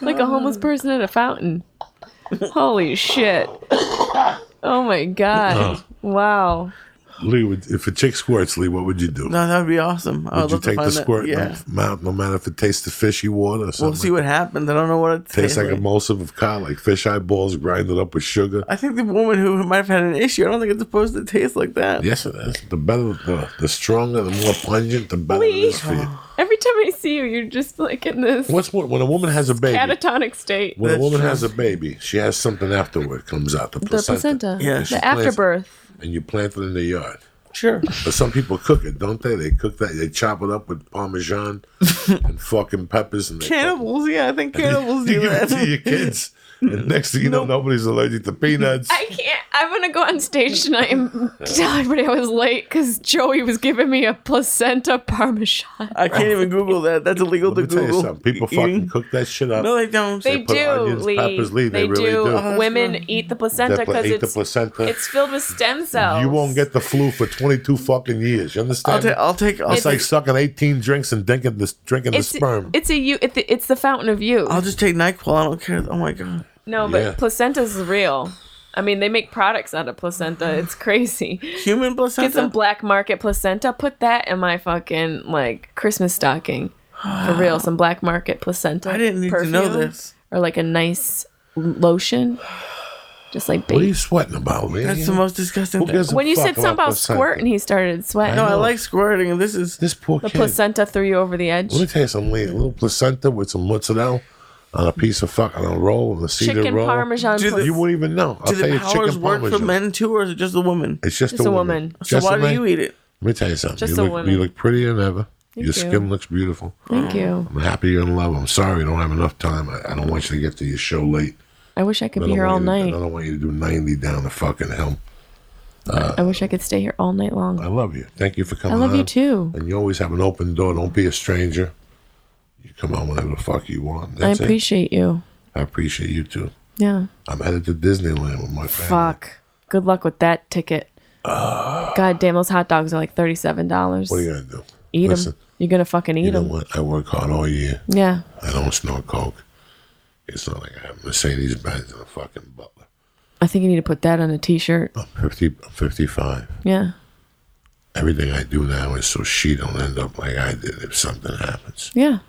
Speaker 5: Like a homeless person at a fountain. Holy shit. Oh my God. Wow.
Speaker 1: Lee, would, if a chick squirts, Lee, what would you do?
Speaker 2: No, that would be awesome. I
Speaker 1: would
Speaker 2: would,
Speaker 1: you
Speaker 2: love to
Speaker 1: take
Speaker 2: find
Speaker 1: the squirt
Speaker 2: That.
Speaker 1: in
Speaker 2: Yeah.
Speaker 1: the mouth, no matter if it tastes the fishy water or something?
Speaker 2: We'll see what happens. I don't know what it
Speaker 1: Tastes like
Speaker 2: like.
Speaker 1: emulsive of cod, like fish eyeballs grinded up with sugar.
Speaker 2: I think the woman who might have had an issue. I don't think it's supposed to taste like that.
Speaker 1: Yes, it is. The better, the, the stronger, the more pungent, the better it is for you.
Speaker 5: Every time I see you, you're just like in this
Speaker 1: What's more, when a woman has a baby?
Speaker 5: catatonic state.
Speaker 1: When a
Speaker 2: That's
Speaker 1: woman
Speaker 2: true.
Speaker 1: has a baby, she has something afterward comes out the
Speaker 5: the
Speaker 1: placenta,
Speaker 5: placenta,
Speaker 2: Yes.
Speaker 5: the afterbirth.
Speaker 1: and you plant it in the yard.
Speaker 2: Sure.
Speaker 1: But some people cook it, don't they? They cook that, they chop it up with parmesan and fucking peppers, and they
Speaker 2: Cannibals. Yeah, I think cannibals
Speaker 1: you
Speaker 2: do
Speaker 1: give it to
Speaker 2: that.
Speaker 1: your kids. And next thing you know, nobody's allergic to peanuts.
Speaker 5: I can't. I'm gonna go on stage tonight and tell everybody I was late because Joey was giving me a placenta parmesan.
Speaker 2: I can't even Google that. That's illegal
Speaker 1: Let me
Speaker 2: to
Speaker 1: tell you
Speaker 2: Google.
Speaker 1: something. People
Speaker 2: You-
Speaker 1: fucking cook that shit up.
Speaker 2: No, they don't.
Speaker 5: They,
Speaker 1: put
Speaker 5: do,
Speaker 1: onions,
Speaker 5: Lee.
Speaker 1: peppers, Lee, they
Speaker 5: They,
Speaker 1: really
Speaker 5: do.
Speaker 1: do. Oh,
Speaker 2: that's
Speaker 5: Women
Speaker 2: right.
Speaker 5: eat the placenta
Speaker 1: They
Speaker 5: because
Speaker 1: ate
Speaker 5: it's
Speaker 1: the placenta.
Speaker 5: it's filled with stem cells.
Speaker 1: You won't get the flu for 22 fucking years. You
Speaker 2: I'll
Speaker 1: understand?
Speaker 2: take. I'll take. I'll,
Speaker 1: it's like
Speaker 2: take
Speaker 1: sucking 18 drinks and drinking the, drinking the
Speaker 5: it's
Speaker 1: sperm. Uh,
Speaker 5: It's a you. It's the, it's the fountain of youth.
Speaker 2: I'll just take Nyquil. I don't care. Oh my god.
Speaker 5: no, but
Speaker 1: Yeah.
Speaker 5: placenta's real. I mean, they make products out of placenta. It's crazy.
Speaker 2: Human placenta.
Speaker 5: Get some black market placenta. Put that in my fucking like Christmas stocking. For real, some black market placenta.
Speaker 2: I didn't need to know this.
Speaker 5: Or like a nice lotion, just like
Speaker 1: what are you
Speaker 5: baby.
Speaker 1: sweating about, man?
Speaker 2: That's the most disgusting
Speaker 1: Who
Speaker 2: thing.
Speaker 1: gives a
Speaker 5: When you
Speaker 1: fuck
Speaker 5: said something about
Speaker 1: placenta?
Speaker 5: squirt, and he started sweating.
Speaker 2: No, I like squirting, and this is
Speaker 1: This poor
Speaker 5: the
Speaker 1: kid.
Speaker 5: placenta threw you over the edge.
Speaker 1: Let me tell you something, Lee. A little placenta with some mozzarella on a piece of fucking on a roll, on a cedar
Speaker 5: Chicken
Speaker 1: roll.
Speaker 5: parmesan.
Speaker 2: Do the-
Speaker 5: pla-
Speaker 1: You wouldn't even know. I'll
Speaker 2: do
Speaker 1: tell
Speaker 2: the
Speaker 1: you
Speaker 2: powers
Speaker 1: chicken
Speaker 2: work for
Speaker 1: parmesan.
Speaker 2: men too, or is it just the woman?
Speaker 1: It's just,
Speaker 5: Just
Speaker 1: a,
Speaker 5: a
Speaker 1: woman.
Speaker 5: woman.
Speaker 2: So
Speaker 1: Just
Speaker 2: why
Speaker 1: a
Speaker 2: do
Speaker 1: man.
Speaker 2: you eat it?
Speaker 1: Let me tell you something.
Speaker 5: Just
Speaker 1: you
Speaker 5: a
Speaker 1: look,
Speaker 5: woman.
Speaker 1: You look prettier than ever. Your
Speaker 5: you.
Speaker 1: skin looks beautiful.
Speaker 5: Thank you.
Speaker 1: I'm happy you're in love. I'm sorry you don't have enough time. I, I don't want you to get to your show late.
Speaker 5: I wish I could
Speaker 1: I
Speaker 5: be
Speaker 1: don't
Speaker 5: here all
Speaker 1: want you to-
Speaker 5: night.
Speaker 1: I don't want you to do 90 down the fucking hill.
Speaker 5: I wish I could stay here all night long.
Speaker 1: I love you. Thank you for
Speaker 5: I
Speaker 1: coming
Speaker 5: love you
Speaker 1: on.
Speaker 5: too.
Speaker 1: And you always have an open door. Don't be a stranger. You come on whenever the fuck you want.
Speaker 5: I
Speaker 1: That's it.
Speaker 5: appreciate you.
Speaker 1: I appreciate you too.
Speaker 5: Yeah.
Speaker 1: I'm headed to Disneyland with my family.
Speaker 5: Fuck. Good luck with that ticket. God damn, those hot dogs are like thirty-seven dollars.
Speaker 1: What are you going to do?
Speaker 5: Eat
Speaker 1: Listen,
Speaker 5: them. You're gonna fucking eat
Speaker 1: You know
Speaker 5: them.
Speaker 1: what? I work hard all year.
Speaker 5: Yeah.
Speaker 1: I don't snort coke. It's not like I have Mercedes Benz and a fucking butler.
Speaker 5: I think you need to put that on a T-shirt.
Speaker 1: I'm 50, I'm 55.
Speaker 5: Yeah.
Speaker 1: Everything I do now is so she don't end up like I did if something happens.
Speaker 5: Yeah.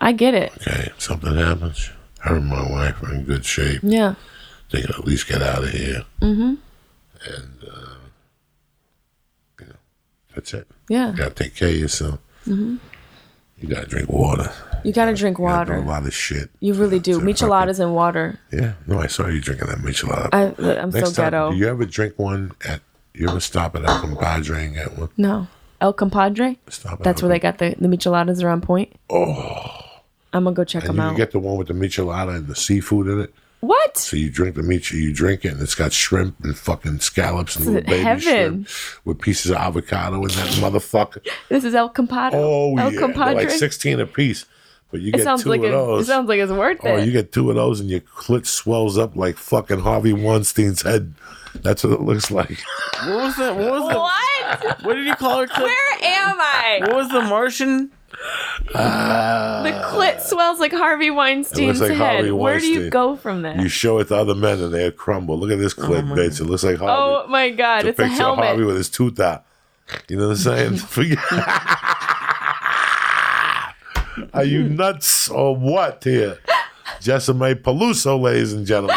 Speaker 5: I get it.
Speaker 1: Okay, if something happens, her and my wife are in good shape.
Speaker 5: Yeah.
Speaker 1: They can at least get out of here. Mm-hmm. And, uh, you know, that's it.
Speaker 5: Yeah.
Speaker 1: You gotta take care of yourself. Mm-hmm. You gotta drink water.
Speaker 5: You gotta drink
Speaker 1: You gotta do
Speaker 5: water.
Speaker 1: a lot of shit.
Speaker 5: You really do.
Speaker 1: That's it.
Speaker 5: Micheladas and water.
Speaker 1: Yeah. No, I saw you drinking that Michelada.
Speaker 5: I, I'm so
Speaker 1: Next time,
Speaker 5: ghetto.
Speaker 1: do you ever drink one at? You ever stop at a compadre and get one?
Speaker 5: No. El Compadre.
Speaker 1: Stop at
Speaker 5: That's
Speaker 1: El
Speaker 5: where they got the the micheladas are on point. Oh. I'm gonna go check
Speaker 1: And
Speaker 5: them
Speaker 1: you
Speaker 5: out.
Speaker 1: get the one with the michelada and the seafood in it.
Speaker 5: what?
Speaker 1: So you drink the meat, you drink it, and it's got shrimp and fucking scallops and
Speaker 5: This is
Speaker 1: little baby
Speaker 5: heaven.
Speaker 1: shrimp with pieces of avocado in that motherfucker.
Speaker 5: This is El Compadre.
Speaker 1: Oh
Speaker 5: El
Speaker 1: yeah, They're
Speaker 5: Compadre.
Speaker 1: like sixteen a piece. But you
Speaker 5: it
Speaker 1: get
Speaker 5: sounds
Speaker 1: two
Speaker 5: like
Speaker 1: of
Speaker 5: it, it
Speaker 1: those.
Speaker 5: sounds like it's worth
Speaker 1: oh,
Speaker 5: it.
Speaker 1: you get two of those, and your clit swells up like fucking Harvey Weinstein's head. That's what it looks like.
Speaker 2: What was that? What was that?
Speaker 5: what?
Speaker 2: What did you call her? Clit?
Speaker 5: Where am I?
Speaker 2: What was the Martian?
Speaker 5: The clit swells like Harvey Weinstein's
Speaker 1: like
Speaker 5: head.
Speaker 1: Harvey
Speaker 5: Where do you
Speaker 1: Weinstein.
Speaker 5: go from there?
Speaker 1: You show it to other men, and they crumble. Look at this clit, bitch. It looks like Harvey.
Speaker 5: oh my God!
Speaker 1: to
Speaker 5: It's a
Speaker 1: picture of Harvey
Speaker 5: helmet.
Speaker 1: with his tooth out. You know what I'm saying? Forget- Are you nuts or what here? Jessime Peluso, ladies and gentlemen.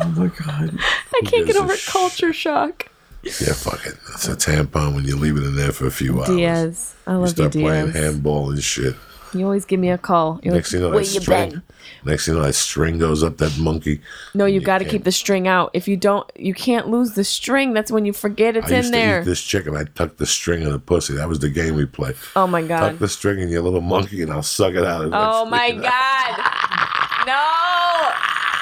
Speaker 2: Oh my god!
Speaker 5: I can't get
Speaker 1: gives a
Speaker 5: over
Speaker 1: sh-
Speaker 5: culture shock.
Speaker 1: Yeah, fuck it. It's a tampon when you leave it in there for a few hours.
Speaker 5: Diaz, I
Speaker 1: You
Speaker 5: love you,
Speaker 1: start playing
Speaker 5: Diaz.
Speaker 1: handball and shit.
Speaker 5: You always give me a call. You're
Speaker 1: Next
Speaker 5: like,
Speaker 1: thing you know,
Speaker 5: "Where
Speaker 1: that
Speaker 5: you
Speaker 1: string.
Speaker 5: been?"
Speaker 1: Next thing you know, that string goes up that monkey.
Speaker 5: No, you got to
Speaker 1: can't-
Speaker 5: keep the string out. If you don't, you can't lose the string. That's when you forget it's
Speaker 1: I
Speaker 5: in
Speaker 1: used to
Speaker 5: there.
Speaker 1: eat this chicken. I tucked the string in the pussy. That was the game we played.
Speaker 5: Oh my
Speaker 1: Tuck
Speaker 5: god.
Speaker 1: the string in your little monkey, and I'll suck it out.
Speaker 5: Oh my god.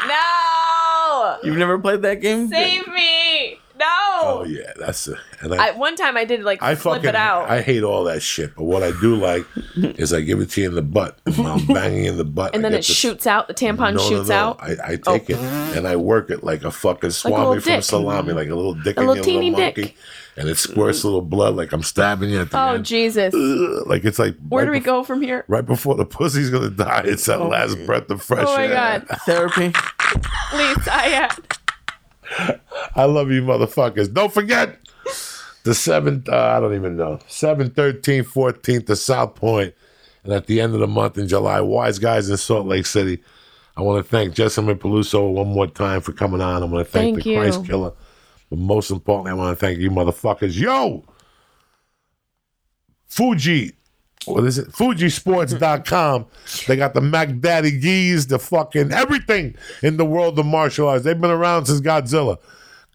Speaker 5: No.
Speaker 2: You've never played that game?
Speaker 5: No. Save me. No.
Speaker 1: Oh yeah, that's it. And
Speaker 5: I, one time I did like
Speaker 1: I
Speaker 5: flip
Speaker 1: fucking
Speaker 5: it out.
Speaker 1: I hate all that shit. But what I do like is I give it to you in the butt. And I'm banging in the butt, I
Speaker 5: and then
Speaker 1: get
Speaker 5: it
Speaker 1: this-
Speaker 5: shoots out. The tampon shoots out. Oh,
Speaker 1: I, I take it and I work it like a fucking swami
Speaker 5: little
Speaker 1: from
Speaker 5: dick.
Speaker 1: salami, like a little dick
Speaker 5: A
Speaker 1: in
Speaker 5: little
Speaker 1: your
Speaker 5: teeny
Speaker 1: little monkey,
Speaker 5: dick.
Speaker 1: and it squirts a little blood like I'm stabbing you at the
Speaker 5: oh
Speaker 1: end.
Speaker 5: Jesus.
Speaker 1: Ugh, Like it's like right
Speaker 5: Where do we
Speaker 1: bef-
Speaker 5: go from here?
Speaker 1: Right before the pussy's gonna die, it's that last breath of fresh
Speaker 5: Oh my
Speaker 1: air.
Speaker 5: god.
Speaker 2: Therapy.
Speaker 5: Please, I had
Speaker 1: I love you, motherfuckers. Don't forget the seventh, uh, I don't even know, 7th, 13th, 14th to South Point, and at the end of the month in July, Wise Guys in Salt Lake City. I want to thank Jessamine Peluso one more time for coming on. I want to thank,
Speaker 5: Thank
Speaker 1: the
Speaker 5: you.
Speaker 1: Christ Killer. But most importantly, I want to thank you motherfuckers. Yo! Fuji. What is it? Fujisports.com. They got the Mac Daddy Gees, the fucking everything in the world of martial arts. They've been around since Godzilla.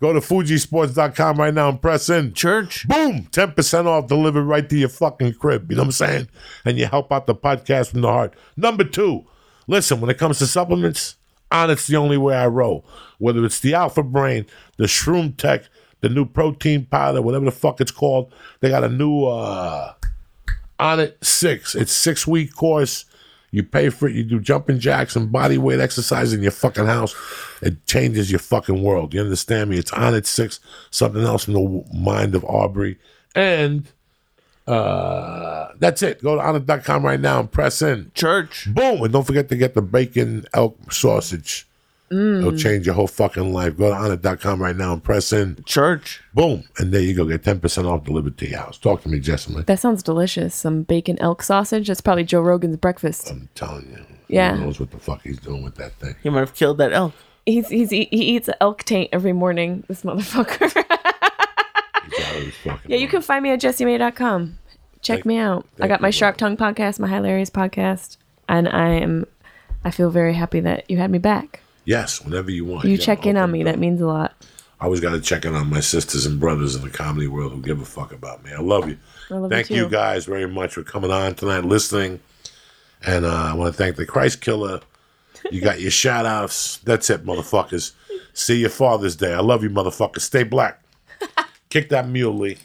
Speaker 1: Go to Fujisports.com right now and press in.
Speaker 2: Church.
Speaker 1: Boom! 10% off delivered right to your fucking crib. You know what I'm saying? And you help out the podcast from the heart. Number two, listen, when it comes to supplements, honest's the only way I roll. Whether it's the Alpha Brain, the Shroom Tech, the new protein powder, whatever the fuck it's called, they got a new uh on it six. It's six week course. You pay for it. You do jumping jacks and body weight exercise in your fucking house. It changes your fucking world. You understand me? It's on at six. Something else from the w- mind of Aubrey. And uh, that's it. Go to onit.com right now and press in.
Speaker 2: Church.
Speaker 1: Boom! And don't forget to get the bacon elk sausage. It'll change your whole fucking life. Go to onit.com right now and press in.
Speaker 2: Church.
Speaker 1: Boom! And there you go. Get 10% off delivered to your house. Talk to me, Jessamine.
Speaker 5: That sounds delicious. Some bacon elk sausage. That's probably Joe Rogan's breakfast.
Speaker 1: I'm telling you.
Speaker 5: Yeah.
Speaker 1: Who knows what the fuck he's doing with that thing.
Speaker 2: He might have killed that elk.
Speaker 5: He's, he's he eats elk taint every morning. This motherfucker.
Speaker 1: He's out of his fucking
Speaker 5: yeah, you
Speaker 1: mind.
Speaker 5: can find me at jessiemay.com. Check me out. I
Speaker 1: thank
Speaker 5: got my
Speaker 1: you,
Speaker 5: Sharp Tongue podcast, my Hilarious podcast, and I am. I feel very happy that you had me back.
Speaker 1: Yes, whenever you want.
Speaker 5: You
Speaker 1: gotta
Speaker 5: check in on
Speaker 1: open
Speaker 5: me.
Speaker 1: it up.
Speaker 5: That means a lot.
Speaker 1: I always got to check in on my sisters and brothers in the comedy world who give a fuck about me. I love you.
Speaker 5: I love you
Speaker 1: thank you
Speaker 5: too.
Speaker 1: guys very much for coming on tonight, listening. And uh, I want to thank the Christ Killer. You got your shout outs. That's it, motherfuckers. See you Father's Day. I love you, motherfuckers. Stay black. Kick that mule, Lee.